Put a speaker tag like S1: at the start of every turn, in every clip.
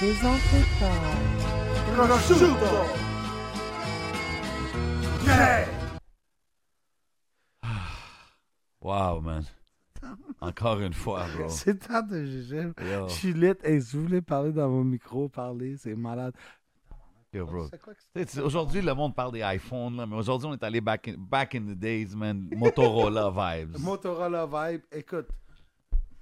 S1: présenté par
S2: Prosciutto! Yeah!
S3: Wow, man. Encore une fois, bro.
S1: C'est temps de GG.
S3: Oh. Yo,
S1: Je suis lit. Hey, si vous voulez parler dans vos micros, parlez, c'est malade.
S3: yo, bro.
S1: C'est quoi que
S3: Tu sais, tu- Aujourd'hui, le monde parle des iPhones, là, mais aujourd'hui, on est allé back in, back in the days, man. Motorola vibes.
S1: c'est? Motorola Vibe, écoute.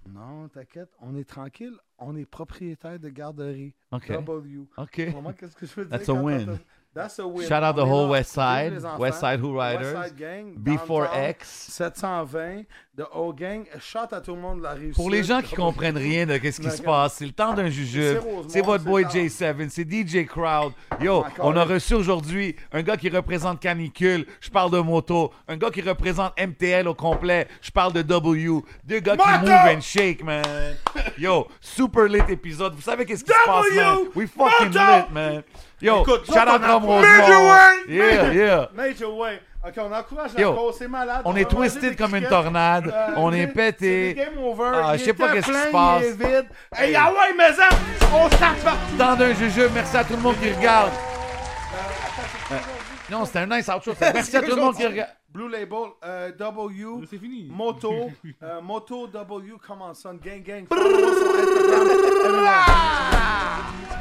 S1: Non, t'inquiète, on est tranquille. On est propriétaire de garderie.
S3: OK.
S1: W.
S3: OK.
S1: Vraiment, qu'est-ce que je veux dire?
S3: That's a
S1: quand
S3: win.
S1: t'entends- That's a win.
S3: Shout out the
S1: On est
S3: whole
S1: là,
S3: West
S1: j'ai
S3: Side,
S1: les enfants,
S3: West Side Who
S1: West
S3: Riders,
S1: Side Gang, Downtown,
S3: B4X.
S1: 720, The Old Gang. Shout à tout le monde de la réussite.
S3: Pour les gens qui comprennent rien de ce qui se passe, c'est le temps d'un jujube.
S1: C'est Rosemont,
S3: C'est votre
S1: c'est
S3: boy
S1: tard.
S3: J7, c'est DJ Crowd. Yo,
S1: Encore
S3: on a
S1: une.
S3: reçu aujourd'hui un gars qui représente Canicule, je parle de moto. Un gars qui représente MTL au complet, je parle de W. Deux gars qui
S2: Moto!
S3: move and shake, man. Yo, super lit épisode. Vous savez qu'est-ce qui se passe,
S2: W,
S3: man? We fucking
S2: moto!
S3: lit, man. Yo,
S2: Écoute,
S3: shout out
S2: on a
S3: Rome Rosemont.
S2: Major Wayne,
S3: Yeah, yeah.
S1: Major Way. Ok, on encourage la
S3: Yo,
S1: cause, c'est malade.
S3: On est
S1: a mangé
S3: twisted
S1: des
S3: comme une
S1: criquettes.
S3: tornade.
S1: Euh,
S3: On est
S1: c'est- c'est des
S3: pété.
S1: Game over.
S3: Ah,
S1: Il
S3: je sais pas
S1: était
S3: qu'est-ce qui
S1: plein,
S3: se passe.
S1: il est vide. Hey, ah ouais, mais ça, on s'en va.
S3: Temps d'un jujube. Merci à tout le monde qui regarde. Euh, Non, c'était un nice outro. Merci à tout le monde qui regarde.
S1: Blue Label, euh, W,
S4: C'est fini.
S1: Moto, euh, Moto W, comment ça, gang gang. Follow-moi sur Instagram, everywhere.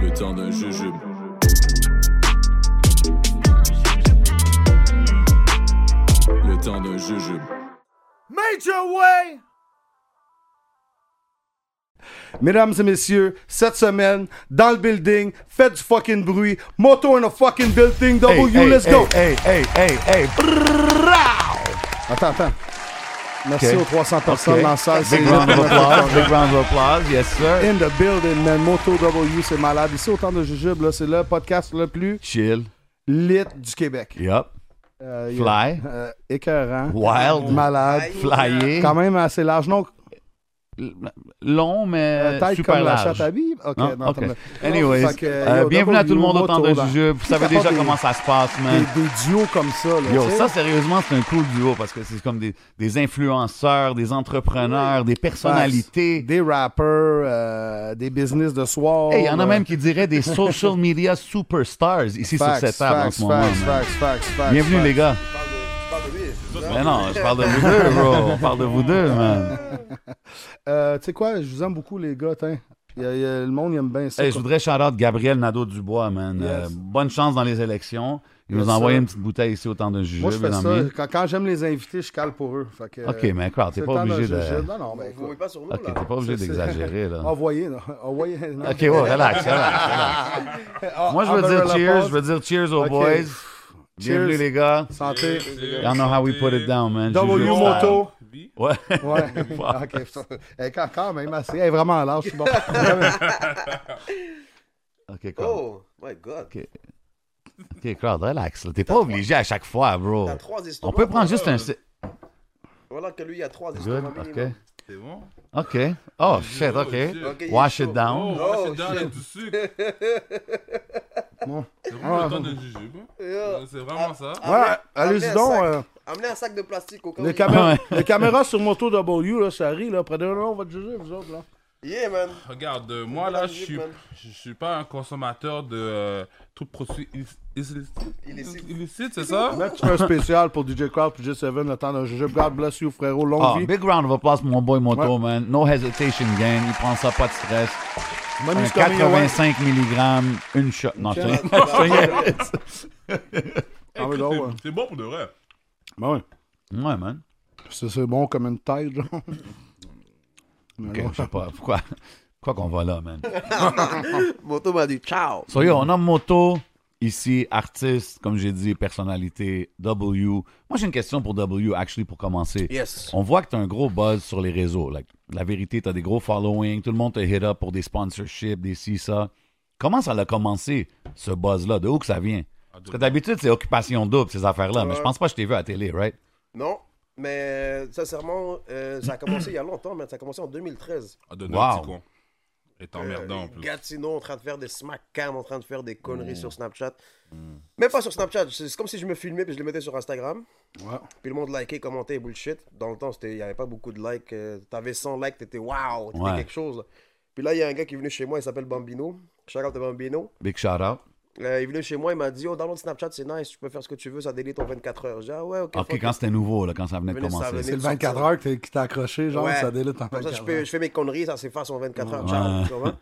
S5: Le temps d'un jujube. Le temps d'un jujube.
S1: Major Way! Mesdames et messieurs, cette semaine, dans le building, faites du fucking bruit. Moto in a fucking building,
S3: Hey,
S1: W,
S3: hey,
S1: let's
S3: hey,
S1: go!
S3: Hey, hey, hey, hey.
S1: Attends, attends. Merci
S3: Ok.
S1: aux 300 personnes dans la salle. c'est
S3: Big round of
S1: énorme.
S3: applause. Big round of applause. Yes, sir.
S1: In the building, man. Moto W, c'est malade. Ici, au temps de Jujube, là, c'est le podcast le plus
S3: Chill.
S1: lit du Québec.
S3: Yup.
S1: Euh, il y a-
S3: Fly.
S1: euh, écœurant.
S3: Wild.
S1: Malade.
S3: Flyer.
S1: Quand même assez large. Non, euh,
S3: Long, mais
S1: tête
S3: Euh, super
S1: comme la
S3: large.
S1: chatte à bib. Ok,
S3: Non?
S1: non,
S3: Ok.
S1: t'as mal.
S3: Anyways,
S1: Fait que,
S3: euh,
S1: yo,
S3: bienvenue à tout le monde
S1: W,
S3: au temps de
S1: Moto, dans-
S3: jujube. Vous savez
S1: Qui
S3: déjà
S1: apporte
S3: comment ça se passe, man.
S1: des, des duos comme ça. Là,
S3: Yo,
S1: tu sais.
S3: ça, sérieusement, c'est un cool duo parce que c'est comme des, des influenceurs, des entrepreneurs, des personnalités.
S1: Des rappers, euh, des business de soir.
S3: Il y en a
S1: euh,
S3: même qui diraient des social media superstars ici
S1: facts,
S3: sur cette table en
S1: facts,
S3: ce moment.
S1: facts,
S3: man.
S1: facts, facts, facts,
S3: Bienvenue,
S1: facts.
S3: les gars. Mais non, je parle de vous deux, bro. On parle de vous deux, man.
S1: Euh, tu sais quoi, je vous aime beaucoup, les gars. Tiens. Il y a- il y a- le monde il aime bien ça.
S3: Hey, je
S1: quoi.
S3: voudrais shout-out Gabriel Nadeau-Dubois, man.
S1: Yes.
S3: Euh, bonne chance dans les élections. Il
S1: Yes,
S3: nous a envoyé
S1: sir.
S3: une petite bouteille ici au temps d'un juge,
S1: Moi, je fais
S3: mes
S1: ça.
S3: amis.
S1: Quand, quand j'aime les invités, je cale pour eux. Fait que,
S3: OK, mais crowd,
S1: c'est
S3: t'es
S1: le
S3: pas
S1: temps
S3: obligé
S1: d'un
S3: de...
S1: jugeux. Non, non, mais
S6: Vous ne
S1: écoute.
S6: pas sur nous,
S3: OK,
S6: là.
S3: t'es pas obligé
S1: C'est- c'est-
S3: d'exagérer, là.
S1: Envoyez, non, envoyez. non.
S3: OK, ouais, relax, relax, relax.
S1: Ah,
S3: Moi, je veux dire
S1: Averell
S3: cheers.
S1: Laporte,
S3: Je veux dire cheers aux
S1: Ok.
S3: boys. Bienvenue,
S1: Cheers.
S3: les gars.
S1: Santé.
S3: Y'all know how we put it down, man.
S1: W
S3: Juju style.
S1: Moto.
S3: Ouais.
S1: Ouais. Ah, OK. ça- Hey, quand, quand même, assez. Hey, vraiment, là, je suis bon. Vraiment.
S3: OK, crowd.
S6: Oh, my God.
S3: OK, crowd, relax. là. T'es pas obligé à chaque fois, bro.
S6: T'as trois
S3: Oh. On
S6: estomacs.
S3: peut prendre
S6: toi.
S3: juste un... si-
S6: Voilà que lui, il y a trois
S3: Good,
S6: estomacs
S3: OK.
S6: minimum.
S4: C'est bon.
S3: OK. Oh, shit, OK.
S4: shit.
S6: Ok, il est
S3: Wash it
S6: chaud.
S4: Oh,
S3: down.
S4: moi,
S6: Oh,
S4: c'est dans
S6: shit.
S4: avec du sucre.
S1: Bon.
S4: C'est vraiment le temps d'un jujube. hein.
S6: Yeah.
S4: C'est vraiment ça.
S1: Ouais,
S6: Amenez- amenez
S1: allez-y
S6: un
S1: donc.
S6: sac.
S1: euh,
S6: Eh, oh. Amenez un sac de plastique au cas où
S1: Les
S6: il-
S1: caméras,
S3: Ouais.
S1: les caméras sur Moto W, là, ça rit, là. Prenez un on va te juger, vous autres, là.
S6: Yeah, man.
S4: Regarde, euh, moi là, je suis, je suis pas un consommateur de euh, tout produit il- il-
S6: Illicite.
S4: illicite, c'est ça
S1: Mec, tu fais un spécial pour DJ Crowd puis J7, le temps d'un jujube. God bless you, frérot. Longue
S3: Oh,
S1: vie.
S3: big round of applause pour mon boy Moto, man. No hesitation game. Il prend ça, pas de stress.
S1: Money
S3: Un
S1: is coming your way.
S3: 85 mg, une shot. Non, je
S6: Yeah,
S3: sais.
S6: man.
S4: Eh,
S1: Ah oui,
S4: Chris,
S1: non,
S4: c'est-
S1: ouais.
S4: C'est bon pour de vrai.
S1: Ben oui.
S3: Ouais, man.
S1: C'est c'est bon comme une tête, genre. Mais
S3: OK,
S1: non.
S3: je sais pas. Pourquoi... Pourquoi qu'on va là, man?
S6: Moto m'a dit ciao.
S3: So yo, on a Moto ici, artiste, comme j'ai dit, personnalité, W. Moi, j'ai une question pour W, actually, pour commencer.
S6: Yes.
S3: On voit que t'as un gros buzz sur les réseaux. like, la vérité, t'as des gros following, tout le monde te hit up pour des sponsorships, des ci, ça. Comment ça a commencé, ce buzz-là? De où que
S6: Ah,
S3: ça vient? Parce que d'habitude, c'est occupation double, ces affaires-là, mais je pense pas que je t'ai vu à la télé, right?
S6: Non, Mais euh, sincèrement, euh, ça a commencé il y a longtemps, mais ça a commencé en 2013.
S4: Ah, donne un
S3: Wow.
S4: petit con. Et
S6: Euh,
S4: t'emmerdant en plus.
S6: Gatineau en train de faire des smack cam, en train de faire des conneries sur Snapchat. Même pas sur Snapchat, c'est c'est comme si je me filmais puis je le mettais sur Instagram.
S1: Ouais.
S6: Puis le monde likait, commentait et bullshit. Dans le temps, c'était- il n'y avait pas beaucoup de likes. euh, T'avais 100 likes, t'étais waouh, t'étais
S3: Ouais.
S6: quelque chose. Puis là, il y a un gars qui est venu chez moi, il s'appelle Bambino. Shout out à Bambino.
S3: Big shout out.
S6: Euh, il est venu chez moi, il m'a dit Oh, download Snapchat, c'est nice, tu peux faire ce que tu veux, ça délite en 24 heures. J'ai dit Ah ouais, ok.
S3: Ok,
S6: fuck
S3: quand
S6: it.
S3: c'était nouveau, là, quand ça venait de
S6: Venez, ça
S3: commencer.
S6: venait.
S1: C'est le 24 heures que t'es- qui t'a accroché, genre,
S6: Ouais.
S1: ça délite en 24
S6: Comme ça, je,
S1: heures.
S6: fais- je fais mes conneries, ça s'efface en 24 heures.
S3: Ouais.
S6: ciao, tu comprends?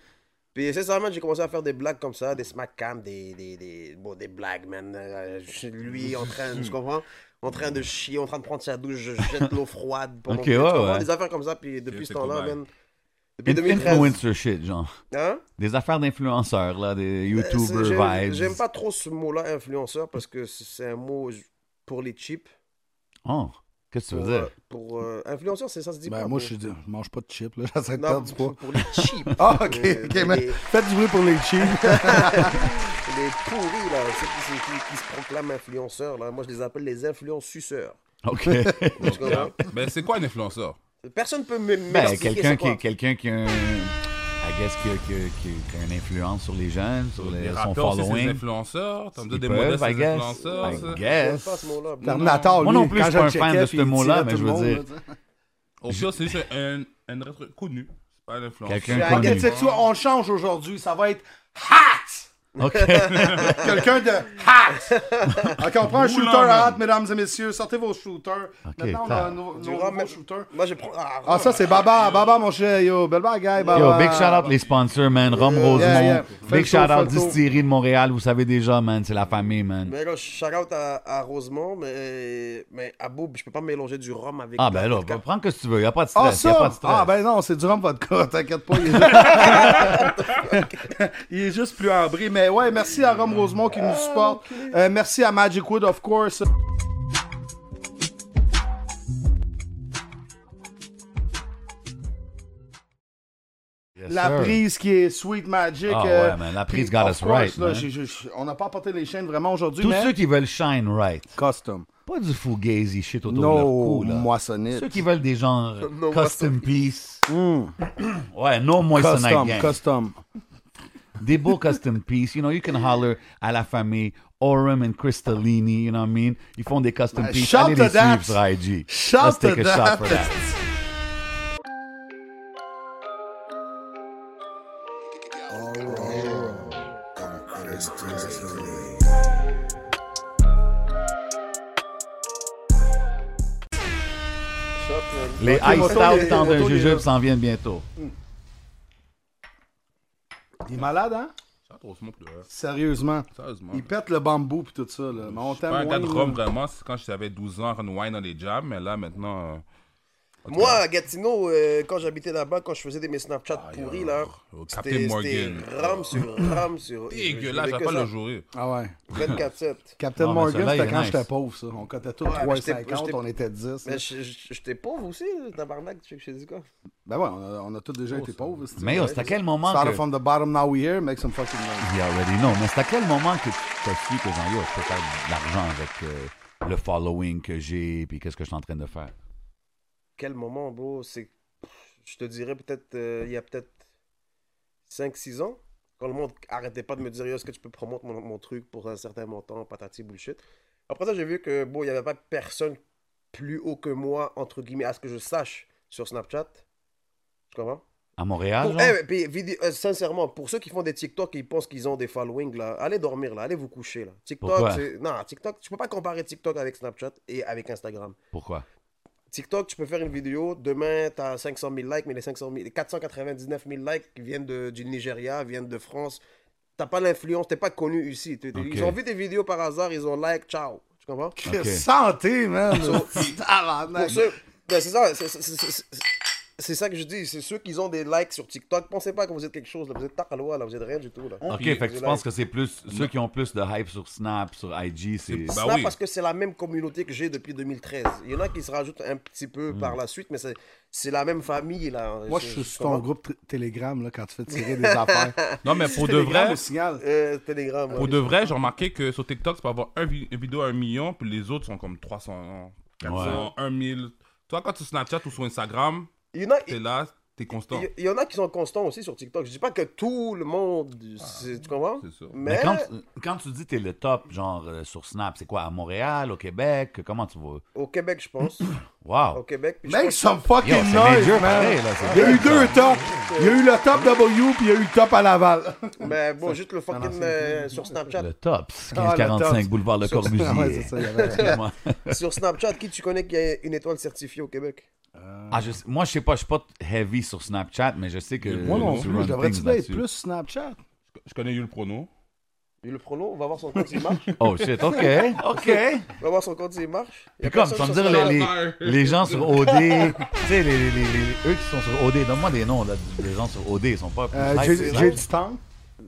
S6: Puis c'est ça, man, j'ai commencé à faire des blagues comme ça, des smack cam, des, des, des, bon, des blagues, man. Euh, je- lui, en train, tu comprends? En train de chier, en train de prendre sa douche, je jette l'eau froide. pendant
S3: Ok,
S6: que- tu
S3: ouais,
S6: comprends?
S3: ouais.
S6: Des affaires comme ça, puis depuis
S4: t'es
S6: ce temps-là,
S4: cobaye.
S6: man. Depuis
S3: In-
S6: 2013.
S3: Influencer shit, genre.
S6: Hein?
S3: Des affaires d'influenceurs, là, des
S6: Euh, c'est-
S3: YouTubers
S6: j'ai-
S3: vibes.
S6: J'aime pas trop ce mot-là, influenceur, parce que c'est c'est un mot j- pour les chips.
S3: Oh, qu'est-ce que tu
S6: Pour,
S3: veux dire?
S6: euh, pour euh, influenceur, c'est ça, se dit
S1: Ben,
S6: pas
S1: moi,
S6: pour-
S1: je suis- je mange pas de chips, là, j'essaie de
S6: Non,
S1: perdre du poids.
S6: pour, pour les chips.
S1: Ah, ok,
S6: Euh,
S1: ok,
S6: les-
S1: mais
S6: les-
S1: faites du bruit pour les chips.
S6: les pourris, là, ceux qui, ceux qui- qui se proclament influenceurs, là, moi je les appelle les influencusseurs.
S3: Ok.
S6: Tu comprends?
S4: Mais c'est quoi un influenceur
S6: Personne peut me
S3: ben,
S6: m'expliquer
S3: quelqu'un
S6: c'est
S3: qui,
S6: quoi.
S3: quelqu'un qui a un. I guess qui, a- qui a- qui a- qui a une influence sur les jeunes, sur les,
S4: Les
S3: son
S4: rappeurs, c'est des
S3: following.
S4: influenceurs. T'as me dit
S3: Ils
S4: des
S3: peuvent,
S4: modestes
S3: I guess.
S4: influenceurs. ça.
S3: I
S6: J'aime pas
S3: guess.
S6: ce mot-là.
S1: T'as Renato,
S3: Moi
S1: lui,
S3: non plus,
S1: quand
S3: je suis pas
S1: le
S3: un fan
S1: checkais,
S3: de
S1: puis
S3: ce
S1: il
S3: mot-là,
S1: tirait
S3: mais
S1: tout
S3: je
S1: le
S3: veux
S1: monde,
S3: dire-
S1: là, tu sais.
S4: Au pire, c'est juste un, un être connu. C'est pas un influenceur.
S3: Quelqu'un
S1: Ah,
S3: connu.
S1: qu'est-ce que tu vois, on change aujourd'hui, ça va être
S3: Ok.
S1: quelqu'un de hat. Ok, on prend un shooter
S4: Oula,
S1: à
S4: man.
S1: hat, mesdames et messieurs, sortez vos shooters. Maintenant, on a
S3: ta-
S1: un nouveau,
S6: Du rhum, mais-
S1: shooter.
S6: Moi je prends. Ah,
S1: Ah, ça, c'est Baba, Baba, mon cher, yo, belle bye, guy, Baba.
S3: Yo, big shout out les sponsors, man. Rome Rosemont.
S1: yeah, yeah. Fais le
S3: Big
S1: tour,
S3: shout
S1: fais le
S3: out
S1: tour.
S3: Distillerie de Montréal, vous savez déjà, man. C'est la famille, man.
S6: Mais là, shout out à, à Rosemont, mais, mais à Boub, je peux pas mélanger du rhum avec.
S3: Ah,
S6: de
S3: ben
S6: la
S3: là,
S6: vodka.
S3: prends que ce que tu veux. Y a pas de
S1: Ah,
S3: stress. Y a pas
S1: ça!
S3: de stress.
S1: Ah, ben non, c'est du rhum vodka, t'inquiète pas. Il est juste, il est juste plus ambré. Mais ouais, merci à Rome Rosemont qui nous supporte. Euh, merci à Magic Wood, of course.
S3: Yes,
S1: La
S3: sir.
S1: prise qui est Sweet Magic.
S3: Ah
S1: euh,
S3: ouais, man, la
S1: puis,
S3: prise got
S1: of
S3: us
S1: course,
S3: right,
S1: là,
S3: man.
S1: j'ai- j'ai- j'ai- on n'a pas apporté les chaînes vraiment aujourd'hui,
S3: Tous
S1: mais...
S3: ceux qui veulent shine right.
S1: Custom.
S3: Pas du fugazi shit autour de leur
S1: No
S3: cou, là.
S1: moissonnette.
S3: Ceux qui veulent des genres
S6: No
S3: custom piece.
S1: Hmm.
S3: Ouais, no moissanite
S1: Custom,
S3: gang.
S1: custom.
S3: Des beaux custom piece. You know, you can holler à la famille Orum and Crystallini, you know what I mean? Ils font des custom
S1: Man,
S3: pieces.
S1: Bah, shout
S3: Allez
S1: to
S3: les
S1: that.
S3: suivre sur IG.
S1: Shout
S3: Let's take
S1: to
S3: a
S1: that.
S3: shot for that.
S6: Shot,
S3: Les
S1: Moto,
S3: Ice Out
S1: les-
S3: dans
S1: Moto, les-
S3: un jujube s'en viennent bientôt.
S1: Il est malade, hein?
S4: Ça, trop smoke, là.
S1: Sérieusement.
S4: Sérieusement.
S1: Il pète le bambou pis tout ça, là. Mais on
S4: Je suis pas un
S1: t'aime,
S4: gars de
S1: Wayne,
S4: rhum,
S1: là.
S4: vraiment. C'est quand j'avais 12 ans, on wine dans les jams. Mais là, maintenant. euh,
S6: Moi, à Gatineau, euh, quand j'habitais là-bas, quand je faisais des mes Snapchats pourris, là,
S4: oh, Captain
S6: c'était c'était
S4: Morgan.
S6: rhum sur rhum sur.
S4: Dégueulasse, j'avais pas le jouer.
S1: Ah ouais.
S6: 24-7.
S1: Captain
S3: Non, mais
S1: Morgan,
S3: celui-là, il
S1: c'était
S3: est
S1: quand
S3: nice.
S1: j'étais pauvre, ça. On cotait tout
S6: mais j'étais-
S1: 3,50,
S6: j'étais-
S1: on était 10. là.
S6: Mais je- je- j'étais pauvre aussi, là, tabarnak, tu sais que je te dis quoi.
S1: Ben ouais, on a, on a tous déjà été pauvres. c'est-tu?
S3: Mais yo, c'est à quel moment
S1: Started
S3: que...
S1: from the bottom, now we here, make some fucking noise.
S3: You already know. Mais c'est à quel moment que tu as su que genre, yo, je peux faire de l'argent avec euh, le following que j'ai puis qu'est-ce que je suis en train de faire?
S6: Quel moment, bro, c'est. Je te dirais peut-être, euh, il y a peut-être 5-6 ans, quand le monde arrêtait pas de me dire, Yo, est-ce que tu peux promouvoir mon, mon truc pour un certain montant, patati bullshit. Après ça, j'ai vu que, bon, il y avait pas personne plus haut que moi, entre guillemets, à ce que je sache, sur Snapchat. Tu comprends?
S3: À
S1: Oh,
S3: Montréal,
S6: Pour-
S3: Ah, genre?
S6: eh, puis, vidé- euh, sincèrement, pour ceux qui font des TikTok et ils pensent qu'ils ont des followings, là, allez dormir, là, allez vous coucher. Là. TikTok,
S3: Pourquoi
S6: c'est- non, TikTok, tu peux pas comparer TikTok avec Snapchat et avec Instagram.
S3: Pourquoi?
S6: TikTok, tu peux faire une vidéo, demain, tu as 500 000 likes, mais les 500 000, les 499 000 likes qui viennent de- du Nigeria, viennent de France. T'as pas l'influence, t'es pas connu ici. T'es- t'es-
S3: Ok.
S6: Ils ont vu tes vidéos par hasard, ils ont like, ciao. Tu comprends?
S1: Que Santé, man! Tabarnak.
S6: Pour ceux- Ben, c'est ça, c'est- c'est- c'est- c'est- c'est ça que je dis. C'est ceux qui ont des likes sur TikTok. Pensez pas que vous êtes quelque chose, là. Vous êtes takalois, là. Vous êtes rien du tout, là.
S3: OK,
S4: Puis,
S3: fait que tu
S6: là,
S3: penses que c'est plus... Ceux qui ont plus de hype sur Snap, sur IG, c'est...
S4: Bah
S6: Snap,
S4: oui.
S6: parce que c'est la même communauté que j'ai depuis 2013. Il y en a qui se rajoutent un petit peu par la suite, mais c'est- c'est la même famille, là.
S1: Mm. Moi, je
S6: C'est-
S1: suis sur
S6: comment-
S1: ton groupe t- Telegram, là, quand tu fais tirer des affaires.
S4: Non, mais pour de
S1: Telegram
S4: vrai.
S1: ou Signal?
S6: Euh, Telegram. ouais.
S4: Pour de vrai, j'ai remarké que sur TikTok, tu peux avoir un vi- une vidéo à un million, puis les autres sont comme 300, 400, 1000. Toi, quand tu Snapchat ou sur Instagram,
S6: Il y en a,
S4: t'es là, t'es constant.
S6: il- il y en a qui sont constants aussi sur TikTok. Je dis pas que tout le monde. c'est- Tu comprends?
S4: C'est ça.
S3: Mais
S6: Mais.
S3: quand, quand tu dis t'es le top, genre euh, sur Snap, c'est quoi À Montréal, au Québec Comment tu vas
S6: Au Québec, je pense. Au
S3: Wow
S6: Québec. puis je
S1: Make
S6: pense-
S1: some
S3: Yo,
S1: fucking
S3: c'est
S1: noise,
S3: major
S1: Oh, man.
S3: pareil, là, c'est
S1: Il y a
S3: big,
S1: eu deux
S3: ça.
S1: tops. Il y a eu le top W, puis il y a eu le top à Laval.
S6: Mais bon, juste le fucking euh, sur Snapchat.
S3: Le top,
S1: Ah, le
S3: 1545
S1: top.
S3: boulevard Le
S6: Sur-
S3: Corbusier.
S1: Ah ouais, c'est ça, il y avait-
S3: Excuse-moi.
S6: Sur Snapchat, qui tu connais qui a une étoile certifiée au Québec
S3: Ah, je sais- moi, je sais pas, je suis pas heavy sur Snapchat, mais je sais que.
S1: Moi non
S3: tu
S1: plus,
S3: run
S1: je devrais-tu
S3: things
S1: être
S3: là-dessus.
S1: plus Snapchat?
S4: Je connais Yul Prono.
S6: Et le prono, on va voir son compte s'il marche.
S3: Oh shit, ok, ok.
S6: On va voir son compte s'il marche. Il y a
S3: Puis comme, tu
S6: personne
S3: vas me
S6: sur Snapchat.
S3: dire, les,
S4: Snapchat.
S3: les, les gens sur OD, tu sais, les, les, les- les- eux qui sont sur OD, donne-moi des noms, là, les gens sur OD, ils sont pas. plus
S1: Euh,
S3: hype,
S1: J'ai
S3: c'est
S1: j'ai
S3: ça?
S1: du temps.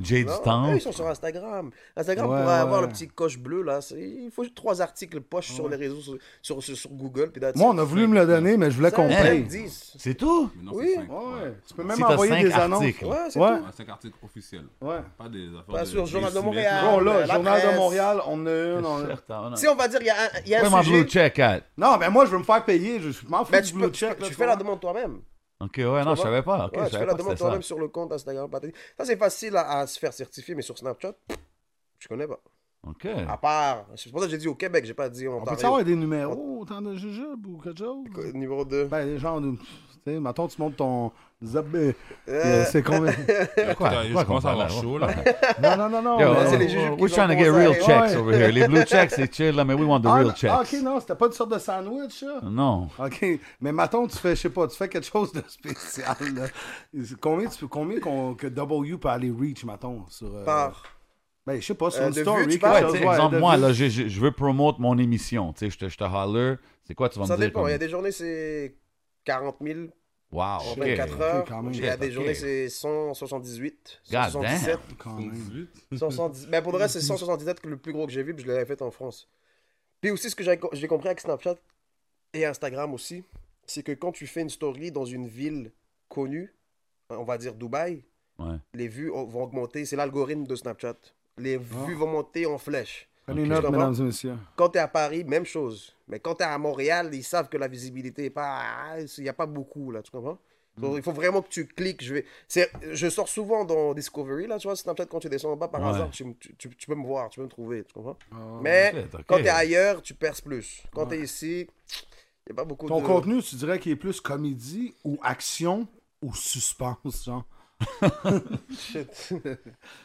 S3: Jay
S6: Non,
S3: Distance.
S6: eux, ils sont sur Instagram. Instagram,
S1: Ouais,
S6: pour
S1: ouais.
S6: avoir le petit coche bleu, là, c'est- il faut juste trois articles poche sur les réseaux, so- sur, sur, sur Google. Puis
S1: Moi, on a voulu me le donner, mais je voulais qu'on
S3: Hey.
S1: paye.
S6: 10.
S3: C'est tout
S4: Mais non,
S6: Oui.
S4: c'est cinq.
S1: Ouais, tu peux
S3: Si
S1: même
S3: t'as
S1: envoyer
S3: cinq
S1: des annonces.
S3: articles.
S6: Ouais, c'est
S1: Ouais.
S6: tout.
S4: Ouais, cinq articles officiels.
S1: Ouais.
S4: Pas des affaires.
S6: Pas
S4: de-
S6: sur le Journal
S4: des
S6: de Montréal.
S4: sites.
S1: Bon, là,
S6: Euh, la
S1: Journal de
S6: presse.
S1: Montréal, on a une. on a-
S3: Certain, on a-
S6: Si on va dire, il y a un, il y a
S3: Ouais,
S6: un
S3: mon
S6: sujet.
S3: blue check, hein.
S1: Non, mais moi, je veux me faire payer. Je je m'en fous
S6: ben,
S1: du
S6: tu,
S1: blue
S6: peux,
S1: check. là,
S6: tu
S1: tu
S6: fais la
S1: vois.
S6: demande toi-même.
S3: Ok, ouais, non, je savais pas. Ok,
S6: Ouais,
S3: je
S6: tu fais la
S3: savais pas que
S6: demande
S3: c'était ça.
S6: toi-même sur le compte Instagram. Patrick. Ça, c'est facile à, à se faire certifier, mais sur Snapchat, je connais pas.
S3: Ok.
S6: À part, c'est pour ça que j'ai dit au Québec, j'ai pas dit en
S1: Ah. On peut
S6: Ontario.
S1: savoir des numéros autant de jujubes ou quelque chose?
S6: Qu- Numéro 2.
S1: Ben, les gens, nous- tu sais, mettons, tu montes ton zap, euh,
S6: Euh,
S1: c'est combien?
S3: Quoi?
S4: Putain,
S3: Quoi
S4: Je commence à
S3: qu'on
S4: avoir
S3: parle,
S4: chaud, là.
S1: Non, non, non, non.
S3: Yo,
S1: mais-
S6: c'est
S3: we're-
S6: les jujubes
S3: we're
S6: qui
S3: trying to
S6: vont
S3: get
S6: commencer à
S3: real
S6: aller.
S1: Ouais.
S3: checks over here. Les blue checks, c'est chill, là, mais we want the
S1: Ah,
S3: real
S1: non,
S3: checks.
S1: ok, non, c'était pas une sorte de sandwich, ça.
S3: Non.
S1: Ok, mais mettons, tu fais, je sais pas, tu fais quelque chose de spécial. là. Combien, tu, combien qu'on- que W peut aller reach, mettons, sur. euh,
S6: par.
S1: Ben, je sais pas, sur
S6: Euh,
S1: une
S6: de
S1: story,
S6: vue, tu
S1: quelque
S3: Ouais,
S6: parles,
S1: chose,
S3: tu sais,
S1: ouais,
S3: exemple,
S1: de
S3: moi,
S1: vue.
S3: là, je, je- je veux promote mon émission. Tu sais, je te, je te holler. C'est quoi, tu vas
S6: Ça
S3: me dire?
S6: dépend.
S3: comme-
S6: Il y a des journées, c'est 40 000
S3: Wow,
S6: en
S3: ok.
S6: 24
S1: Ah, Ok, quand
S6: heures.
S1: même.
S6: Il y a des
S3: Ok.
S6: journées, c'est 178,
S3: God
S6: 177,
S1: Quand même.
S4: 18.
S6: 170. Mais ben, pour le reste, c'est 177 que le plus gros que j'ai vu, puis je l'avais fait en France. Puis aussi, ce que j'avais co- j'ai compris avec Snapchat et Instagram aussi, c'est que quand tu fais une story dans une ville connue, on va dire Dubaï,
S3: Ouais.
S6: les vues ont- vont augmenter. C'est l'algorithme de Snapchat. Les vues vont monter en flèche.
S1: Prenez
S3: Ok.
S1: note,
S6: Je
S1: mesdames et messieurs.
S6: Quand t'es à Paris, même chose. Mais quand t'es à Montréal, ils savent que la visibilité est pas. ah, Il n'y a pas beaucoup, là, tu comprends? Donc,
S1: Mm.
S6: il faut vraiment que tu cliques. Je, vais... c'est- je sors souvent dans Discovery, là, tu vois, Snapchat, quand tu descends en bas par
S3: Ouais.
S6: hasard, tu, me- tu- tu- tu peux me voir, tu peux me trouver, tu comprends?
S3: en
S6: Mais
S3: fait, ok.
S6: quand t'es ailleurs, tu perces plus. Quand t'es ici, il n'y a pas beaucoup
S1: Ton
S6: de.
S1: contenu, tu dirais qu'il est plus comédie ou action ou suspense, genre.
S6: Shit.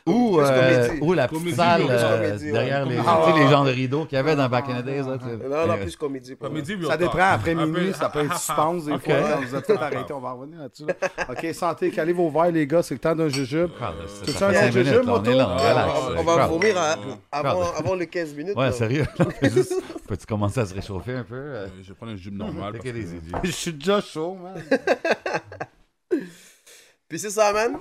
S3: Ou,
S6: Plus
S3: euh,
S6: comédie.
S3: ou la petite
S4: Comédie,
S3: salle
S4: plus
S3: euh,
S6: comédie, ouais.
S3: derrière les,
S6: Ah,
S3: tu sais,
S6: ouais.
S3: les gens de rideaux qu'il y avait dans Back in the Days. Là, tu sais. Eh,
S6: Non, non, plus comédie. pour moi.
S4: Comédie, real
S1: Ça
S4: talk.
S1: dépend, après
S4: Un peu-
S1: minuit, ça peut être suspense des
S3: Ok.
S1: fois. Quand vous êtes fait arrêter, on va revenir là-dessus. là. Ok, santé, calez vos verres, les gars, c'est le temps d'un jujube.
S3: Ah, là, ça-
S1: Tu
S3: ça
S1: sens
S3: fait
S1: un
S3: cinq minutes,
S1: jujube,
S3: là, on est
S1: moto?
S3: là, on
S4: Ah,
S6: On
S3: relax,
S6: va-
S3: euh,
S6: on va
S3: crowd.
S6: vomir à-
S4: Crowd.
S6: avant, avant les 15 minutes.
S3: Ouais,
S6: là.
S3: sérieux. là, fais juste- Peux-tu commencer à se réchauffer un peu? euh?
S4: Euh, Je vais prendre un jupe normal.
S3: Take it easy, G.
S1: Je suis déjà chaud, man.
S6: Puis c'est ça, man.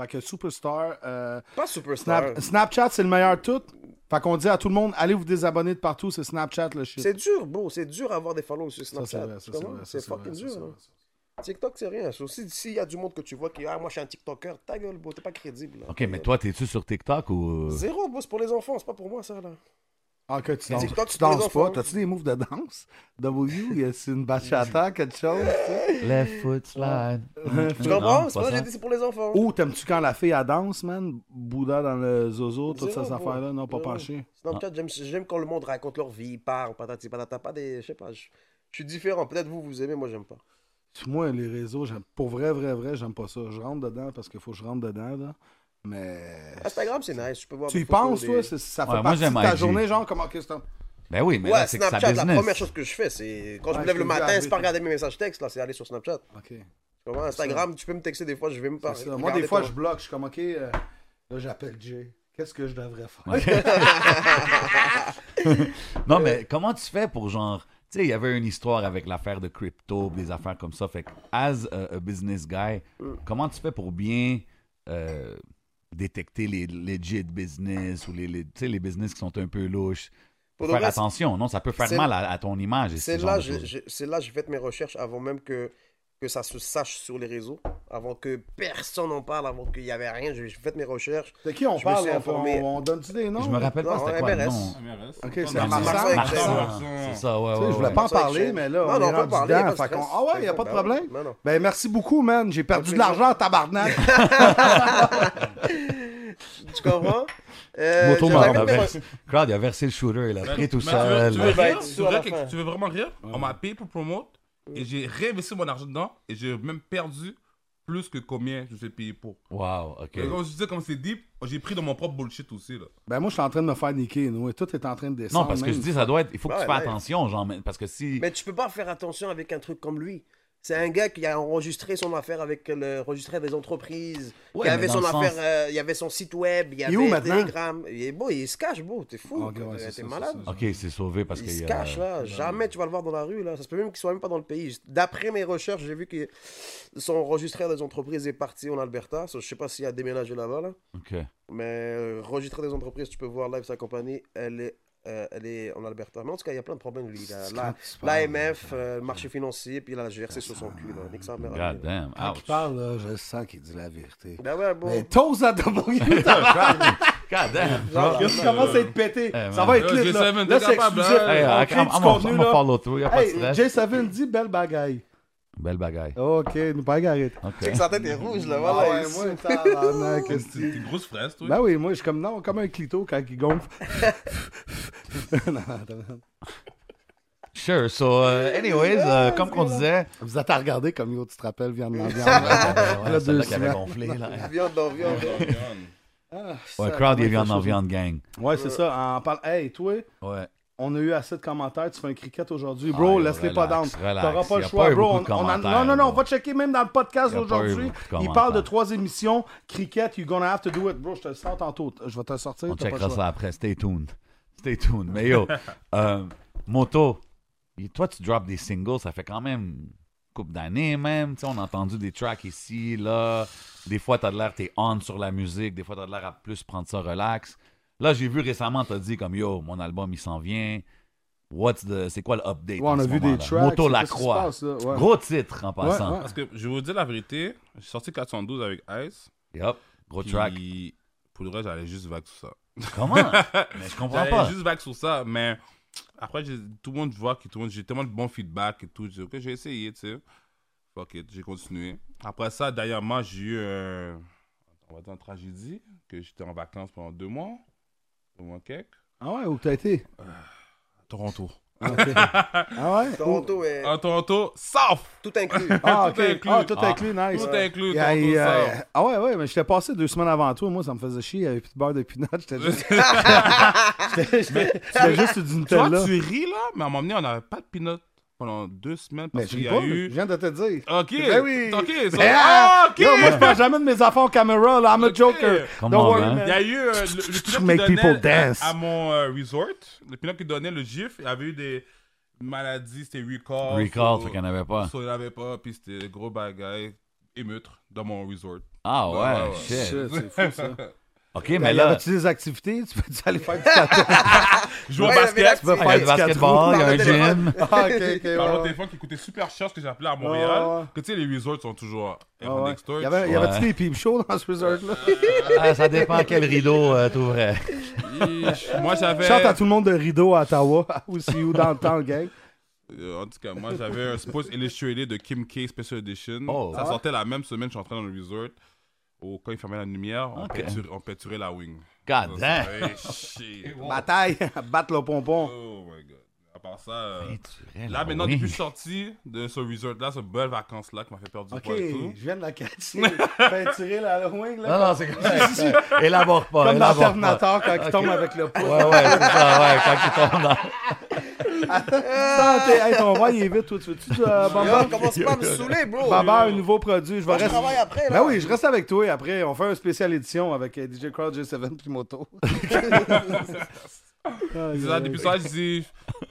S1: Fait que Superstar, euh,
S6: Pas superstar.
S1: Snap- Snapchat, c'est le meilleur de tout. Fait qu'on dit à tout le monde, allez vous désabonner de partout, c'est Snapchat le shit.
S6: C'est dur, bro. C'est dur à avoir des followers sur
S1: Ça, c'est
S6: Snapchat.
S1: vrai, ça,
S6: Tu
S1: c'est
S6: comprends?
S1: vrai. ça,
S6: C'est
S1: c'est vrai,
S6: fucking
S1: ça,
S6: dur.
S1: c'est
S6: hein.
S1: vrai, ça.
S6: TikTok, c'est rien. So, si- S'il y a du monde que tu vois qui ah, moi, je suis un TikToker, ta gueule, bro. T'es pas crédible. là.
S3: Ok, mais toi, euh, t'es-tu sur TikTok ou.
S6: Zéro, bro. C'est pour les enfants. C'est pas pour moi, ça, là.
S1: Ah, que tu
S6: Mais
S1: danses,
S6: TikTok,
S1: tu
S6: c'est pour les
S1: danses
S6: enfants.
S1: pas. T'as-tu des moves de danse? W, y a- c'est une bachata, quelque chose?
S3: Left foot slide.
S6: Tu
S3: Euh,
S6: comprends?
S3: Non, pas
S6: C'est pour ça que
S3: ça.
S6: j'ai dit c'est pour les enfants.
S1: Ou t'aimes-tu quand la fille, elle danse, man? Bouddha dans le zozo, toutes
S6: Zéro,
S1: ces
S6: bro.
S1: affaires-là, non, pas
S6: Zéro.
S1: penché.
S6: Snapchat, j'aime- j'aime quand le monde raconte leur vie, parle, patati patata. Pas des. Je sais pas. Je je suis différent. Peut-être vous, vous aimez. Moi, j'aime pas.
S1: Moi, les réseaux, j'aime- pour vrai, vrai, vrai, j'aime pas ça. Je rentre dedans parce qu'il faut que je rentre dedans, là. Mais...
S6: Instagram, c'est nice. Tu peux voir.
S1: Tu
S6: des
S1: y
S6: photos
S1: penses,
S6: des-
S1: toi? c'est- Ça fait
S3: Ouais, moi,
S1: partie de
S3: j'aime
S1: ta
S3: IG.
S1: journée, genre, comment que c'est...
S3: Ben oui, mais
S6: Ouais,
S3: là, c'est que ça
S6: Snapchat, la
S3: business.
S6: première chose que je fais, c'est. Quand je
S1: Ouais,
S6: me lève
S1: je
S6: le
S1: te dis,
S6: matin,
S1: arrête.
S6: c'est pas regarder mes messages textes, là. C'est aller sur Snapchat.
S1: OK.
S6: Tu comprends? Instagram, tu peux me texter des fois, je vais me
S1: C'est
S6: parler.
S1: ça. Moi,
S6: regarder
S1: des fois,
S6: ton-
S1: je bloque. Je suis comme, OK, euh, là, j'appelle Jay. Qu'est-ce que je devrais faire?
S3: Non,
S6: Euh.
S3: mais comment tu fais pour genre. Tu sais, il y avait une histoire avec l'affaire de crypto, des affaires comme ça. Fait que, as a, a business guy,
S6: Mm.
S3: comment tu fais pour bien euh, détecter les legit business ou les, les- tu sais, les business qui sont un peu louches? Faut
S6: Pour
S3: faire
S6: le reste,
S3: attention, non? Ça peut faire
S6: c'est-
S3: mal à, à ton image. et ce
S6: C'est
S3: genre
S6: là,
S3: de
S6: j'ai-
S3: choses.
S6: j'ai- c'est là, j'ai fait mes recherches avant même que que ça se sache sur les réseaux, avant que personne n'en parle, avant qu'il n'y avait rien. J'ai j'ai fait mes recherches.
S1: De qui on
S6: Je me
S1: parle
S6: suis
S1: on-
S6: informé.
S1: On, on donne-tu des noms
S3: Je me rappelle pas
S6: Non,
S3: c'était quoi le
S6: MRS.
S3: nom.
S4: MRS.
S1: Ok, c'est
S4: Non,
S1: un
S3: Marsan,
S1: Marsan.
S3: Marsan,
S4: Marsan.
S3: C'est ça, ouais,
S1: Tu sais,
S3: ouais.
S1: je voulais
S3: ouais.
S1: pas en
S6: Ça,
S1: parler,
S6: je-
S1: mais là,
S6: Non,
S1: on
S6: non,
S1: est
S6: on peut
S1: rendu
S6: parler, y a
S1: dedans.
S6: pas de
S1: Fait qu'on- Ah
S6: stress.
S1: ouais, y a pas de
S6: Ben oui,
S1: problème.
S6: ben non.
S1: Ben, merci beaucoup, man. J'ai perdu de
S6: Ben, plaisir.
S1: l'argent, tabarnak.
S6: Tu comprends euh,
S3: Moto
S6: j'avais
S3: Marsan.
S6: mis mes-
S3: Crowd, il a versé le shooter, il a pris tout
S4: Mais Ben,
S3: seul.
S4: tu veux- tu
S6: Il
S4: veux
S6: va
S4: rire?
S6: être
S4: Tu
S6: sûr
S4: veux
S6: à la
S4: rire
S6: fin.
S4: que- Tu veux vraiment rire On m'a payé pour promote et j'ai réinvesti mon argent dedans et j'ai même perdu plus que combien je suis payé pour.
S3: Wow, ok.
S4: Et Comme je disais, comme c'est deep, j'ai pris de mon propre bullshit aussi. Là.
S1: ben, moi, je suis en train de me faire niquer, nous. et Tout est en train de descendre.
S3: Non, parce que
S1: man.
S3: je dis, ça doit être. Il faut que tu
S6: Ouais,
S3: fasses
S6: ouais.
S3: attention, genre, mais- parce que si.
S6: Mais tu peux pas faire attention avec un truc comme lui. C'est un gars qui a enregistré son affaire avec le registré des entreprises.
S3: Ouais,
S6: qui
S3: mais
S6: avait
S3: dans
S6: son
S3: le sens-
S6: affaire, euh, il y avait son site web, il y
S1: est
S6: avait
S1: où maintenant Ah,
S6: Telegram. Il est beau, il se cache, beau, t'es fou, Euh,
S1: Ok, ouais,
S6: t'es-
S1: c'est ça,
S6: t'es
S1: c'est
S6: malade.
S1: ça.
S3: Ok, c'est sauvé parce euh,
S6: il
S3: qu'il
S6: se
S3: y a-
S6: cache là, jamais tu vas le voir dans la rue là. Ça se peut même qu'il soit même pas dans le pays. D'après mes recherches, j'ai vu que son enregistré des entreprises est parti en Alberta. So, Je sais pas s'il a déménagé là-bas là.
S3: Ok.
S6: Mais euh, enregistrer des entreprises, tu peux voir live sa compagnie, elle est, euh, elle est en Alberta. Mais en tout cas, il y a plein de problèmes, lui. Il a
S1: C'est
S6: la-
S1: quand tu parles.
S6: L'AMF, euh, le marché financier, puis il a la GRC sur son cul. Là. Nique sa mère.
S3: God damn.
S1: Quand
S3: ouch.
S1: il parle, là, je sens qu'il dit la vérité.
S6: Ben ouais, bon.
S1: Mais toes à W.
S3: God damn.
S6: Genre,
S1: Qu'est-ce qui commence à être pété?
S3: Ah, Eh, man.
S1: Ça va être
S4: Yo,
S1: lit, là.
S4: J7,
S1: Là,
S4: t'es
S1: c'est
S4: capable,
S1: exclusif.
S4: hein?
S3: Hey,
S1: On
S3: I'm,
S1: crée
S3: I'm,
S1: du
S3: I'm,
S1: contenu,
S3: I'm a
S1: là.
S3: follow through, y a pas de
S1: Hey,
S3: stress.
S1: J7 dit belle bagaille.
S3: Belle bagaille.
S1: OK, nous pas arrêter.
S3: Ok.
S6: sa tête est rouge, là.
S1: Ah ouais, moi, tabarnak,
S4: C'est
S1: qu'est-ce que-
S4: c'est une grosse fraise, toi.
S3: Bah
S1: Ben oui, moi, je suis comme, non, comme un clito quand il gonfle. Non, non, attends.
S3: Sure, so, uh, anyways, euh, comme qu'on disait. euh,
S1: Vous êtes à regarder comme yo, tu te rappelles, viande dans viande.
S3: Ouais,
S1: Ah. deux
S3: celle-là qui avait
S1: semaines.
S3: gonflé, là.
S6: Viande dans viande.
S4: Oh, man.
S1: Ah, ça,
S3: Ouais, crowd, il
S1: ouais,
S3: est viande
S1: ça,
S3: en
S1: ça.
S3: viande gang.
S1: Ouais, c'est ça. En parle... Hey, toi,
S3: Ouais.
S1: on a eu assez de commentaires. Tu fais un cricket aujourd'hui. Bro,
S3: Ah,
S1: laisse-les
S3: relax,
S1: pas down.
S3: relax.
S1: T'auras pas
S3: Y
S1: le
S3: a
S1: choix,
S3: pas eu
S1: bro.
S3: beaucoup de
S1: On- on en-
S3: commentaires,
S1: non, non, non, on
S3: bro.
S1: va checker même dans le podcast
S3: Y a pas eu
S1: aujourd'hui.
S3: beaucoup de
S1: Il parle de
S3: commentaires.
S1: trois émissions. Cricket, you're gonna have to do it, bro. Je te le sors tantôt. Je vais te le sortir.
S3: On
S1: t'as pas le
S3: checkera
S1: choix.
S3: ça après. Stay tuned. Stay tuned. Mais yo, euh, Moto, y- toi, tu drops des singles, ça fait quand même une couple d'années même. Tu sais, on a entendu des tracks ici, là. Des fois, t'as de l'air, t'es on sur la musique. Des fois, t'as de l'air à plus prendre ça relax. Là, j'ai vu récemment, t'as dit comme yo, mon album, il s'en vient. What's the. C'est quoi le update?
S1: Ouais, on
S3: en
S1: a
S3: ce
S1: vu des
S3: moment-là?
S1: tracks.
S3: Moto
S1: c'est
S3: la
S1: qu'est-ce qui se
S3: croix.
S1: passe, là, ouais.
S3: Gros titre en passant.
S1: ouais.
S4: Parce que je vais vous dire la vérité, j'ai sorti 412 avec Ice.
S3: Yup. Gros
S4: puis
S3: track.
S4: Pour le reste, j'allais juste vague sur ça.
S3: Comment? Mais je comprends
S4: J'allais
S3: pas.
S4: juste vague sur ça, mais après, j'ai- tout le monde voit que tout le monde- j'ai tellement de bons feedback et tout. J'ai dit, ok, j'ai essayé, tu sais. Fuck it, j'ai continué. Après ça, d'ailleurs, moi, j'ai eu un. On va dire une tragédie, que j'étais en vacances pendant deux mois, deux mois quelques,
S1: Ah ouais, où t'as été?
S4: à Toronto.
S1: Ah ouais?
S6: Toronto est
S4: À Toronto, South!
S6: tout inclus.
S1: Ah,
S4: Tout
S1: ok.
S4: est inclus.
S1: Ah, tout est inclus, nice.
S4: Tout est inclus,
S1: Yeah,
S4: Toronto,
S1: yeah,
S4: South.
S1: yeah. Ah ouais, ouais, mais j'étais passé deux semaines avant toi. Moi, ça me faisait chier. Il y avait plus de beurre de pinot. J'étais juste. J'étais- J'étais j'étais juste du
S4: Tu vois,
S1: Nutella.
S4: tu ris là, mais à un moment donné, on n'avait pas de peanuts pendant deux semaines
S1: Mais
S4: parce
S1: je ris
S4: qu'il y
S1: pas, je
S4: a eu.
S1: viens de te dire.
S4: Ok,
S1: Ben oui.
S4: ok, so-
S1: Mais,
S4: Ah, ok.
S1: Yo, moi, je parle jamais de mes affaires en caméra, là. I'm a
S4: Ok.
S1: joker.
S3: Come
S1: Don't
S3: on,
S1: worry,
S3: man.
S4: Il y a eu euh, le, le
S1: make
S4: pilote qui
S1: people
S4: donnait
S1: dance.
S4: à, à mon euh, resort. Le pilote qui donnait le GIF, il avait eu des maladies, c'était recall.
S3: Recall,
S4: so-
S3: fait qu'il n'y en avait pas.
S4: so il n'avait pas, puis c'était gros bagaille, émeute dans mon resort.
S3: Ah ouais,
S4: Ouais, ouais, ouais.
S3: shit.
S1: Shit, c'est fou, ça.
S3: Ok,
S1: Mais
S3: mais
S1: là,
S3: là.
S1: tu des activités? Tu peux aller faire du cateau?
S4: Jouer
S6: Ouais,
S4: au
S6: il avait
S4: basket,
S6: l'actu-
S1: veux
S3: Il y a du
S1: Fight
S3: basketball, il y a un gym.
S1: Ah, ok, ok. ouais,
S4: par le
S1: ouais.
S4: téléphone qui coûtait super cher, ce que j'appelais à Montréal.
S1: Ouais, ouais.
S4: Que tu sais, les resorts sont toujours euh,
S1: Ah,
S4: Everyone
S1: ouais.
S4: next door,
S1: Y avait- y
S4: tu vois.
S1: avait-tu des peep shows dans ce resort-là?
S3: Ah, ça dépend quel rideau euh, t'ouvrais.
S4: Yeesh. Moi, j'avais.
S1: Chante à tout le monde de rideau à Ottawa, aussi ou dans le temps, gang.
S4: Euh, en tout cas, moi, j'avais un Sports Illustrated de Kim K Special Edition.
S3: Oh.
S4: ça sortait la même semaine, je suis entré dans le resort. Au, quand il fermait la lumière, on,
S3: Ok.
S4: peinturait, on peinturait la wing.
S3: God damn.
S4: Hey, shit.
S1: Bataille, battre le pompon.
S4: Oh my god. À part ça, euh,
S3: Peinturer la
S4: là maintenant,
S3: wing.
S4: depuis que je suis sorti de ce resort-là, ce belle vacances-là qui m'a fait perdre du
S1: Ok,
S4: poids et tout.
S1: je viens de la catcher. Peinturer la wing,
S3: Non,
S1: là.
S3: non, c'est correct. Élabore pas.
S1: Comme dans
S3: élabore pas.
S1: Terminator quand il tombe avec le pouce.
S3: Ah, Ouais, ouais, c'est ça, ouais, quand tu tombes dans.
S1: Attends, t'es- hey, ton voix, il est vite. Toi, tu veux-tu, euh, Baba?
S6: Yo, commence pas à me saouler, bro.
S1: Baba, un nouveau produit. Je vais
S6: je
S1: rester.
S6: travaille après, là.
S1: Ben oui, je reste avec toi et après, on fait un spécial édition avec euh, DJ Crowd J7 puis Moto. Ah,
S4: C'est ça, depuis ça, je dis,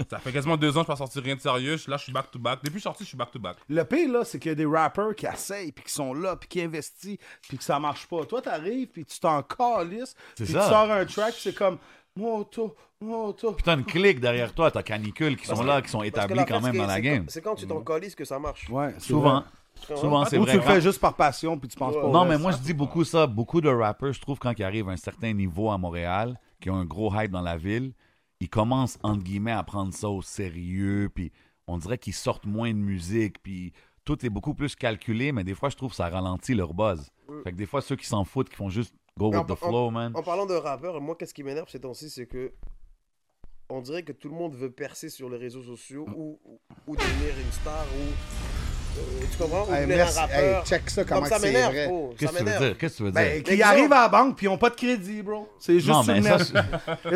S4: ça fait quasiment deux ans que je pas sorti rien de sérieux. Là, je suis back-to-back. Depuis que je suis sorti, je suis back-to-back.
S1: Le pire, là, c'est qu'il y a des rappers qui essayent, puis qui sont là, puis qui investissent, puis que ça marche pas. Toi, t'arrives, puis tu t'en calisses, puis tu
S3: ça.
S1: sors un track, c'est comme Moto, Moto.
S3: Putain, une clique derrière toi, t'as canicule qui sont là, qui sont
S6: Parce que
S3: établis
S6: l'affaire,
S3: quand même
S6: c'est-
S3: dans la
S6: c'est-
S3: game.
S6: C'est quand tu t'en calises que ça marche.
S1: Mm. Ouais, c'est
S3: Souvent.
S1: vrai. Ah,
S3: Souvent, c'est
S1: Ou
S3: vrai.
S1: tu le fais
S3: Quand-
S1: juste par passion, puis tu penses
S6: Ouais.
S1: pas. au
S3: Non,
S1: reste.
S3: mais moi, je dis beaucoup ça. Beaucoup de rappers, je trouve, quand ils arrivent à un certain niveau à Montréal, qui ont un gros hype dans la ville, ils commencent, entre guillemets, à prendre ça au sérieux. Puis on dirait qu'ils sortent moins de musique. Puis tout est beaucoup plus calculé, mais des fois, je trouve que ça ralentit leur buzz. Fait que des fois, ceux qui s'en foutent, qui font juste go
S6: Mais
S3: with
S6: on-
S3: the flow, man.
S6: En parlant de rappeur, moi, qu'est-ce qui m'énerve ces temps-ci, c'est que on dirait que tout le monde veut percer sur les réseaux sociaux
S1: Mm.
S6: ou, ou- ou devenir une star ou. euh, tu comprends Ou
S1: Hey,
S6: devenir
S1: merci.
S6: un rappeur.
S1: Hey, check ça,
S6: Comme
S1: comment
S6: ça
S1: que c'est
S6: m'énerve,
S1: vrai.
S6: bro. Ça
S3: Qu'est-ce que tu veux
S6: m'énerve.
S3: dire? Qu'est-ce que tu veux
S1: Ben,
S3: dire?
S1: qui arrivent à la banque, puis ils n'ont pas de crédit, bro. C'est
S3: Non,
S1: juste
S3: mais
S1: une
S3: ça,
S1: merde.
S3: je-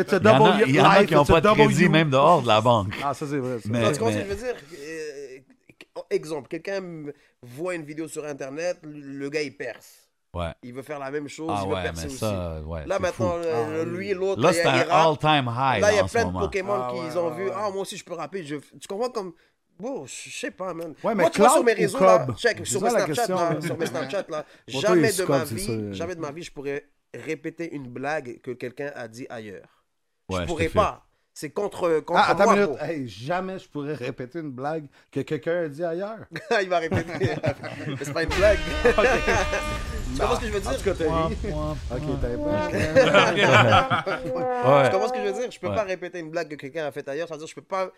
S1: It's a
S3: il y en a,
S1: double
S3: il y en a
S1: life,
S3: qui n'ont
S1: it's a
S3: pas de
S1: double
S3: crédit
S1: you.
S3: même dehors de la banque.
S1: Ah, ça, c'est vrai. ça.
S3: Mais-
S6: Non, tu comprends ce que je veux dire Euh, Exemple, quelqu'un m- voit une vidéo sur Internet, le- le gars, il perce.
S3: Ouais.
S6: Il veut faire la même chose,
S3: Ah
S6: il veut
S3: ouais,
S6: percer
S3: mais
S6: aussi.
S3: ça,
S1: Euh,
S3: ouais.
S6: Là,
S3: c'est fou.
S6: maintenant, le-
S1: Ah,
S6: le- lui
S1: oui.
S6: et l'autre,
S3: Là,
S6: il y a-
S3: c'est
S6: il
S3: un
S6: rappe.
S3: all-time high
S6: Là, il y a
S3: en ce
S6: plein de
S3: moment.
S6: Pokémon
S1: Ah,
S6: qui
S1: ouais,
S6: ils ont
S1: ouais,
S6: vu.
S1: ouais.
S6: Ah, moi aussi, je peux rapper. Je... Tu comprends comme. Bon, je sais pas, man.
S1: Ouais, mais
S6: moi, tu vois,
S1: Cloud
S6: sur mes
S1: ou
S6: réseaux,
S1: Cobb?
S6: là, check,
S1: C'est
S6: sur
S1: ça
S6: mes,
S1: la
S6: Snapchat,
S1: question.
S6: là, sur mes Snapchat, là,
S1: Bon, toi,
S6: jamais,
S1: il
S6: de
S1: est
S6: ma
S1: Cobb, c'est
S6: vie,
S1: ça, euh.
S6: jamais de ma vie, je pourrais répéter une blague que quelqu'un a dit ailleurs.
S3: Ouais, je
S6: je
S3: te
S6: pourrais
S3: fais.
S6: pas. C'est contre, euh, contre
S1: Ah, attends
S6: moi.
S1: une minute.
S6: bro.
S1: Hey, jamais je pourrais répéter une blague que quelqu'un a dit ailleurs.
S6: il va répéter. Mais c'est pas une blague. tu comprends ce que je veux dire?
S1: En tout cas, t'as ri. Ok, t'as pas.
S3: Ouais.
S6: Tu comprends ce que je veux dire? Je peux
S3: Ouais.
S6: pas répéter une blague que quelqu'un a faite ailleurs. Ça veut dire que je peux pas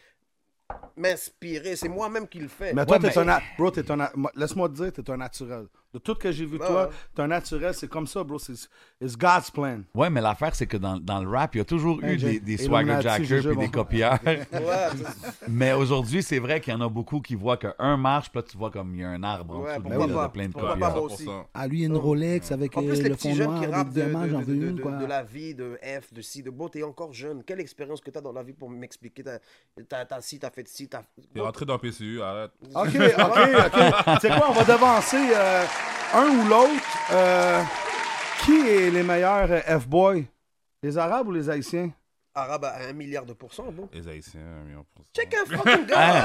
S6: m'inspirer. C'est moi-même qui le fais.
S1: Mais toi,
S3: Ouais,
S1: t'es
S3: mais-
S1: un. na- Bro, t'es un. na- moi, Laisse-moi te dire, t'es un naturel. De tout que j'ai vu de
S6: Ouais,
S1: toi,
S6: ouais.
S1: t'es un naturel. C'est comme ça, bro. C'est it's God's plan.
S3: Ouais, mais l'affaire, c'est que dans, dans le rap, il y a toujours
S1: Hey,
S3: eu des,
S1: Jay.
S3: des swagger
S1: Illuminati,
S3: jackers
S1: Juju,
S3: puis des
S1: bon.
S3: copieurs.
S6: Ouais, tu-
S3: mais aujourd'hui, c'est vrai qu'il y en a beaucoup qui voient qu'un marche, puis là, tu vois comme il y a un arbre
S6: Ouais,
S3: en dessous de,
S6: pourquoi
S3: de
S6: pas,
S3: plein de
S6: pourquoi
S3: copieurs.
S6: pas, moi aussi.
S7: Ah, lui, une Rolex avec
S6: En
S7: euh,
S6: plus, les
S7: le fond
S6: petits jeunes
S7: noir,
S6: qui rappent
S7: avec
S6: de,
S7: deux diamants,
S6: de-
S7: j'en
S6: de-
S7: veux
S6: de-
S7: une,
S6: de-
S7: quoi.
S6: de la vie, de F, de ci, de beau. T'es encore jeune. Quelle expérience que t'as dans la vie pour m'expliquer T'as- T'as t'as ci, t'as fait ci, t'as.
S4: T'es rentré dans PCU, arrête.
S6: Ah.
S1: OK, OK, OK. C'est quoi, on va devancer euh, un ou l'autre. Euh, qui est les meilleurs euh, F-boys? Les Arabes ou les Haïtiens?
S6: Arabe à un milliard de pourcents, bon.
S4: Les Haïtiens, un million pour cent.
S6: Check un
S3: Ah.
S6: fucking gars hein.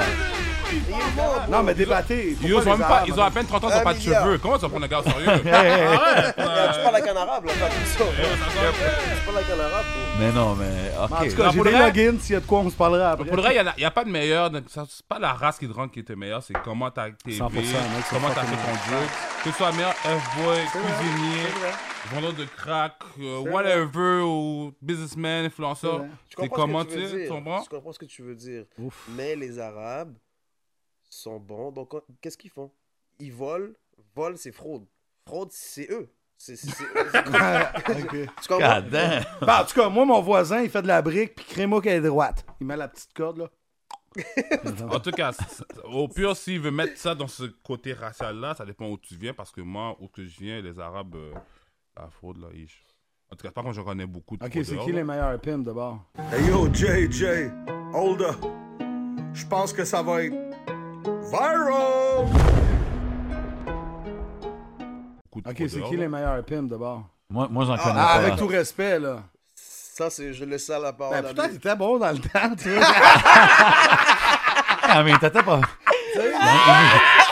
S6: Il est mort, bon.
S1: Non, mais débattez.
S4: Yo, ils,
S1: Pourquoi
S4: ont
S1: les hein?
S4: même pas,
S1: Arabes,
S4: ils ont à peine 30 ans, ils
S6: Un
S4: n'ont pas de
S6: milliard.
S4: cheveux. Comment tu vas prendre un gars au sérieux Ah
S6: Tu parles avec un arabe, là, pas tout ça. Tu parles avec un arabe, bon.
S3: Mais non, mais OK.
S1: En tout cas,
S4: Non,
S1: j'ai
S4: pour
S1: des
S4: le reste-
S1: logins. S'il y a de quoi, on se parlera après.
S4: Pour le vrai, il n'y a, pas de meilleur. donc ça, C'est pas la race qui te rend qui était meilleur, c'est comment t'as été élevé,
S1: 100%, mec, c'est
S4: comment t'as
S1: fucking
S4: fait conduire. Que tu sois meilleur F-boy, cuisinier, vendeur de crack, euh, whatever, ou businessman, influenceur.
S6: Je
S4: C'est
S6: comprends
S4: comment
S6: ce que tu veux
S4: tu
S6: dire.
S4: comprends?
S6: Je comprends ce que tu veux dire. Mais les arabes sont bons. Donc, euh, qu'est-ce qu'ils font Ils volent. Vol, c'est fraude. Fraude, c'est eux. C'est c'est- c'est-
S1: OK.
S6: Tu comprends
S3: God damn.
S1: Bah, Euh, en tout cas, moi, mon voisin, il fait de la brique, puis crémo qu'elle est droite. Il met la petite corde, là.
S4: En tout cas, c- c- au pire, s'il veut mettre ça dans ce côté racial-là, ça dépend où tu viens, parce que moi, où que je viens, les Arabes, euh, la fraude, là, ish. En tout cas, par contre, j'en connais beaucoup de
S1: OK, c'est
S4: fraudeurs,
S1: qui
S4: là.
S1: les meilleurs pims, d'abord?
S2: Hey yo, JJ, hold up. Je pense que ça va être viral.
S4: Beaucoup de
S1: OK, c'est
S4: fraudeurs,
S1: qui
S4: là.
S1: les meilleurs pims, d'abord?
S3: Moi, moi j'en connais
S1: Ah,
S3: pas.
S1: avec tout respect, là.
S6: Ça, c'est je laisse ça à la parole.
S1: Ben,
S6: à
S1: putain,
S6: lui.
S1: t'étais bon dans le temps, tu vois.
S3: Ah, mais t'étais pas...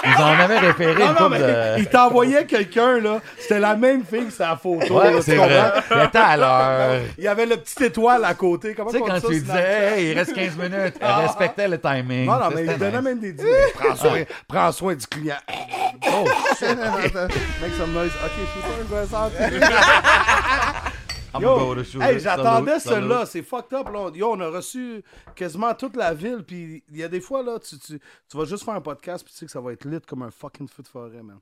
S3: Ils en avaient référé
S1: Non,
S3: une
S1: non,
S3: couple
S1: mais
S3: de...
S1: il t'envoyait quelqu'un, là. C'était la même fille que sa photo. là,
S3: Ouais,
S1: tu
S3: c'est
S1: comprends?
S3: vrai. Il était à l'heure.
S1: Il y avait le petit étoile à côté. Comment
S3: Tu sais,
S1: qu'on
S3: quand
S1: dit ça,
S3: tu
S1: c'est
S3: disais, hey, il reste 15 minutes, elle respectait le timing.
S1: Non, non,
S3: Ça,
S1: mais il
S3: c'était
S1: donnait
S3: nice.
S1: même des dix. Prends soin, prends soin du client. Oh, shit. Make some noise. OK, je suis pas un gossard.
S3: I'm gonna
S1: Yo,
S3: go to shoot
S1: hey,
S3: it.
S1: j'attendais
S3: Salute, salute.
S1: cela, c'est fucked up. Là. Yo, on a reçu quasiment toute la ville, puis il y a des fois, là, tu, tu, tu vas juste faire un podcast, puis tu sais que ça va être lit comme un fucking feu de forêt, man.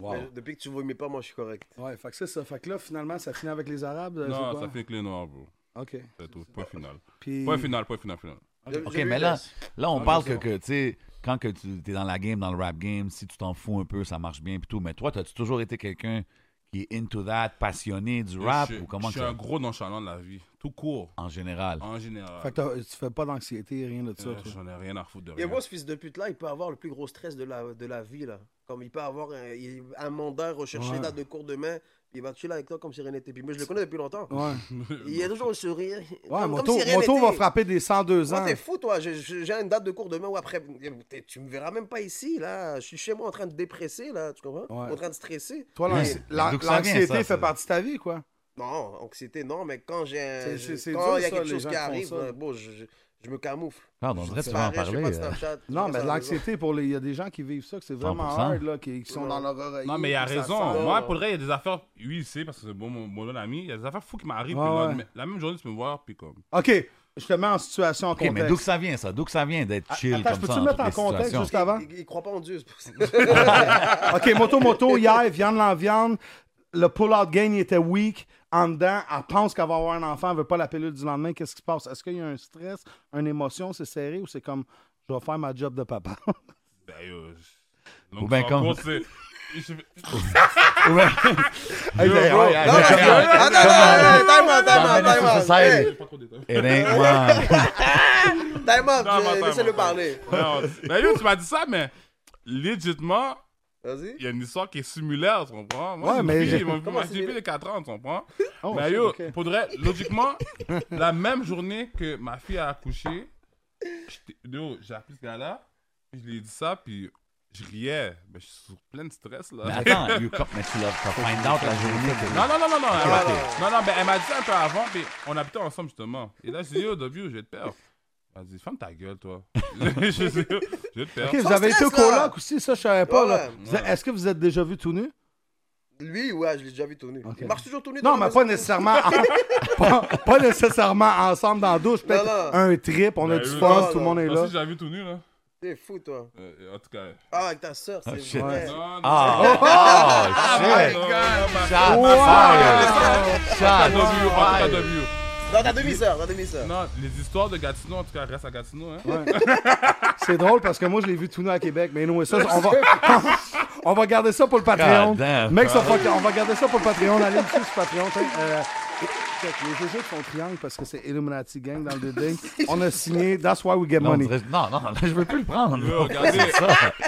S6: Mais Depuis que tu vomis pas, moi, je suis correct.
S1: Ouais, fait que c'est ça. Fait que là, finalement, ça finit avec les Arabes. euh, c'est
S4: Non,
S1: quoi?
S4: ça fait que les Noirs, bro.
S1: OK.
S4: C'est tout. Point final.
S1: Puis...
S4: Point final, point final, final.
S6: Je- je
S3: OK,
S6: lui
S3: mais là,
S6: laisse.
S3: là on parle que, que, tu sais, quand que tu es dans la game, dans le rap game, si tu t'en fous un peu, ça marche bien pis tout. Mais toi, as-tu toujours été quelqu'un qui est into that, passionné du rap
S4: je,
S3: ou comment
S4: Je suis
S3: que-
S4: un gros nonchalant de la vie. Tout court,
S3: en général?
S4: en général.
S1: Fait que t'as- tu fais pas d'anxiété, rien de ça.
S4: Euh,
S1: toi.
S4: J'en ai rien à foutre de
S6: Et
S4: rien.
S6: moi, ce fils de pute-là, il peut avoir le plus gros stress de la, de la vie, là. Comme il peut avoir un, il- un mandat recherché
S1: Ouais.
S6: date de cours demain, puis il va te chiller avec toi comme si rien n'était. Puis moi, je le connais depuis longtemps.
S1: Ouais,
S6: Il y a toujours le sourire.
S1: ouais
S6: comme-
S1: moto,
S6: comme si rien
S1: moto va
S6: n'était.
S1: frapper des 102
S6: Toi,
S1: ans.
S6: t'es fou, toi. J'ai- J'ai j'ai une date de cours demain ou après. Eh, T'es- Tu me verras même pas ici, là. Je suis chez moi en train de dépresser, là. Tu comprends
S1: Ouais.
S6: En train de stresser.
S1: Toi, l'anxi-
S3: Ouais.
S1: l'an-
S3: D'où que ça vient,
S1: l'anxiété
S3: ça, ça?
S1: fait partie de ta vie, quoi.
S6: Non, anxiété, non, mais quand j'ai. un-
S1: C'est- c'est- c'est
S6: Quand
S1: dur,
S6: il y a
S1: ça,
S6: quelque
S1: les
S6: chose
S1: gens
S6: qui
S1: qui font
S6: arrive,
S1: ça.
S6: euh, bon, je, je- Je me camoufle.
S3: Regarde, on
S6: Je
S3: dirait que tu vas en
S6: disparais, je fais
S3: parler.
S6: pas de
S3: euh.
S6: Snapchat, je
S1: Non, mais
S6: reste à la maison.
S1: l'anxiété, pour les... il y a des gens qui vivent ça, que c'est vraiment
S3: 100%.
S1: hard, là, qui, qui sont dans leur oreille.
S4: Non, mais il a
S1: puis ça
S4: raison.
S1: sort.
S4: Moi, pour le vrai, il y a des affaires. Oui, il sait, parce que c'est bon, mon, mon bon ami. Il y a des affaires fous qui m'arrivent.
S1: Ouais,
S4: puis
S1: ouais.
S4: le lendemain- La même journée, tu peux me voir, puis comme.
S1: OK, je te mets en situation, en
S3: Ok, mais
S1: contexte.
S3: d'où que ça vient, ça? D'où que ça vient d'être chill
S1: attends, je
S3: comme
S1: peux-tu
S3: ça?
S1: le
S3: dans
S1: mettre
S3: toutes
S1: en
S3: les
S1: contexte,
S3: situations?
S1: juste avant?
S6: Il, il croit pas en Dieu. c'est pour ça.
S1: OK, moto, moto, hier, viande, l'en viande. Le pull-out gain, il était weak. En dedans, elle pense qu'elle va avoir un enfant, elle veut pas la pilule du lendemain. Qu'est-ce qui se passe? Est-ce qu'il y a un stress, une émotion, c'est serré ou c'est comme je vais faire ma job de papa?
S4: Ben, yo. je-
S3: Ou ben,
S4: en
S3: comme-
S4: gros, c'est- je-
S3: Ouais.
S1: Hey, j'ai-
S4: bro.
S1: ouais, hey,
S6: Non,
S1: j'ai-
S6: non,
S3: Come on.
S6: attends, attends, attends,
S3: Dans
S6: attends,
S3: Menace
S6: attends,
S3: to
S6: attends,
S3: Society.
S4: J'ai pas trop de détails.
S3: It ain't mine.
S6: Time out,
S4: Non,
S6: je-
S4: attends,
S6: laissez-le
S4: attends.
S6: parler.
S4: Non, ben, yo, tu m'as dit ça, mais. Légitement,
S6: Vas-y.
S4: il y a une histoire qui est similaire, tu comprends?
S1: Ouais,
S4: Moi,
S1: mais
S4: mais.
S1: j'ai-
S4: J'ai
S6: Comment
S4: plus
S6: similaire?
S4: de 4 ans, tu comprends?
S1: Oh,
S4: Mais
S1: shit,
S4: yo,
S1: OK.
S4: pour de vrai, logiquement, la même journée que ma fille a accouché, j'étais- yo, j'ai appelé ce gars-là, puis je lui ai dit ça, puis je riais. Mais je suis sur plein de stress, là.
S3: Mais attends, you come- mais tu l'as t'as find out la journée. que-
S4: Non, non, non, non, non. elle m'a- Non, non, ben, elle m'a dit ça un peu avant, puis on habitait ensemble, justement. Et là, je lui ai dit, yo, W, je vais te perdre. Elle m'a dit, ferme ta gueule, toi. je dis, Yo, je vais te perdre.
S1: OK, vous
S6: Sans
S1: avez été au
S6: stress, là.
S1: coloc aussi, ça, je savais pas.
S6: Ouais,
S1: là.
S6: ouais.
S1: Vous êtes- Est-ce que vous êtes déjà vu tout nu?
S6: Lui, ouais, je l'ai déjà vu tourner.
S1: Ok.
S6: Il marche toujours tourner.
S1: Non, mais pas nécessairement, en- pas, pas nécessairement ensemble dans la douche. Peut-être
S6: Non, non.
S1: un trip, on a
S4: Ben,
S1: du
S4: oui.
S1: fun,
S6: Non,
S1: tout le
S6: non.
S1: monde est
S4: Toi
S1: là. Eh.
S4: aussi, j'avais tout nu, là.
S6: T'es fou, toi.
S4: Euh, en tout cas.
S6: Ah, avec ta soeur, c'est
S3: Ah, shit.
S6: vrai.
S4: Non, Ah, non,
S3: Ah,
S4: non,
S3: oh,
S4: non,
S3: shit.
S4: non, non,
S3: Shot
S1: Wow.
S3: fired. Shot
S4: non, W, en tout cas,
S3: fired.
S4: W.
S6: Dans ta demi-sœur, ta demi-sœur.
S4: Non, les histoires de Gatineau, en tout cas, restent à Gatineau. Hein.
S1: C'est drôle parce que moi, je l'ai vu tout nu à Québec. Mais nous, ça, on va, on va garder ça pour le Patreon.
S3: God damn.
S1: Mec, ça, fuck, on va garder ça pour le Patreon. Allez dessus sur Patreon. Check, euh, check, les jeux font triangle parce que c'est Illuminati Gang dans le building. On a signé That's Why We Get
S3: Non, on
S1: Money.
S3: dirait- non, non, là, je veux plus le prendre.
S4: Yo, regardez,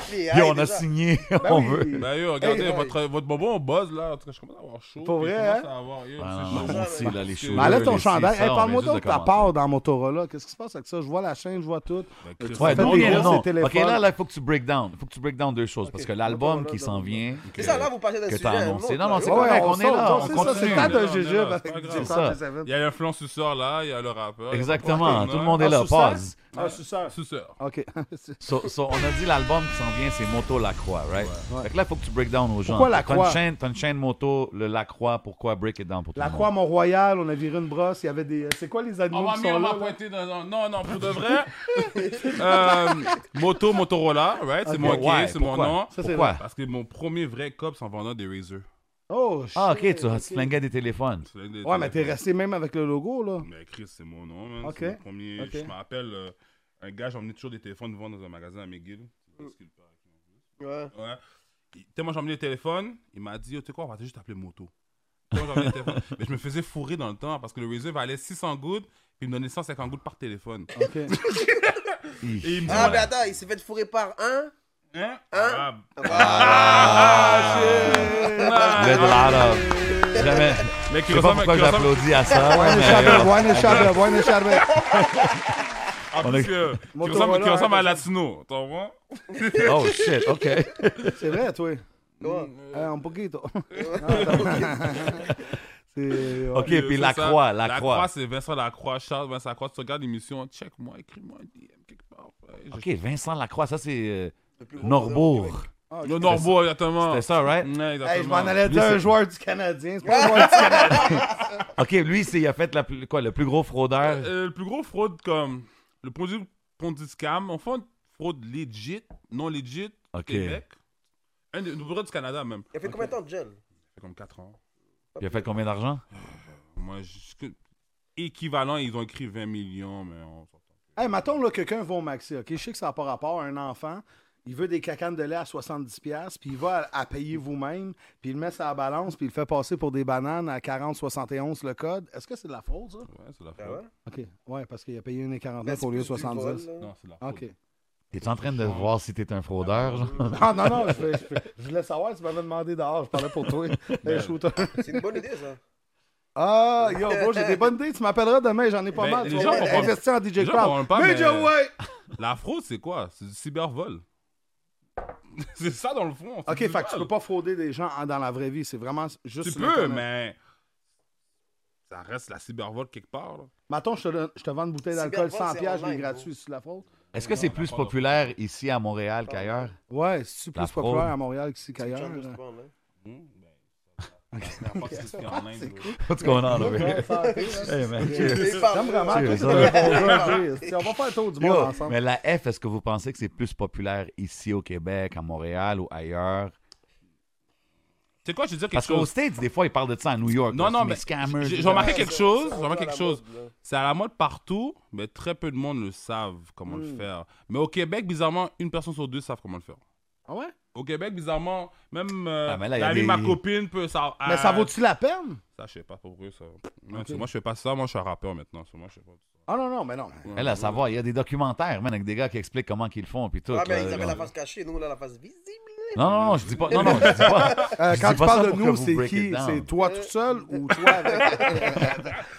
S6: Puis,
S3: Yo,
S6: hey,
S3: on a
S6: déjà.
S3: signé, on
S1: oui.
S3: veut.
S4: ben yo, regardez
S6: Hey,
S4: votre, votre bonbon buzz là. En tout cas, je commence à avoir chaud.
S1: Pour
S4: puis
S1: vrai,
S4: je commence
S1: hein?
S4: à avoir, yo,
S3: Ah,
S4: c'est
S3: non,
S4: chaud. Ben,
S3: moi aussi, là, les cheveux,
S1: Mais là, Ben, ton
S3: les
S1: chandail.
S3: cils, ça,
S1: Hey,
S3: on
S1: parle-moi
S3: vient
S1: donc
S3: juste
S1: de ta
S3: de commencer.
S1: part dans Motorola. Qu'est-ce qui se passe avec ça? Je vois la chaîne, je vois tout.
S4: Ben, Chris,
S3: Ouais,
S1: Fais
S3: non,
S1: des
S3: non,
S1: grosses
S3: non.
S1: et téléphones.
S3: Ok, là, là, il faut que tu break down. Il faut que tu break down deux choses. Parce que l'album
S6: Attends,
S3: qui
S6: là,
S3: s'en
S6: là,
S3: vient.
S6: C'est ça, là, vous partez hein, d'un
S3: que
S6: sujet.
S3: t'as
S6: à un
S3: annoncé.
S6: autre,
S3: Non, non,
S6: là.
S3: c'est
S1: Ouais,
S3: correct, on est
S1: sort,
S3: là, on
S1: sort, c'est ça,
S3: continue.
S1: C'est le temps
S4: Non,
S1: d'un
S4: non,
S1: GG
S4: non, c'est pas
S1: avec
S4: grave.
S1: Jason
S3: C'est ça.
S1: Jason.
S4: Il y a l'influenceur là, il y a le rappeur. il y a
S3: Exactement,
S4: le
S3: tout le monde est là.
S1: Ah, sous-sol?
S3: Pause.
S1: Ah, c'est ça.
S4: Sous-sœur.
S1: OK.
S3: So, so, on a dit l'album qui s'en vient, c'est Moto Lacroix, right? Fait que là, il faut que tu break down aux gens.
S1: Pourquoi
S3: T'as une
S1: Lacroix?
S3: chaîne- T'as une chaîne moto, le Lacroix, pourquoi break it down pour tout
S1: La
S3: le
S1: Croix
S3: monde?
S1: Mont-Royal, on a viré une brosse, il y avait des. euh, C'est quoi les
S4: On
S1: animaux
S4: m'a
S1: qui
S4: mis,
S1: sont
S4: on m'a
S1: là?
S4: pointé dans. Non, non, pour de vrai. euh, moto, Motorola, right? C'est
S1: Ok,
S4: mon
S3: Ouais,
S4: gay, c'est mon
S3: pourquoi?
S4: nom.
S1: c'est
S3: Pourquoi?
S4: Parce que mon premier vrai cop, c'est en vendant des Razer.
S1: Oh,
S3: Ah,
S1: shit,
S3: ok, tu as flingué des téléphones.
S4: C'est l'un des-
S1: Ouais, mais t'es resté même avec le logo, là.
S4: Mais Chris, c'est mon nom, man.
S1: Ok.
S4: C'est mon premier.
S1: Ok.
S4: Je me rappelle, euh, un gars, j'emmenais toujours des téléphones de vendre dans un magasin à McGill.
S6: Ouais.
S4: hein. Ouais. Il- Tellement j'emmenais le téléphone, il m'a dit, Yo, tu sais quoi, on va juste t'appeler moto. Tellement j'emmenais le téléphone. Mais je me faisais fourrer dans le temps parce que le réseau valait 600 gouttes, puis il me donnait 150 gouttes par téléphone.
S1: OK.
S4: Et il me dit,
S6: Ah, mais attends, il s'est fait fourrer par un.
S4: hein?
S6: Hein?
S4: Ah,
S3: Ah, Le dollar. Jamais.
S4: mais qui
S3: Je sais pas
S4: ressemble
S3: pourquoi
S4: qui ressemble-
S3: j'applaudis à ça.
S1: Wine and
S3: mais, euh,
S1: Charbel, Wine and Charbel, Wine and Charbel.
S4: en
S3: On
S4: plus,
S3: a-
S4: que- Ah, qui
S1: Motorola,
S4: ressemble- qui
S1: hein,
S4: ressemble à Latino. T'en vois?
S3: Oh shit, ok.
S1: C'est vrai, toi.
S6: Quoi?
S1: Euh, un poquito. Ah, C'est. ouais.
S3: Ok, puis la croix, la, croix.
S4: c'est Vincent Lacroix, Charles Vincent Lacroix. Tu regardes l'émission, check-moi, écris-moi un DM quelque part. Ouais, je-
S3: Ok, Vincent Lacroix, ça c'est euh,
S6: plus gros
S3: Norbourg.
S1: Ah, ok.
S4: Le Norbois, exactement.
S3: C'était ça, right?
S4: Ouais, exactement.
S1: Hey, je m'en allais
S3: Lui,
S1: dire un
S3: c'est-
S1: joueur du Canadien. C'est pas un joueur du Canadien.
S3: Ok, lui, c'est, il a fait la plus- quoi, le plus gros fraudeur.
S4: Euh, le plus gros fraude, comme le produit Ponzi Scam, on fait une fraude legit, non legit,
S3: Ok.
S4: Québec. Un des plus gros du Canada, même. Ça
S6: Il a fait combien de temps de gel
S4: fait comme 4 ans.
S3: Il a fait combien d'argent?
S4: Moi, je- équivalent, ils ont écrit 20 millions, mais on s'entend.
S1: Hey, mettons, là, quelqu'un va au maxi, OK? Je sais que ça n'a pas rapport à un enfant. Il veut des cacanes de lait à 70$, puis il va à, à payer vous-même, puis il le met sur la balance, puis il le fait passer pour des bananes à 40,71 le code. Est-ce que c'est de la fraude, ça?
S4: Ouais, c'est de la
S6: Ah ouais
S4: fraude.
S1: OK. Ouais, parce qu'il a payé 1,49$
S6: Pour
S1: au lieu de 70$.
S4: Non, c'est de la fraude.
S1: OK.
S3: T'es en train de voir si t'es un fraudeur, genre?
S1: Non, non, non, je, je, je voulais savoir, tu m'avais demandé dehors, je parlais pour toi. Hey, shooter.
S6: C'est une bonne idée, ça.
S1: Ah, yo, bro, j'ai des bonnes idées, tu m'appelleras demain, j'en ai pas
S4: Mais
S1: mal.
S4: Ben, les
S1: Tu vas
S4: gens
S1: voir,
S4: comprennent-
S1: investir en
S4: les
S1: DJ
S4: gens
S1: Crowd.
S4: comprennent pas, mais-
S1: Major Way!
S4: La fraude, c'est quoi C'est du cybervol. c'est ça, dans le fond. c'est
S1: OK, fait
S4: du
S1: que tu
S4: vol.
S1: hein, peux pas frauder des gens en- dans la vraie vie, c'est vraiment juste...
S4: Tu
S1: sur
S4: peux,
S1: l'Internet.
S4: mais. Ça reste la cybervol quelque part. là.
S1: Mettons, je te, donne- je te vends une bouteille d'alcool
S6: Cybervol,
S1: 100
S6: c'est
S1: pièges, je l'ai
S6: online,
S1: gratuit,
S6: bro.
S1: c'est la faute.
S3: Est-ce que c'est plus populaire ici à Montréal qu'ailleurs?
S1: Ouais, c'est plus
S3: La fraude.
S1: populaire à Montréal qu'ici
S6: C'est
S1: qu'ailleurs.
S6: Charles
S1: là.
S6: Osborne, hein.
S4: Hum, ben, ça- ça- ça- ça- ça- en Inde, là.
S3: What's going on over
S1: Ouais,
S3: here?
S1: santé, là.
S3: Hey, man.
S6: Il parle,
S1: hein. J'aime vraiment.
S6: là.
S1: toi,
S3: Cheers,
S1: t'es un bon gars, Jay. On va faire le tour du monde
S3: Yo,
S1: ensemble.
S3: mais la F, est-ce que vous pensez que c'est plus populaire ici au Québec, à Montréal ou ailleurs?
S4: Tu sais quoi, je veux dire quelque
S3: Parce qu'aux
S4: chose.
S3: States, des fois, ils parlent de ça à New York.
S4: Non,
S3: là,
S4: non,
S3: c'est
S4: mais
S3: mes scammers.
S4: j'ai-
S3: tout
S4: j'ai
S3: ça.
S4: remarqué
S6: Ça,
S4: quelque
S6: ça,
S4: chose,
S6: ça,
S4: j'ai remarqué
S6: à la
S4: quelque chose.
S6: mode, là.
S4: C'est à la mode partout, mais très peu de monde le savent comment le faire. Mais au Québec, bizarrement, une personne sur deux savent comment le faire.
S1: Ah ouais?
S4: Au Québec, bizarrement, même euh,
S3: Ah, mais là, il y a
S4: l'ami
S3: des-
S4: de ma copine peut ça.
S1: Mais ça vaut-tu la peine?
S4: Ça, je sais pas pour eux, ça. Non, tu sais, Moi, je fais pas ça. Moi, je suis un rappeur maintenant. so, Moi, je sais pas.
S1: Ah non, non, mais non.
S3: Elle, là, ça va. Il y a des documentaires, man, avec des gars qui expliquent comment qu'ils le font. Puis tout,
S6: Ah,
S3: là,
S6: mais ils avaient
S3: là.
S6: la face cachée, nous, on a la face visible.
S3: Non, non, non, je dis pas. Non, non, je dis pas.
S1: Euh,
S3: je
S1: quand
S3: dis
S1: tu
S3: pas ça
S1: parles de
S3: pour que
S1: nous,
S3: vous
S1: c'est
S3: break
S1: qui?
S3: it down.
S1: C'est toi tout seul ou toi avec.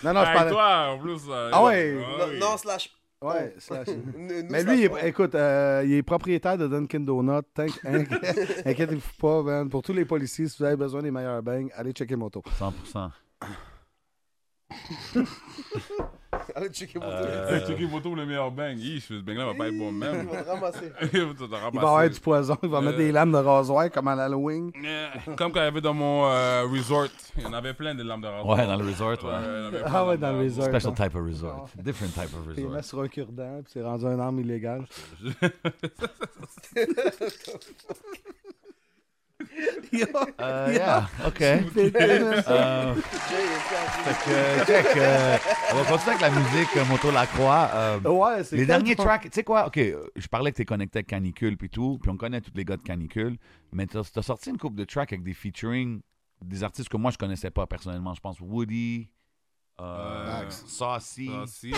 S1: non, non, je
S4: Ah, et
S1: parlais.
S4: toi, en plus. euh,
S1: Ah ouais.
S6: Non,
S4: oui.
S6: non, slash.
S1: Ouais, slash.
S6: Nous,
S1: Mais
S6: slash
S1: lui, il est-
S6: on.
S1: écoute, euh, il est propriétaire de Dunkin' Donut. T'inqui- inqui- Inquiétez-vous pas, man. Pour tous les policiers, si vous avez besoin des meilleurs bangs, allez checker mon tour.
S3: 100%.
S6: Allez, checker mon
S4: Euh, checker photo le meilleur bang. Hi, ce bang là va pas être bon
S6: Il
S4: même.
S6: va te ramasser.
S4: Tu t'auras
S1: Il va
S4: passé.
S1: avoir du poison, il va mettre des lames de rasoir comme à l'Halloween.
S4: Euh, Comme quand il y avait dans mon euh, resort, il y en avait plein de lames de rasoir.
S3: Ouais, dans le resort, ouais.
S4: Ouais, il y en avait plein
S1: Ah ouais,
S4: de
S1: dans le
S4: lames de rasoir.
S1: resort.
S3: Special type of resort. Different type of
S1: Il met
S3: resort.
S1: sur un cure-dent, puis c'est rendu une arme illégale.
S3: Euh, yeah, OK. Euh,
S6: Jay, il est perdu.
S3: fait que, check, euh, on va continuer avec la musique euh, Moto Lacroix. Euh,
S1: Ouais, Oh, c'est
S3: les
S1: quand
S3: derniers
S1: tu-
S3: tracks, tu sais quoi, ok, euh, je parlais que t'es connecté avec Canicule puis tout, puis on connaît tous les gars de Canicule, mais t'as t'as sorti une coupe de tracks avec des featuring des artistes que moi je connaissais pas personnellement. Je pense Woody, euh,
S4: Max.
S3: Saucy,
S4: Ah, si.
S3: who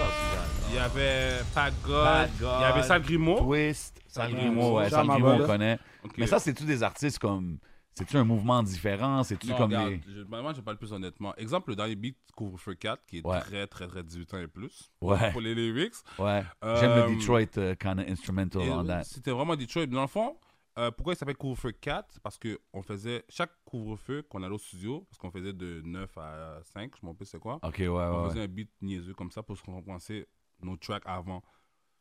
S3: else
S4: Il y avait Pat
S3: Pat
S4: God, il y
S3: God.
S4: avait
S3: we
S4: Sal
S3: got?
S4: Grimaud.
S3: Twist, Sal
S4: Sal
S3: Grimaud,
S1: Grimaud.
S3: ouais, Sal
S1: Jean
S3: Grimaud, on
S1: Mabel.
S3: connaît.
S4: Ok.
S3: Mais ça, c'est-tu des artistes comme. C'est-tu un mouvement différent? C'est-tu
S4: Non,
S3: comme
S4: regarde,
S3: des.
S4: je, moi, je parle plus honnêtement. Exemple, le dernier beat Couvre-feu 4, qui est
S3: Ouais.
S4: très, très, très 18 ans et plus.
S3: Ouais,
S4: Pour les lyrics.
S3: ouais.
S4: Euh,
S3: J'aime le Detroit euh, kind of instrumental
S4: Et
S3: on
S4: oui,
S3: that.
S4: C'était vraiment Detroit. Dans le fond, euh, pourquoi il s'appelle couvre-feu 4 Parce qu'on faisait chaque couvre-feu qu'on allait au studio, parce qu'on faisait de 9 à 5, je m'en rappelle c'est quoi.
S3: Ok, ouais, ouais.
S4: on
S3: Ah, ouais.
S4: faisait un beat niaiseux comme ça pour se compenser nos tracks avant.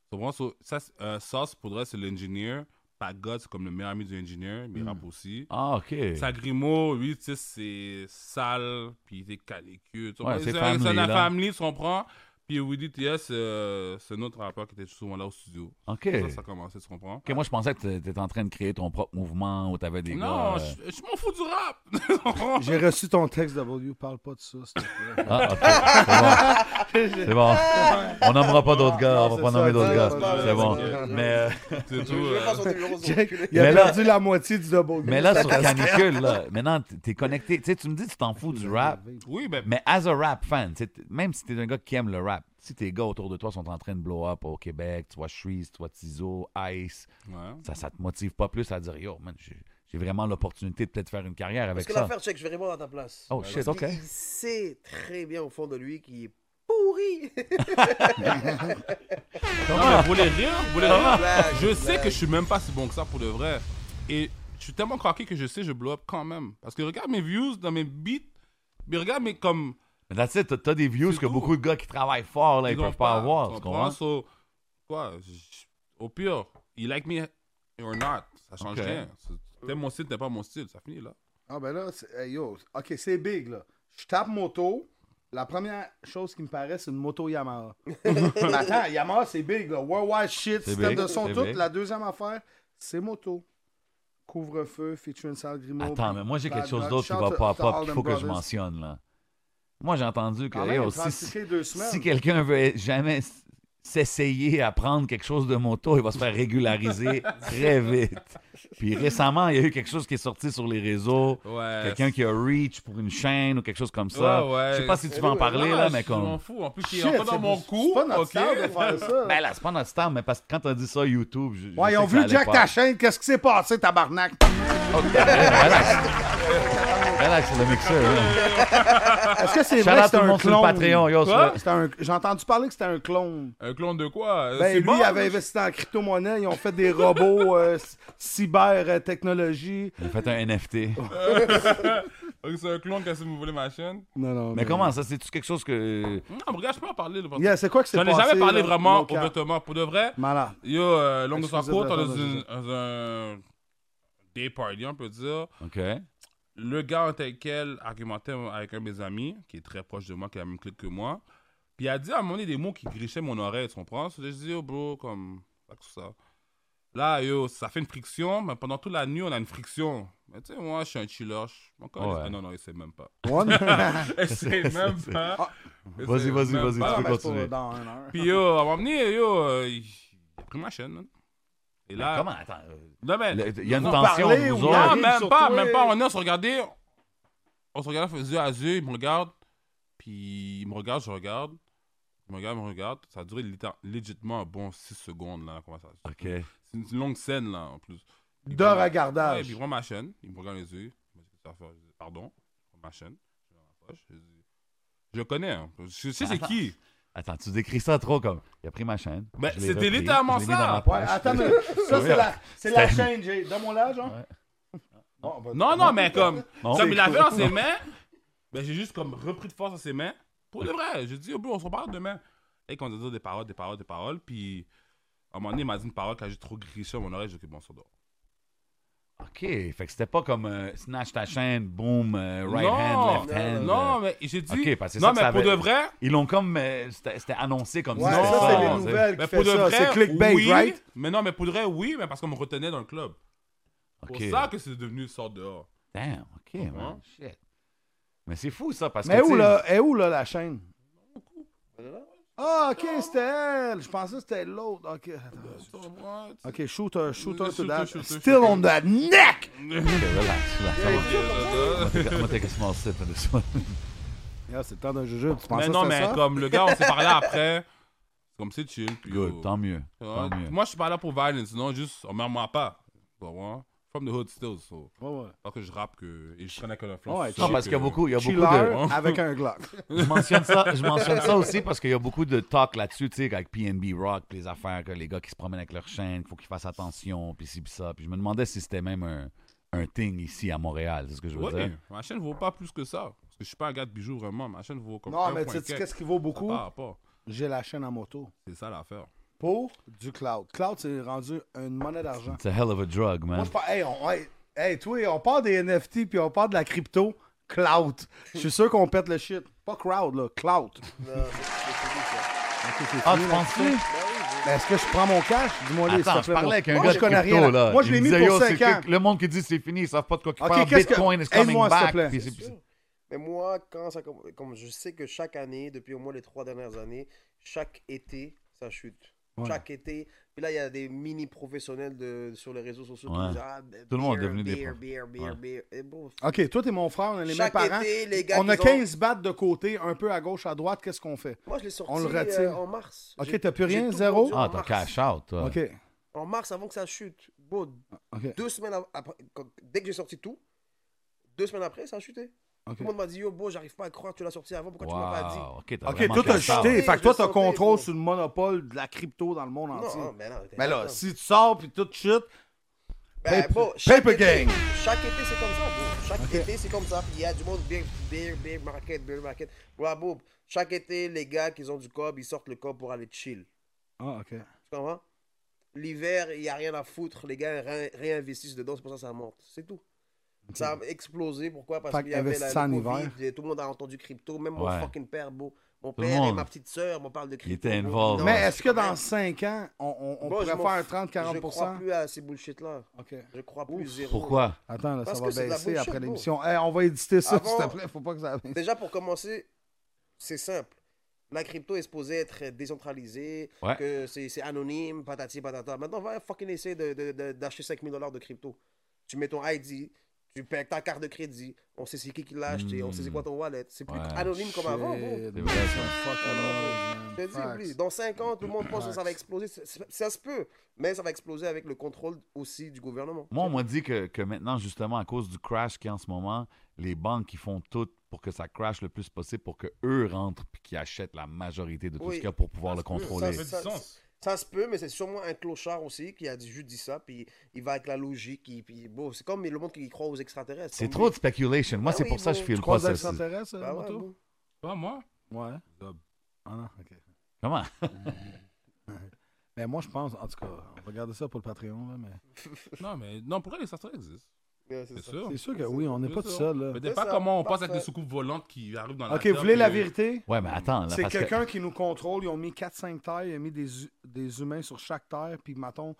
S4: So, vraiment, so- ça, c'est- euh, Sauce, pour le reste, c'est l'ingénieur. Pagode, c'est comme le meilleur ami du ingénieur, mais rap aussi.
S3: Ah, ok.
S4: Sagrimo, lui, tu sais, c'est sale, puis il était calicule. tu
S3: Ouais,
S4: comprends?
S3: c'est
S4: un-
S3: family, là.
S4: un family, tu comprends? Puis Woody TS, euh, c'est notre rappeur qui était souvent là au studio.
S3: Ok.
S4: Ça, ça a commencé, tu comprends?
S3: Ok, moi je pensais que t'é- t'étais en train de créer ton propre mouvement où t'avais des gars.
S4: Non,
S3: euh,
S4: je, je m'en fous du rap.
S1: J'ai reçu ton texte W, parle pas de ça. s'il te plaît.
S3: Ah, ok. C'est bon. C'est bon. On nommera pas d'autres gars, on
S1: c'est
S3: va pas
S1: ça,
S3: nommer d'autres
S1: non,
S3: gars.
S1: non,
S6: non,
S3: C'est
S6: non,
S3: bon.
S6: non, non.
S3: Mais, euh,
S4: C'est
S6: Je
S4: tout.
S6: veux
S4: euh,
S6: faire son numéro aux
S1: Jack,
S6: enculés.
S1: il a
S3: Mais là-
S1: perdu la moitié du W.
S3: mais là, sur Canicule, là, maintenant t- t'es connecté. Tu sais, tu me dis que tu t'en fous du rap,
S4: Oui, ben,
S3: mais as a rap fan, tu sais, t- même si t'es un gars qui aime le rap, si tes gars autour de toi sont en train de blow up au Québec, tu vois Shreeze, tu vois Tizo, Ice,
S4: ouais.
S3: ça, ça te motive pas plus à dire yo, man, j'ai j'ai vraiment l'opportunité de peut-être faire une carrière
S6: Parce
S3: avec
S6: que
S3: ça.
S6: l'affaire, check, je vais répondre à ta place.
S3: Oh shit, ok.
S6: Il sait très bien au fond de lui qu'il est pourri.
S4: Non, mais vous voulez rire, vous voulez
S3: Ah,
S4: rire.
S6: Blague,
S4: Je sais
S6: blague.
S4: que je suis même pas si bon que ça pour de vrai. Et je suis tellement craqué que je sais je blow up quand même. Parce que regarde mes views dans mes beats. Mais regarde, mais comme.
S3: Mais that's it, t'as- t'as des views
S4: C'est
S3: que
S4: tout.
S3: beaucoup de gars qui travaillent fort, là, ils,
S4: ont
S3: peuvent pas avoir.
S4: tu
S3: Tu
S4: comprends?
S3: comprends?
S4: So, quoi, je- je- au pire, you like me or not, ça change
S3: Ok.
S4: rien. C'est- T'aimes mon style, t'aimes pas mon style, ça finit là.
S1: Ah ben là, c'est- hey, yo, ok, c'est big là. Je tape moto. La première chose qui me paraît, c'est une moto Yamaha. Mais attends, Yamaha, c'est big là. Worldwide shit,
S3: C'est
S1: système
S3: big,
S1: de son
S3: c'est
S1: tout.
S3: big.
S1: La deuxième affaire, c'est moto. Couvre-feu, featuring Sal Grimaud.
S3: Attends, mais moi j'ai quelque chose d'autre qui va pas à pop qu'il faut que je mentionne là. Moi j'ai entendu que
S1: Quand
S3: yo,
S1: même,
S3: si,
S1: aussi. deux semaines.
S3: si quelqu'un veut jamais s- s'essayer à prendre quelque chose de moto, il va se faire régulariser très vite. Puis récemment, il y a eu quelque chose qui est sorti sur les réseaux.
S4: Ouais.
S3: Quelqu'un qui a reach pour une chaîne ou quelque chose comme ça.
S4: Ouais, ouais.
S3: Je sais pas si tu veux en parler là, mais
S4: Je m'en
S3: comme.
S4: fous. En plus, il
S1: Shit,
S4: est encore dans
S1: c'est-
S4: mon
S1: c'est
S4: cou.
S1: pas notre
S4: ok?
S1: temps de faire ça.
S3: Ben là, c'est pas notre temps, mais parce que quand t'as dit ça YouTube, je, je
S1: ouais,
S3: sais
S1: ils ont
S3: que ça
S1: vu
S3: allait
S1: Jack
S3: pas. Ben
S1: Tachin. Qu'est-ce qui s'est passé, tabarnak?
S3: Relax. Relax, ben le mixeur. hein.
S1: Est-ce que c'est
S3: Shout
S1: vrai
S3: out
S1: que c'est
S3: tout le
S1: un
S3: monde sur le
S1: clone?
S3: Patreon. Yo,
S4: Quoi?
S3: sur le-
S1: C'était un- J'ai entendu parler que c'était un clone.
S4: Un clone de quoi
S1: Ben,
S4: C'est
S1: lui,
S4: bon,
S1: il avait investi en crypto-monnaie. Ils ont fait des robots euh, c- cyber-technologie.
S3: Il a fait un NFT.
S4: Ok, c'est un clone qui a su me voler ma chaîne.
S1: Non, non.
S3: Mais comment ça, c'est-tu quelque chose que.
S4: Non, mais Hmm, regarde, je peux en parler. là, parce que
S1: Yeah, c'est quoi que c'est
S4: J'en ai
S1: passé,
S4: jamais parlé
S1: là,
S4: vraiment
S1: local?
S4: ouvertement. Pour de vrai,
S1: Malade.
S4: yo, euh, longue de son
S1: Excusez
S4: cours, on
S1: d'attendre,
S4: est dans
S1: je
S4: une-
S1: sais.
S4: dans un day party, on peut dire.
S3: Ok. Ben,
S4: le gars en tel quel argumentait avec un de mes amis, qui est très proche de moi, qui a la même clique que moi. Puis il a dit à un moment donné des mots qui grichaient mon oreille, tu comprends? So, j'ai dit, yo, bro, comme, pas que ça. Là, yo, ça fait une friction, mais pendant toute la nuit, on a une friction. Mais tu sais, moi, je suis un chiller. je- Mon corps, il
S3: Ouais.
S4: dit, Ah non, non, il sait même pas.
S1: One.
S4: Il sait même pas.
S3: Ah.
S4: Il
S3: Vas-y,
S4: sait
S3: vas-y,
S4: même
S3: vas-y,
S4: pas.
S3: tu peux
S1: mais c'est
S3: continuer.
S1: pas dans un heure.
S4: Puis yo, à un moment donné, yo, euh, il il a pris ma chaîne, man. Et
S3: Mais
S4: là,
S3: Comment, attends. euh,
S4: non, mais,
S3: le- Il y a une
S1: Vous
S3: tension.
S1: parlez
S3: vous
S1: ou
S3: autres.
S4: Non,
S1: arrive
S4: même
S1: sur
S4: pas,
S1: toi
S4: même
S1: et-
S4: pas. On, est- on se regardait, on se regardait yeux à yeux, il me regarde, puis il me regarde, je regarde, il me regarde, il me regarde. Ça a duré littér- légitimement un bon 6 secondes, là, la conversation.
S3: Ok.
S4: C'est une, une longue scène, là, en plus. Il
S1: De
S4: prend- Ouais, puis
S1: regardage.
S4: il prend ma chaîne, il me regarde les yeux, il me dit, Qu'est-ce que tu vas faire Je dis, pardon, je prends ma chaîne, je vais dans ma poche, je dis, je connais, hein. je sais c'est
S3: Attends.
S4: qui.
S3: Attends, tu décris ça trop comme. Il a pris ma chaîne.
S4: Ben,
S3: je l'ai
S4: c'était
S3: repris,
S4: littéralement
S3: je l'ai mis
S4: ça.
S3: dans ma poche.
S1: Ouais, attends, mais ça, c'est la, c'est la
S3: C'était-
S1: chaîne, Jay. Donne-moi là, genre.
S3: Ouais.
S1: Non, bah-
S4: Non, non, mais comme,
S3: Non.
S4: comme il avait en ses mains, ben j'ai juste comme repris de force en ses mains. Pour de vrai, j'ai dit, oh, bro, on se reparle demain. Et qu'on dit des paroles, des paroles, des paroles, puis à un moment donné, il m'a dit une parole qui a juste trop griché à mon oreille, j'ai dit, bon, ça dort.
S3: Ok, fait que c'était pas comme euh, snatch ta chaîne, boom, euh, right
S4: non,
S3: hand, left hand.
S4: non,
S3: euh,
S4: mais j'ai dit,
S3: ok, parce que c'est ça
S4: non,
S3: que
S4: mais
S3: ça
S4: pour
S3: avait-
S4: de vrai,
S3: Ils l'ont comme. euh, c'était c'était annoncé comme
S1: Ouais,
S3: ça.
S1: ça, c'est les
S4: non,
S1: nouvelles qui
S4: mais
S1: fait
S4: pour de
S1: ça.
S4: vrai,
S1: C'est clickbait,
S4: oui,
S1: right?
S4: Mais non, mais pour de vrai, oui, mais parce qu'on me retenait dans le club.
S3: Ok.
S4: Pour ça que c'est devenu une sorte oh, dehors.
S3: Damn, ok, man. Shit. Mais c'est fou ça, parce
S1: Mais
S3: que. tu
S1: où,
S3: sais,
S1: là, est où, là, la chaîne? Ah, OK, c'était elle. Je pensais que c'était l'autre. OK, attends. OK, euh, shooter, shooter to
S4: Shooter,
S1: that.
S4: shooter,
S1: Still
S4: shooter.
S1: on the neck!
S3: Relax, relax. I'm gonna- I'm gonna take a small sip of this one.
S1: Yeah, c'est le temps d'un jujube. Tu pensais
S4: Mais
S1: que
S4: non,
S1: c'était
S4: mais
S1: ça?
S4: comme le gars, on s'est parlé après. C'est Comme c'est chill. Puis
S3: Good, tant mieux.
S4: Ouais,
S3: Tant mieux.
S4: Moi, je suis pas là pour violence, non, juste, on m'en pas. Tu comprends? From the hood still, so.
S1: Ouais, ouais.
S4: Parce que je rappe que. Et je connais que l'influence.
S1: Ouais,
S4: sur-
S3: Non, parce qu'il y a beaucoup, il y a beaucoup de. hein.
S1: Chiller avec un Glock.
S3: Je mentionne ça, je mentionne ça aussi parce qu'il y a beaucoup de talk là-dessus, tu sais, avec PNB Rock, puis les affaires, que les gars qui se promènent avec leur chaîne, qu'il faut qu'ils fassent attention, puis ci, puis ça. Puis je me demandais si c'était même un, un thing ici à Montréal, c'est ce que je veux
S4: Oui,
S3: dire.
S4: ma chaîne vaut pas plus que ça. Parce que je suis pas un gars de bijoux vraiment. Ma chaîne vaut comme.
S1: Non,
S4: 1.4.
S1: mais tu sais, qu'est-ce qui vaut beaucoup?
S4: Ça part pas.
S1: J'ai la chaîne en moto.
S4: C'est ça l'affaire.
S1: Pour du cloud. Cloud, c'est rendu une monnaie d'argent.
S3: It's a hell of a drug,
S1: Moi,
S3: man.
S1: je parle. Hey, on, hey, hey, toi, on parle des NFT puis on parle de la crypto. Cloud. Je suis sûr qu'on pète le shit. Pas crowd, là. Cloud.
S3: Ah, tu penses que?
S1: Ben, Est-ce que je prends mon cash? Dis-moi, les, s'il
S3: Attends,
S1: te
S3: je
S1: plaît.
S3: parlais avec un
S1: Moi,
S3: gars
S1: je
S3: de
S1: connais
S3: crypto,
S1: rien.
S3: là.
S1: Moi, je
S3: Il
S1: l'ai mis
S3: disait,
S1: pour
S3: Yo, c'est
S1: 5
S3: que-
S1: ans.
S3: Le monde qui dit c'est fini, ils savent pas de quoi qu'ils
S1: Ok,
S3: parlent.
S1: qu'est-ce que-
S3: Bitcoin is coming
S1: Aide-moi, s'il te
S3: back.
S1: plaît.
S3: puis c'est- puis c'est-
S6: Mais moi, quand ça comme, comme je sais que chaque année, depuis au moins les trois dernières années, chaque été, ça chute. Chaque été. Puis là, il y a des mini professionnels de, sur les réseaux sociaux
S3: Ouais.
S6: qui disent Ah,
S3: Tout le monde est devenu des
S6: beer,
S3: profs.
S6: beer, beer,
S3: Ouais.
S6: beer. Et bon,
S1: OK, toi, t'es mon frère, on a les
S6: Chaque
S1: mêmes parents.
S6: été, les gars
S1: on a
S6: qu'ils ont-
S1: 15 battes de côté, un peu à gauche, à droite. Qu'est-ce qu'on fait?
S6: moi, je l'ai sorti
S1: On le
S6: euh,
S1: retire.
S6: en mars.
S1: Ok,
S6: J'ai-
S1: t'as plus
S6: j'ai
S1: rien,
S6: tout
S1: zéro?
S6: vendu en
S3: Ah, t'as
S6: mars.
S3: cash out, toi.
S1: OK.
S6: En mars, avant que ça chute. Bon,
S1: OK.
S6: deux semaines av- après, quand- dès que j'ai sorti tout, deux semaines après, ça a chuté.
S1: Ok.
S6: Tout le monde m'a dit Yo, beau, j'arrive pas à croire que tu l'as sorti avant, pourquoi tu m'as pas dit
S3: Wow, ok, t'as
S1: OK,
S3: vraiment
S1: toi, t'as
S3: cash out.
S1: chuté. Fait que toi,
S6: Je
S1: t'as
S6: sentais,
S1: contrôle
S6: bon.
S1: sur le monopole de la crypto dans le monde entier.
S6: Non, hein, mais non. t'es
S1: Mais là,
S6: malade.
S1: si tu sors puis tout chute,
S6: Ben,
S1: Paper-
S6: bon, chaque
S1: paper
S6: été-
S1: gang.
S6: Chaque été, c'est comme ça, bro. Chaque été, c'est comme ça. Puis Il y a du monde, beer, beer, beer market, beer market. Ouais, bro, chaque été, les gars qui ont du cob, ils sortent le cob pour aller chill.
S1: Ah, OK.
S6: Tu comprends? L'hiver, il n'y a rien à foutre. Les gars ré- réinvestissent dedans, c'est pour ça que ça monte. C'est tout. Ça a explosé. Pourquoi? Parce
S1: Fait
S6: qu'il y avait la
S1: qu'investissant en
S6: le
S1: hiver.
S6: COVID, et tout le monde a entendu crypto. Même
S3: Ouais.
S6: mon fucking père, bro. Mon
S3: le
S6: père et
S3: monde.
S6: ma petite soeur m'ont parlé de crypto.
S3: était
S6: bro.
S3: involved.
S6: Non,
S1: Mais
S3: Ouais.
S1: est-ce que
S6: quand
S1: dans
S6: même-
S1: 5 ans, on, on- on
S6: Bon, je m'en
S1: pourrait
S6: fous.
S1: faire
S6: Je crois
S1: 30-40
S6: plus à ces bullshit-là.
S1: OK.
S6: Je crois plus zéro.
S3: Pourquoi?
S1: Attends, là,
S6: Parce
S1: ça va
S6: que c'est de la
S1: baisser
S6: bullshit,
S1: après
S6: bro.
S1: l'émission. Hey, on va éditer ça,
S6: Avant-
S1: s'il te plaît. Faut pas que ça baisse.
S6: Déjà, pour commencer, c'est simple. La crypto est supposée être décentralisée,
S3: Ouais.
S6: que c'est c'est anonyme, patati patata. Maintenant, va fucking essayer de- de- de- d'acheter 5000 dollars de crypto. Tu mets ton ID, tu payes ta carte de crédit, on sait c'est qui qui l'a acheté, on sait c'est quoi ton wallet. C'est plus
S3: Hmm. Ouais.
S6: anonyme comme avant. bro.
S1: Shit,
S3: C'est
S1: man,
S3: vrai,
S1: ça
S3: ça.
S1: fuck a lot, man.
S6: Je te dis,
S1: Facts.
S6: oublie. Dans 5 ans, tout le monde pense que ça va
S1: Facts.
S6: exploser. Ça, ça- ça se peut, mais ça va exploser avec le contrôle aussi du gouvernement.
S3: Moi, on m'a dit que, que maintenant, justement, à cause du crash qu'il y a en ce moment, les banques qui font tout pour que ça crash le plus possible, pour que eux rentrent puis qu'ils achètent la majorité de tout
S6: Oui.
S3: ce qu'il y a pour pouvoir
S6: Ça
S3: le
S6: se peut,
S3: contrôler.
S6: ça se
S4: Ça fait du sens.
S6: Ça se peut, mais c'est sûrement un clochard aussi qui a dit- juste dit ça, puis il va avec la logique. il- puis bon, c'est comme le monde qui croit aux extraterrestres.
S3: C'est
S6: Comme
S3: trop
S6: lui.
S3: de speculation. Moi,
S6: Ben
S3: c'est
S6: oui,
S3: pour ça que
S6: bon,
S3: je file
S1: Tu
S3: pas
S1: crois
S3: ça.
S1: que ça t'intéresse, euh,
S6: Bah ouais,
S1: Moto?
S6: bon.
S4: Pas moi?
S1: Ouais.
S4: Zob.
S1: Ah non, ok.
S3: Comment?
S1: Mais moi, je pense, en tout cas, on va garder ça pour le Patreon. Là, mais...
S4: Non, mais non, pourquoi les extraterrestres existent?
S6: Ouais, c'est
S4: C'est
S6: ça.
S4: sûr.
S1: C'est sûr que oui, on n'est pas tout
S4: C'est
S1: seul. Là.
S4: Mais t'es
S6: C'est
S4: pas
S6: ça,
S4: comment on passe avec
S6: parfait.
S4: des soucoupes volantes qui arrivent dans la
S1: Euh, Ok,
S4: terre,
S1: vous voulez la
S4: puis, euh,
S1: vérité?
S3: Ouais, mais attends, là,
S1: C'est
S3: Ah, parce que-
S1: quelqu'un qui nous contrôle. Ils ont mis 4-5 terres, ils ont mis des, hu- des humains sur chaque terre, puis mettons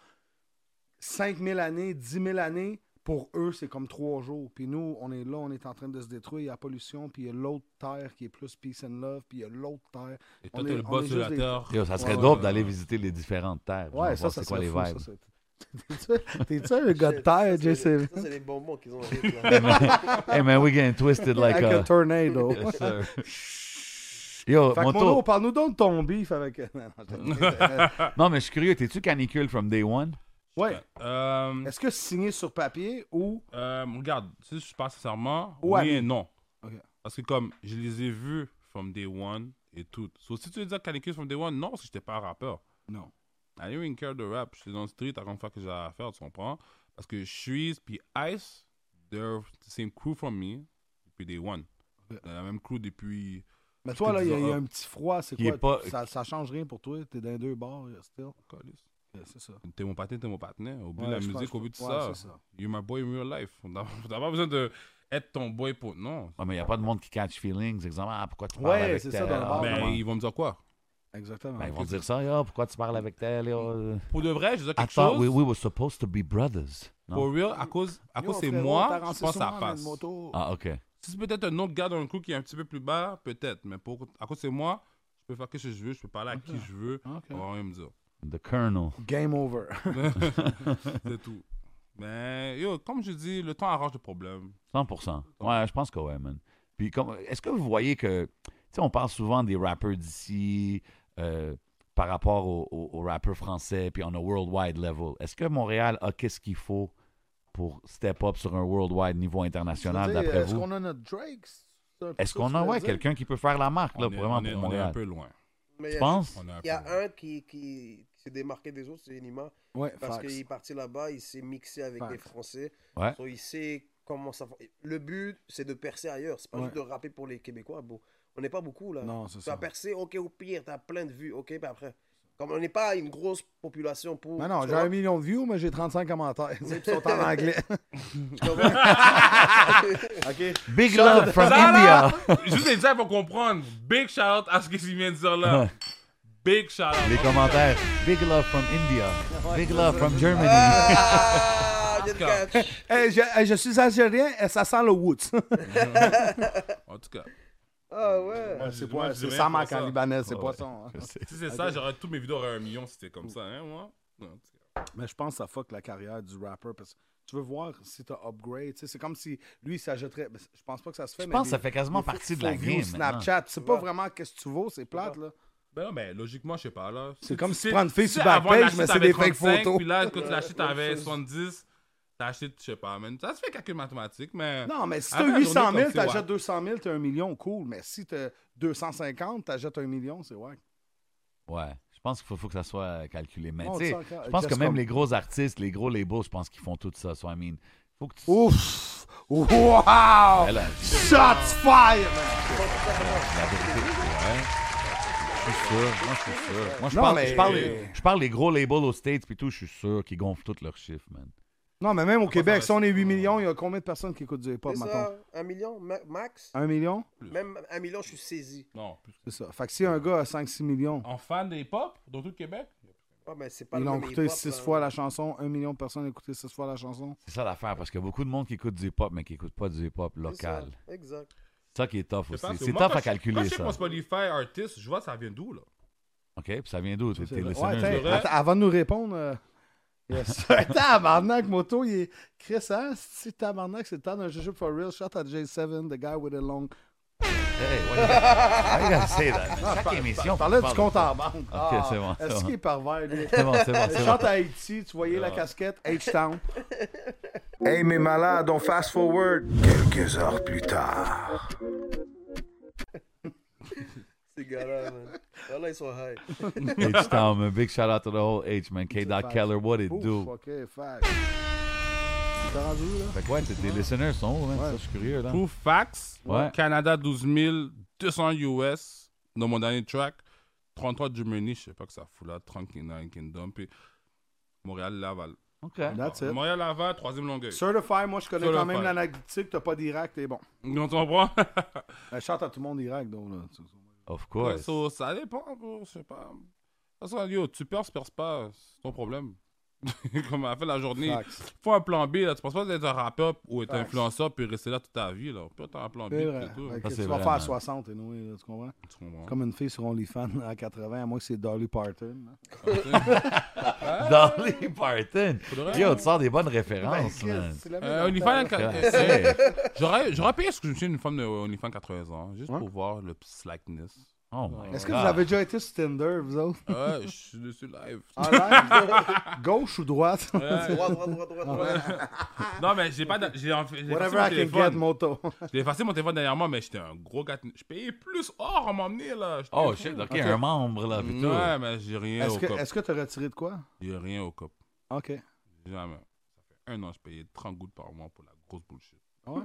S1: 5000 années, 10 000 années, pour eux, c'est comme 3 jours. Puis nous, on est là, on est en train de se détruire, il y a la pollution, puis il y a l'autre terre qui est plus peace and love, puis il y a l'autre terre.
S4: Et
S1: on
S4: toi, t'es
S1: est-
S4: le
S1: on
S4: boss
S1: est
S4: de
S1: juste
S4: la
S1: des-
S4: terre.
S3: Yo, ça serait
S4: Ouais,
S3: dope
S4: ouais.
S3: d'aller visiter les différentes terres.
S1: Ouais, ça,
S3: voir
S1: ça
S3: c'est quoi
S1: serait
S3: les
S1: fou, ça,
S3: vibes.
S1: c'est- T'es-tu un gars de terre,
S6: Ça, c'est les-
S1: JC?
S6: Ça, c'est les bonbons qu'ils ont avec, là.
S3: hey man, we getting twisted like
S1: Like a
S3: a.
S1: tornado.
S3: Yes, sir. Yo,
S1: Fait que
S3: Moto.
S1: Mono, parle-nous donc de ton beef avec. Non, non, je te dis.
S3: Non, mais je suis curieux, t'es-tu canicule from day one?
S1: ouais.
S4: Euh,
S1: Est-ce que signé sur papier ou.
S4: Euh, regarde, si je parle sincèrement,
S1: Ouais.
S4: oui et non.
S1: Ok.
S4: Parce que comme je les ai vus from day one et tout. So, si tu veux dire Canicule from day one, non, parce que j'étais pas un rappeur.
S1: Non.
S4: I didn't even care de rap. J'étais dans le street à chaque fois que j'avais à faire, tu comprends? Parce que Shreeze puis Ice, they're the same crew from me depuis day one.
S1: Ok.
S4: Dans la même crew depuis.
S1: Mais
S4: Je
S1: toi,
S4: te
S1: là, il y, a-
S4: dis-
S1: il y a un petit froid, c'est
S3: Qui
S1: quoi?
S3: est pas-
S1: Ça, ça change rien pour toi, t'es dans les deux bars, euh, still.
S4: Calisse.
S1: Ouais, c'est ça.
S4: T'es mon patin, t'es mon patin. Oublie
S1: Ouais,
S4: la
S1: je pense
S4: musique,
S1: que-
S4: oublie tout
S1: ouais,
S4: ça.
S1: c'est ça.
S4: You're my boy in real life. On n'a on n'a pas besoin de être ton boy pour. Non.
S3: Ah, mais y a pas de monde qui catch feelings. Exemple, ah, pourquoi tu
S1: Ouais,
S3: parles avec
S1: c'est
S3: tel?
S1: ça, dans le bar,
S3: Ah,
S4: Mais
S3: comment-
S4: Ben, ils vont me dire quoi?
S1: Exactement.
S4: Ah,
S3: Ben, ils vont dire ça, yo, pourquoi tu parles avec tel? Yo?
S4: Pour de vrai, je veux dire
S3: I
S4: quelque
S3: thought
S4: chose.
S3: we, we were supposed to be brothers. Non?
S4: Pour real, à cause, à
S1: Yo,
S4: cause c'est
S1: frérot,
S4: moi,
S1: t'as
S4: je
S1: rentré
S4: pense que ça
S1: souvent dans une
S4: passe.
S1: moto.
S3: Ah, ok.
S4: Si c'est peut-être un autre gars dans le coup qui est un petit peu plus bas, peut-être. Mais pour, à cause c'est moi, je peux faire que je veux, je peux parler à qui je veux.
S1: Ok.
S4: On va rien me dire.
S3: The Colonel.
S1: Game over.
S4: C'est tout. Mais yo, comme je dis, le temps arrange le problème.
S3: 100%. Ouais, je pense que ouais, man. Puis, comme, est-ce que vous voyez que, tu sais, on parle souvent des rappeurs d'ici euh, par rapport aux au, aux rappeurs français, puis on a worldwide level. Est-ce que Montréal a qu'est-ce qu'il faut pour step up sur un worldwide niveau international,
S1: Je veux dire,
S3: d'après
S1: Est-ce
S3: vous?
S1: qu'on a notre Drake? C'est un peu
S3: Est-ce
S1: ça que
S3: qu'on
S1: tu
S3: a,
S1: veux
S3: ouais,
S1: dire?
S3: quelqu'un qui peut faire la marque, là,
S4: on, est,
S3: vraiment,
S4: on est-
S3: pour
S4: on est
S3: Montréal?
S4: un peu loin.
S6: Mais il y
S3: Tu
S6: a-
S3: penses?
S4: On est un
S6: Il y a
S4: peu loin.
S6: un qui, qui, qui s'est démarqué des autres, c'est Nima.
S1: Ouais,
S6: Parce
S1: facts.
S6: qu'il est parti là-bas, il s'est mixé avec les
S1: Facts.
S6: Français.
S3: Ouais.
S6: So, il sait comment ça fonctionne. Le but, c'est de percer ailleurs. C'est pas
S1: Ouais.
S6: juste de rapper pour les Québécois. bro. On n'est pas beaucoup là.
S1: Non, c'est
S6: tu as
S1: ça.
S6: percé, ok, au pire, tu as plein de vues, ok, puis après. Comme on n'est pas une grosse population pour.
S1: Mais non,
S6: tu
S1: j'ai
S6: vois,
S1: un million de views, mais j'ai 35 commentaires. Ils sont en anglais.
S6: tu vois.
S3: Big love from India!
S4: Juste les gens vont comprendre. Big shout out à ce qu'ils viennent de dire là. Big shout out.
S3: Les commentaires. Big love from India. Big love from Germany.
S6: Ah, did catch.
S1: Hey, Eh, je, hey, je suis algérien et ça sent le Woods.
S4: En tout cas,
S6: Ah ouais.
S4: moi, je-
S1: c'est
S4: moi,
S1: pas,
S4: je dis
S1: c'est
S4: rien
S1: ça
S4: pour
S1: manque en libanais, c'est pas son. hein.
S4: Si c'est ça, j'aurais tous mes vidéos auraient un million si c'était comme ça, hein, moi. Non, en tout cas.
S1: Mais je pense que ça fuck la carrière du rapper parce que tu veux voir si t'as upgrade. tu sais, C'est comme si lui il s'ajouterait. mais Je pense pas que ça se fait.
S3: Je
S1: mais
S3: pense que
S1: des-
S3: ça fait quasiment
S1: des fois,
S3: partie de
S1: faut
S3: la
S1: view
S3: game. maintenant.
S1: Snapchat, c'est pas vraiment qu'est-ce que tu vaux, c'est plate là.
S4: Ben non, mais logiquement, je sais pas, là.
S1: C'est comme si tu prends une fille sur Backpage,
S4: avant,
S1: mais c'est
S4: t'avais
S1: des fake
S4: 35,
S1: photos.
S4: Puis là, quand tu l'as acheté,
S6: Ouais, ouais,
S4: t'avais
S6: c'est-
S4: 70, t'as acheté, je sais pas, man. Ça se fait calcul mathématique, mais...
S1: Non, mais si
S4: Avant,
S1: t'as
S4: la
S1: 800
S4: journée,
S1: 000,
S4: comme c'est
S1: t'achètes
S4: wack.
S1: 200 000, t'as un million, cool. Mais si t'as 250, t'achètes un million, c'est wack.
S3: Ouais. Je pense qu'il faut, faut que ça soit calculé. Mais
S1: Oh,
S3: tu sais,
S1: tu sais, encore,
S3: je pense que
S1: Just
S3: même
S1: Come.
S3: les gros artistes, les gros labels, je pense qu'ils font tout ça. So, I mean, faut que tu...
S1: Ouf! Wow!
S3: Elle a-
S1: Shots fire! man.
S3: la vérité, ouais. Je suis sûr. Moi, je suis sûr. Moi, je
S1: Non,
S3: parle,
S1: mais- euh,
S3: je, parle, des- je parle des gros labels aux States, puis tout, je suis sûr qu'ils gonflent tous leurs chiffres, man.
S1: Non, mais même au Québec,
S4: ça
S1: si on est 8 millions, il y a combien de personnes qui écoutent du hip-hop
S6: C'est
S1: maintenant?
S6: ça, un million ma- max.
S1: Un million?
S6: Même un million, je suis saisi.
S4: Non, plus-
S1: C'est ça. Fait que si un gars a 5-6 millions,
S4: En fan des pop, dans tout le Québec,
S6: Ah, mais c'est pas
S1: ils
S6: le
S1: l'ont
S6: même hein.
S1: écouté
S6: hip-hop,
S1: 6
S6: là.
S1: fois la chanson, 1 million de personnes ont écouté 6 fois la chanson.
S3: C'est ça l'affaire, parce qu'il y a beaucoup de monde qui écoute du hip-hop, mais qui écoute pas du hip-hop
S6: C'est ça,
S3: local.
S6: Exact.
S3: C'est ça qui est tough
S4: je
S3: aussi.
S4: pense que
S3: C'est tough
S4: moi, quand
S3: à
S4: je- Quand
S3: calculer,
S4: je sais
S3: ça.
S4: mon Spotify artist, je vois ça vient d'où, là.
S3: OK? Puis ça vient d'où? T'es
S1: C'est
S3: t'es
S1: vrai.
S3: listener,
S1: Ouais, attends,
S3: là.
S1: attends, avant de nous répondre, euh, il y a ça. tabarnak, moto, il est. Chris, hein? Si tabarnak, c'est le temps d'un jujube for real. Shot à J7, the guy with a long.
S3: Hey, why you gotta- why you gotta say that, man? Chaque émission,
S1: On parlait du
S3: faut que tu
S1: compte en
S3: parles de
S1: banque.
S3: Ah, c'est bon, c'est
S1: Est-ce
S3: bon.
S1: qu'il est pervers, lui?
S3: ça. C'est bon, c'est bon, c'est bon. Ah.
S1: Chante à Haïti, tu voyais la casquette, H-Town.
S2: Hey, mes malades, on fast forward. Quelques heures plus tard.
S6: C'est gars-là, man. Voilà, ils sont high.
S3: H-Town, man. Big shout out to the whole H, man. K. Dot
S1: fact.
S3: Keller, what it
S1: Ouf,
S3: do?
S1: ok, fact. T'es rendu où, là?
S3: Fait que ouais, t- tes listeners sont où, man? Ça, je suis curieux, là.
S4: True Facts,
S3: Ouais.
S4: Canada 12 200 US dans mon dernier track. 33 Germany, je sais pas que ça fout là. 39 Kingdom. Puis Montréal Laval. Ah,
S3: OK.
S1: That's it.
S4: Montréal Laval, troisième longueuil.
S1: Certify, moi, je connais quand même
S4: Certify.
S1: l'analytique. T'as pas d'Irak, t'es bon.
S4: Donc, on prend.
S1: Euh, Chante à tout le monde d'Irak, donc, là.
S3: Of course.
S4: So, ça dépend, bro, je sais pas. De toute façon, yo, tu perds, tu perds pas, c'est ton problème. Comme elle fait la journée.
S1: Facts.
S4: Faut un plan B, là. Tu penses pas d'être un rappeur ou être
S1: Facts.
S4: influenceur puis rester là toute ta vie, là. Peut-être un plan B,
S1: C'est
S4: puis
S1: vrai.
S4: c'est tout. hein.
S1: Ok,
S3: Ça,
S1: tu
S3: c'est
S1: vas
S3: vrai, hein.
S1: faire
S3: man.
S1: 60 et nous, là, tu comprends?
S4: Tu comprends?
S1: Comme une fille sur OnlyFans à 80, à moins que c'est Dolly Parton. là.
S3: Dolly Parton.
S4: Faudrait-
S3: Yo, tu sors des bonnes références,
S1: Ben,
S3: man.
S1: Chris, tu l'avais
S4: hein. Euh,
S1: dans
S4: OnlyFans,
S1: ta-
S4: quand-
S3: Ouais, c'est-
S4: j'aurais j'aurais payé ce que je me suis une femme de OnlyFans 80 ans, juste
S1: Ouais.
S4: pour voir le slackness. Ah
S3: Oh my
S1: Est-ce que vous
S3: God.
S1: avez déjà été sur Tinder, vous autres?
S4: Ouais, je suis dessus live.
S1: En live? Gauche ou droite?
S6: Droite, droite, droite, droite, droite.
S4: Non, mais j'ai pas. d'a- J'ai enf- j'ai effacé mon
S1: Whatever I can get,
S4: téléphone.
S1: moto.
S4: J'ai effacé mon téléphone dernièrement, mais j'étais un gros gars. Je payais plus. Oh, on m'a emmené, là. J'étais
S3: Oh
S4: fou.
S3: shit, ok, un membre, là, pis tout.
S4: Ouais, mais j'ai rien
S1: Est-ce
S4: au cop.
S1: que tu as retiré de quoi?
S4: J'ai rien au cop.
S1: OK.
S4: Jamais. Ça fait un an, je payais 30 gouttes par mois pour la grosse bullshit.
S1: Ah ouais?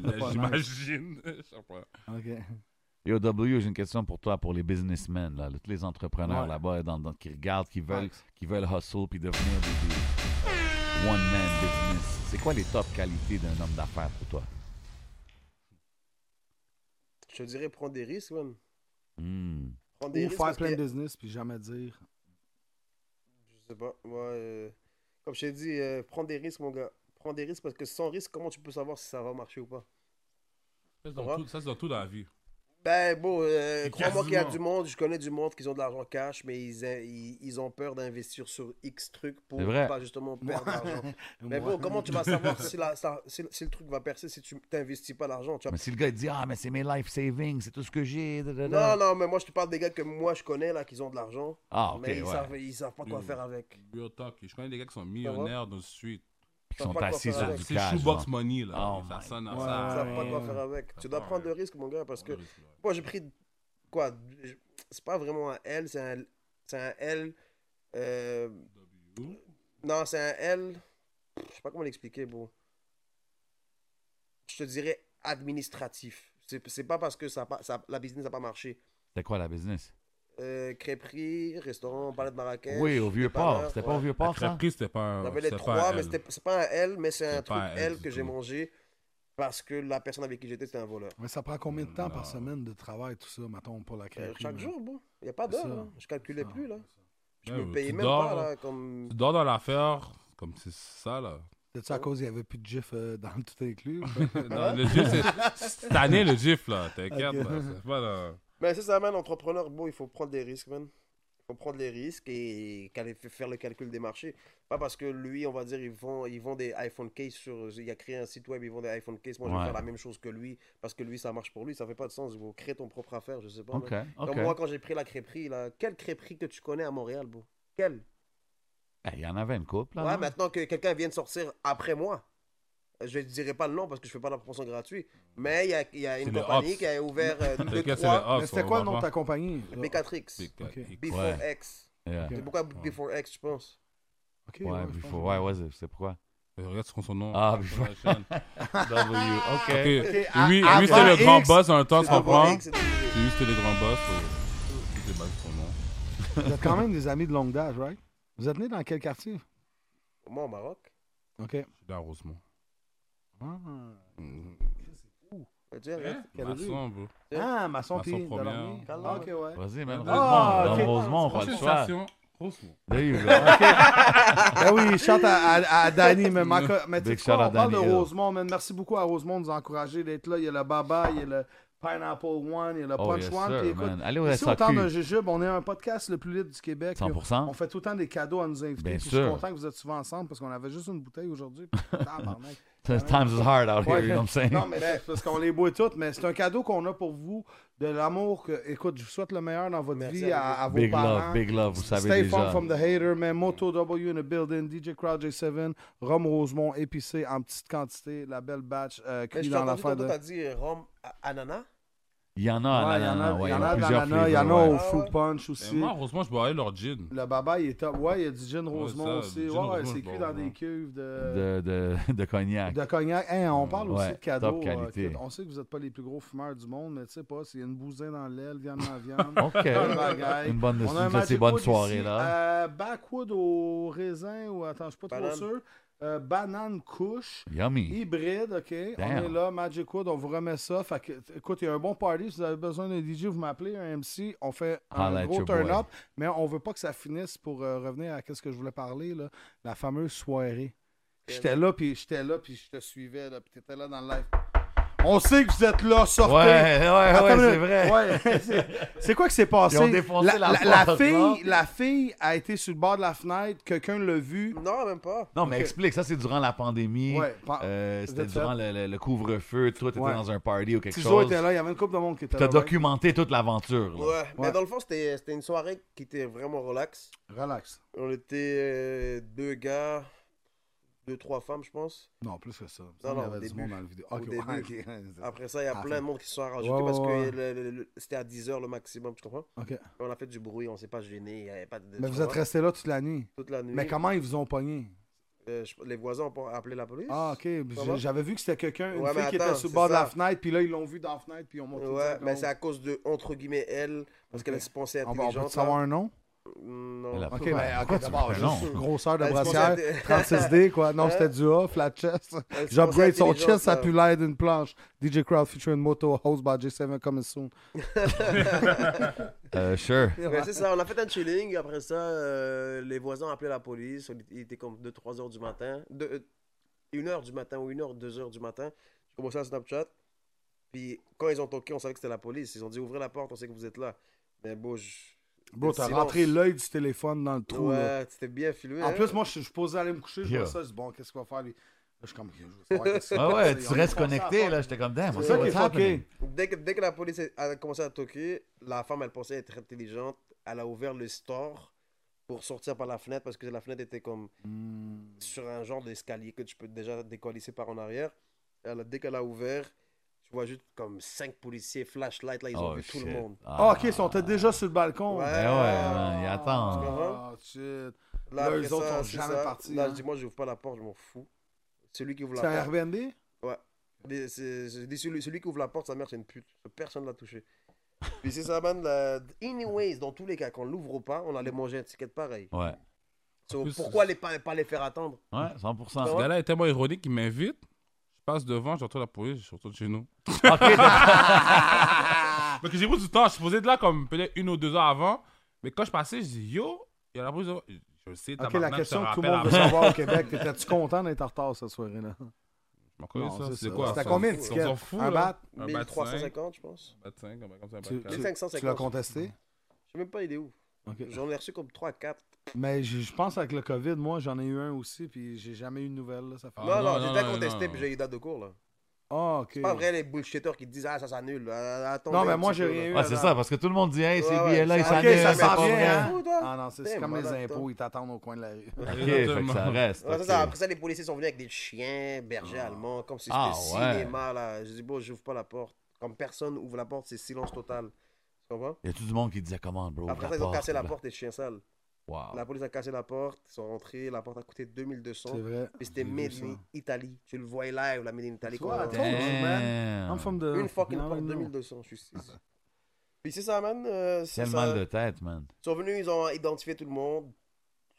S4: Là,
S1: pas
S4: J'imagine. Je sais pas.
S1: OK.
S3: Yo, W, j'ai une question pour toi, pour les businessmen, là, tous les entrepreneurs
S1: Ouais.
S3: là-bas dans- dans- qui regardent, qui veulent,
S1: Ouais.
S3: qui veulent hustle puis devenir des, des one-man business. C'est quoi les top qualités d'un homme d'affaires pour toi?
S6: Je te dirais prendre des risques, man.
S3: Hmm.
S6: Prendre des
S1: Ou
S6: risques.
S1: faire
S6: parce
S1: plein
S6: que-
S1: de business puis jamais dire.
S6: Je sais pas. Moi, euh, comme je t'ai dit, euh, prends des risques, mon gars. Prends des risques parce que sans risque, comment tu peux savoir si ça va marcher ou pas?
S4: Ça, c'est dans tout- ça, c'est dans tout dans la vie.
S6: Ben, bon, euh,
S4: Mais
S6: crois-moi qu'il y a
S4: quasiment.
S6: du monde, je connais du monde qui ont de l'argent cash, mais ils, a- ils, ils ont peur d'investir sur X trucs pour
S3: C'est vrai.
S6: pas justement perdre d'argent. Mais
S1: Moi.
S6: bon, comment tu vas savoir si, la- ça- si- si le truc va percer si tu t'investis pas l'argent? tu vois?
S3: Mais si le gars il dit Ah, mais c'est mes life savings, c'est tout ce que j'ai. da, da, da.
S6: Non, non, mais moi je te parle des gars que moi je connais là, qui ont de l'argent,
S3: Ah, ok,
S6: mais ils,
S3: ouais.
S6: savent, ils savent pas quoi
S4: Mm.
S6: faire avec.
S4: Real talk. Je connais des gars qui sont millionnaires dans le street.
S3: Puis
S6: Ils
S3: ils sont
S6: savent pas
S3: assis
S6: quoi faire
S3: sur
S4: C'est
S3: du
S4: c'est
S3: cash.
S4: shoebox
S3: genre.
S4: money, là.
S3: Oh
S4: ça
S3: my
S4: sonne à
S1: God.
S6: Ils
S4: ça.
S6: savent pas quoi
S1: Ah, ouais.
S6: faire avec. Tu
S4: Ça
S3: Ah,
S6: dois
S4: part,
S6: prendre
S4: ouais.
S6: de risques, mon gars, parce que
S4: Ouais, ouais.
S6: Moi, j'ai pris quoi je- C'est pas vraiment un L, c'est un, c'est un L. euh, non, c'est un L. Je sais pas comment l'expliquer, bro. Je te dirais administratif. C'est c'est pas parce que ça, a pas- ça- la business n'a pas marché.
S3: C'était quoi la business?
S6: Euh, crêperie, restaurant, palais de Marrakech.
S3: Oui, au vieux port.
S6: dépanneur,
S3: C'était
S6: ouais.
S3: pas au vieux
S4: La
S3: port, ça?
S4: crêperie, c'était pas
S6: On
S4: un.
S6: avait les
S4: c'était pas
S6: trois,
S4: un
S6: mais
S4: L.
S6: c'était c'est pas un L, mais c'est un
S4: C'était
S6: truc
S4: pas un L
S6: L
S4: du
S6: que j'ai
S4: tout.
S6: mangé parce que la personne avec qui j'étais, c'était un voleur.
S1: Mais ça prend combien de temps par
S4: Non.
S1: semaine de travail, tout ça, mettons, pour la
S6: Euh,
S1: création?
S6: chaque jour, bon. Il n'y a pas
S1: C'est
S6: d'heure.
S1: ça.
S6: hein. Je calculais plus, là. Je
S4: Ouais,
S6: me
S4: tu
S6: payais même
S4: dors,
S6: pas,
S4: là.
S6: là. Comme...
S4: Tu dors dans l'affaire, comme c'est ça, là.
S1: C'est-tu à cause qu'il n'y avait plus de GIF euh, dans le tout inclus? ou
S3: Ah,
S1: quoi?
S4: Non, le gif, c'est- c'est cette année, le gif, là. T'inquiète,
S1: Ok.
S4: là. C'est pas là.
S6: Mais Ben, c'est ça, man, entrepreneur, bon, il faut prendre des risques, man. Il faut prendre les risques et cal- faire le calcul des marchés. Pas parce que lui, on va dire, ils vend, ils vend des iPhone case sur. Il a créé un site web, ils vendent des iPhone case. Moi, je
S3: Ouais.
S6: vais faire la même chose que lui parce que lui, ça marche pour lui. Ça fait pas de sens. Vous créez ton propre affaire, je sais pas.
S3: Ok,
S6: man.
S3: ok.
S6: Comme moi, quand j'ai pris la crêperie, là, quelle crêperie que tu connais à Montréal, bro Quelle
S3: Eh, Il y en avait une couple, là.
S6: Ouais,
S3: non?
S6: maintenant que quelqu'un vient de sortir après moi. Je ne dirai pas le nom parce que je fais pas la promotion gratuite. Mais il y a, il y a
S4: C'est
S6: une
S4: le
S6: compagnie
S4: Ops.
S6: qui a ouvert euh, deux,
S4: T'inquiète, c'est
S6: trois,
S4: le off,
S1: Mais
S4: on
S1: c'était quoi
S4: va
S1: le nom de
S4: voir.
S1: ta compagnie?
S6: Bécatrix.
S4: C'est-
S6: Before
S3: Ouais.
S6: X.
S3: Yeah.
S1: Ok.
S6: C'est pourquoi Before X, je pense.
S1: Ok,
S3: Ouais,
S1: ouais, je
S3: before-
S1: pense.
S3: ouais, ouais, c'est- c'est pourquoi.
S4: Euh, Regarde ce qu'on son nom.
S3: Ah,
S4: Sur la
S3: before-
S4: chaîne.
S3: W,
S4: Ok.
S3: ok.
S1: à-
S4: Lui,
S1: avant
S4: lui c'était le
S1: X,
S4: grand boss en même temps, tu
S6: Avant
S4: comprends?
S6: X, c'est obligé.
S4: Lui, c'était le grand boss. euh, Je sais pas son nom.
S1: Vous êtes quand même des amis de longue date, right? Vous êtes né dans quel quartier?
S6: Moi, au Maroc.
S1: OK.
S4: Je suis dans Rosemont.
S1: Ah,
S4: Mmh.
S6: Je veux dire,
S4: Hein?
S6: quelle
S4: Maçon,
S6: rue?
S4: bro.
S1: ah maçon
S4: Maçon
S1: pied
S4: première.
S1: Delormier. Ah, OK, ouais.
S3: Vas-y, man.
S1: Ah,
S3: Rosemont,
S1: ok.
S3: Dans Rosemont, pas le choix.
S4: Sensation. Rosemont.
S3: There you go.
S1: Ben oui, shout à, à, à Danny, mais, ma co- mais tu
S3: Big
S1: sais quoi,
S3: shout à
S1: on parle de
S3: Danny Hill.
S1: Rosemont, man. Merci beaucoup à Rosemont de nous encourager d'être là. Il y a le Baba, il y a le Pineapple One, il y a le
S3: Oh,
S1: Punch
S3: yes,
S1: One.
S3: sir,
S1: Puis écoute,
S3: man. Allez au
S1: ici, au temps d'un
S3: SAQ.
S1: jujube, on est un podcast le plus lit du Québec. là.
S3: 100%.
S1: On fait tout le temps des cadeaux à nos invités.
S3: Bien
S1: puis Je suis
S3: sûr.
S1: content que vous êtes souvent ensemble parce qu'on avait juste une bouteille aujourd'hui. puis tabarnak.
S3: Times is hard out here,
S1: Ouais.
S3: you know what I'm saying?
S1: Non, mais c'est parce qu'on les boit toutes, mais c'est un cadeau qu'on a pour vous, de l'amour que. Écoute, je vous souhaite le meilleur dans votre
S6: Merci
S1: vie à, à vos
S3: Big
S1: parents.
S3: love, big love, vous savez
S1: Stay
S3: déjà.
S1: fun from the hater, man. Moto W in the building, DJ Crowd J7, Rome Rosemont épicé en petite quantité, la belle batch euh,
S6: Mais
S1: cuit
S6: je t'ai
S1: dans la
S6: entendu
S1: fin
S6: tantôt,
S1: de.
S6: t'as dit euh, rhum à- ananas.
S3: Il y en a à
S1: Ouais, il y en a-
S3: l'ananas, Ah, ouais,
S1: il y en a de
S3: plusieurs
S1: l'ananas, il y en
S3: flavors,
S1: a
S3: ouais.
S1: au Fruit Punch
S4: Et
S1: aussi.
S4: moi, heureusement, je boirais leur gin.
S1: Le baba, il est top. Ouais, il y a du gin Rosemont
S4: ça,
S1: aussi.
S4: du
S1: Ouais,
S4: gin
S1: ouais,
S4: Rosemont,
S1: c'est
S4: je
S1: cuit
S4: bois,
S1: dans
S4: ouais.
S1: des cuves de,
S3: de, de, de cognac.
S1: de... cognac. Hey, on parle
S3: Hein? Mm, Ouais,
S1: aussi de cadeaux.
S3: top
S1: euh,
S3: qualité.
S1: écoute, on sait que vous n'êtes pas les plus gros fumeurs du monde, mais tu sais pas, s'il y a une bousine dans l'aile, viande dans la viande.
S3: OK.
S1: bonne bagaille.
S3: Une bonne de,
S1: On a un
S3: de ces
S1: Magic
S3: bonnes
S1: Wood
S3: soirées,
S1: ici.
S3: là.
S1: Euh, backwood au raisin ou attends, je suis pas
S6: Banane.
S1: trop sûr. Euh, banane couche.
S3: Yummy.
S1: Hybride, OK.
S3: Damn.
S1: On est là, Magic Wood, on vous remet ça. Fait que, t- écoute, il y a un bon party. Si vous avez besoin d'un DJ, vous m'appelez, un MC. On fait un
S3: Holla at
S1: gros
S3: your boy.
S1: turn-up. Mais on veut pas que ça finisse pour euh, revenir à ce que je voulais parler, là, la fameuse soirée. J'étais là, puis j'étais là, puis je te suivais, là, puis t'étais là dans le live. On sait que vous êtes là, sortez.
S3: Ouais, ouais,
S1: Attends
S3: ouais,
S1: une
S3: c'est
S1: minute.
S3: vrai.
S1: Ouais, c'est- c'est quoi qui s'est passé?
S3: Ils ont défoncé la porte, là.
S1: fille, la fille a été sur le bord de la fenêtre, quelqu'un l'a vue.
S6: Non, même pas.
S3: Non, mais explique, ça, c'est durant la pandémie.
S1: Ouais, par-
S3: Euh, C'était
S1: Vous êtes
S3: durant le, le- le couvre-feu. Toi, t'étais
S1: Ouais.
S3: dans un party ou quelque
S1: Tizo
S3: chose.
S1: était là, il y avait une couple de monde qui était
S3: T'as
S1: là. ouais.
S3: documenté toute l'aventure, là.
S6: Ouais. Mais dans le fond, c'était c'était une soirée qui était vraiment relax.
S1: Relax.
S6: On était euh, deux gars, deux, trois femmes, je pense.
S1: Non, plus que ça.
S6: Non,
S1: il y
S6: non,
S1: avait
S6: au
S1: du
S6: début.
S1: monde dans le vidéo.
S6: Au
S1: Ok,
S6: début.
S1: ouais, ok.
S6: Après ça, il y a
S1: Ah,
S6: plein
S1: fait-
S6: de monde qui se sont rajoutés
S1: Ouais, ouais,
S6: parce
S1: ouais.
S6: que le- le- le- c'était à 10h le maximum, tu comprends?
S1: Ok.
S6: On a fait du bruit, on s'est pas gêné, il y avait pas de.
S1: Mais
S6: tu
S1: vous êtes
S6: comprends?
S1: restés là toute la nuit.
S6: Toute la nuit.
S1: Mais comment ils vous ont pogné?
S6: euh, je- les voisins ont pas appelé la police.
S1: Ah, ok.
S6: va?
S1: J'avais vu que c'était quelqu'un, une
S6: Ouais, mais
S1: fille qui était
S6: attends,
S1: sur le
S6: c'est
S1: bord de la
S6: ça.
S1: fenêtre, puis là, ils l'ont vu dans la fenêtre, puis ils ont montré.
S6: Ouais, mais c'est
S1: ça.
S6: à cause de, entre guillemets, elle, parce
S1: Ok.
S6: qu'elle se pensait
S1: Ah On, on
S6: intelligente.
S1: peut
S6: là.
S1: savoir un nom?
S6: Non.
S3: Elle a-
S1: Ok,
S3: Pourquoi?
S1: mais
S3: Pourquoi
S1: ok,
S3: tu
S1: d'abord,
S6: Ben
S3: veux un nom?
S1: juste grosseur de
S6: Elle se pensait
S1: brassière,
S6: inté-
S1: 36D, quoi. Non,
S6: Hein?
S1: c'était du A, flat chest.
S6: Elle se
S1: J'upgrade
S6: pensait
S1: son
S6: intelligente, hein.
S1: chest, ça
S6: là.
S1: pue l'air d'une planche. DJ Crowd featuring Moto, host by J7 coming soon.
S3: Euh, sure.
S6: Mais c'est ça, on a fait un chilling. Après ça, euh, les voisins ont appelé la police. On- Il était comme 2-3 heures du matin. 1h du matin ou 1h, 2h du matin. J'ai commencé à Snapchat. Puis quand ils ont toqué, on savait que c'était la police. Ils ont dit ouvrez la porte, on sait que vous êtes là. Mais bon, je...
S1: Bro, t'as
S6: Silence.
S1: rentré l'œil du téléphone dans le trou, là.
S6: Ouais, c'était bien filmé.
S1: En
S6: hein.
S1: plus, moi, je je suis posé à aller me coucher, je vois
S3: Yeah.
S1: ça, je dis bon, qu'est-ce qu'on va faire lui? Là, je suis comme, je veux savoir qu'est-ce qui se
S3: Ah
S1: passe,
S3: ouais,
S1: ils
S3: tu
S1: ont
S3: restes
S1: pensé à
S3: connecté,
S1: faire-
S3: là. J'étais comme, damn,
S1: C'est ça qui est
S3: what's happening?
S1: fucké.
S6: Dès que, dès que la police a commencé à toquer, la femme, elle pensait être intelligente. Elle a ouvert le store pour sortir par la fenêtre parce que la fenêtre était comme
S3: Hmm.
S6: sur un genre d'escalier que tu peux déjà décolisser par en arrière. Elle a- dès qu'elle a ouvert, tu vois juste comme cinq policiers, flashlight, là, ils ont
S3: Oh,
S6: vu tout le
S3: shit.
S6: monde.
S1: Ah, ok, ils sont déjà sur le balcon.
S6: Ouais.
S3: Ben ouais, man, ils attendent.
S1: Ah, shit. Là,
S6: après
S1: eux autres sont
S6: c'est
S1: jamais partis,
S6: Là,
S1: hein.
S6: je dis, moi, je n'ouvre pas la porte, je m'en fous. Celui qui ouvre
S1: C'est un
S6: la porte.
S1: Airbnb?
S6: Ouais. Des- c'est- je dis, celui, celui qui ouvre la porte, sa mère, c'est une pute. Personne ne l'a touché. Puis c'est ça, man. la- Anyways, dans tous les cas, quand on l'ouvre pas, on allait manger un ticket pareil.
S3: Ouais.
S6: So,
S4: plus,
S6: pourquoi les, pas, pas les faire attendre
S3: Ouais,
S4: Ce
S3: 100%.
S4: gars-là est tellement ironique qu'il m'invite. Je passe devant, j'entends la police, je retourne chez nous. Parce que j'ai pris du temps, je suis posé de là comme peut-être une ou deux heures avant. Mais quand je passais, je dis yo, il y a la police. devant. Je le sais,
S1: Ok, la
S4: tabarnak,
S1: question
S4: je te
S1: que tout le
S4: rappelle
S1: monde veut
S4: avant.
S1: savoir au Québec, t'étais-tu content d'être en retard cette soirée-là?
S4: Je m'en connais,
S1: Non,
S4: ça.
S1: c'est
S4: C'est
S1: ça.
S4: quoi
S1: C'était
S4: ça?
S1: combien de
S4: On
S1: tickets?
S4: s'en fout,
S1: Un
S4: là.
S1: bat?
S4: Un bat 5,
S6: 1350, je pense.
S4: un bat 5, un bat comme ça, un bat
S1: Tu,
S4: quatre.
S1: tu-
S6: 1550.
S1: tu l'as contesté?
S6: Je sais même pas, il est où.
S1: Ok.
S6: J'en ai reçu comme 3 4.
S1: Mais je je pense avec le COVID, moi, j'en ai eu un aussi, puis j'ai jamais eu de nouvelles. là, ça fait...
S4: Ah,
S6: non,
S4: non,
S6: non,
S4: non,
S6: j'ai déjà
S4: non,
S6: contesté,
S4: non.
S6: puis j'ai eu date de cours, là.
S1: Ah, ok.
S6: C'est pas vrai, les bullshitters qui disent, ah, ça s'annule. Ah, attendez
S1: Non, mais
S6: un
S1: moi,
S6: petit
S1: j'ai
S6: peu,
S1: rien
S6: là.
S1: eu.
S3: Ah, c'est
S1: là.
S3: ça, parce que tout le monde dit, hey, ces
S6: Ouais, ouais,
S3: billets-là, ils
S6: ça-
S1: Ok,
S6: Année,
S3: s'annulent,
S1: ça
S6: là,
S3: c'est pas
S1: s'en
S6: marche
S1: vient,
S3: vrai.
S1: hein?
S6: Fou, toi.
S1: Ah non, c'est c'est
S6: Damn,
S1: comme les
S6: voilà,
S1: impôts, ils t'attendent au coin de la rue.
S3: Ok, fait que ça reste.
S6: Ouais, c'est
S3: ok.
S6: ça. Après ça, les policiers sont venus avec des chiens, bergers allemands, comme si c'était
S3: Ah, ouais.
S6: cinéma, là. Je dis, bon, j'ouvre pas la porte. Comme personne ouvre la porte, c'est silence total. Tu comprends
S3: Y a tout du monde qui disait, comment, bro?
S6: Après ça, ils ont cassé la porte, les chiens sales.
S3: Wow.
S6: La police a cassé la porte, ils sont rentrés, la porte a coûté 2200.
S1: C'est vrai.
S6: Puis c'était
S1: J'ai vu
S6: Made
S1: ça.
S6: in Italy. Tu le voyais live, la Made in Italy.
S1: Tu
S6: qu'on
S1: vois,
S6: a-
S1: attends.
S3: Damn.
S1: I'm from the-
S6: Une fucking
S1: No,
S6: porte,
S1: no.
S6: 2200, je suis six. Puis c'est ça, man. euh, c'est
S3: Quel
S6: ça.
S3: mal de tête, man.
S6: Ils sont venus, ils ont identifié tout le monde.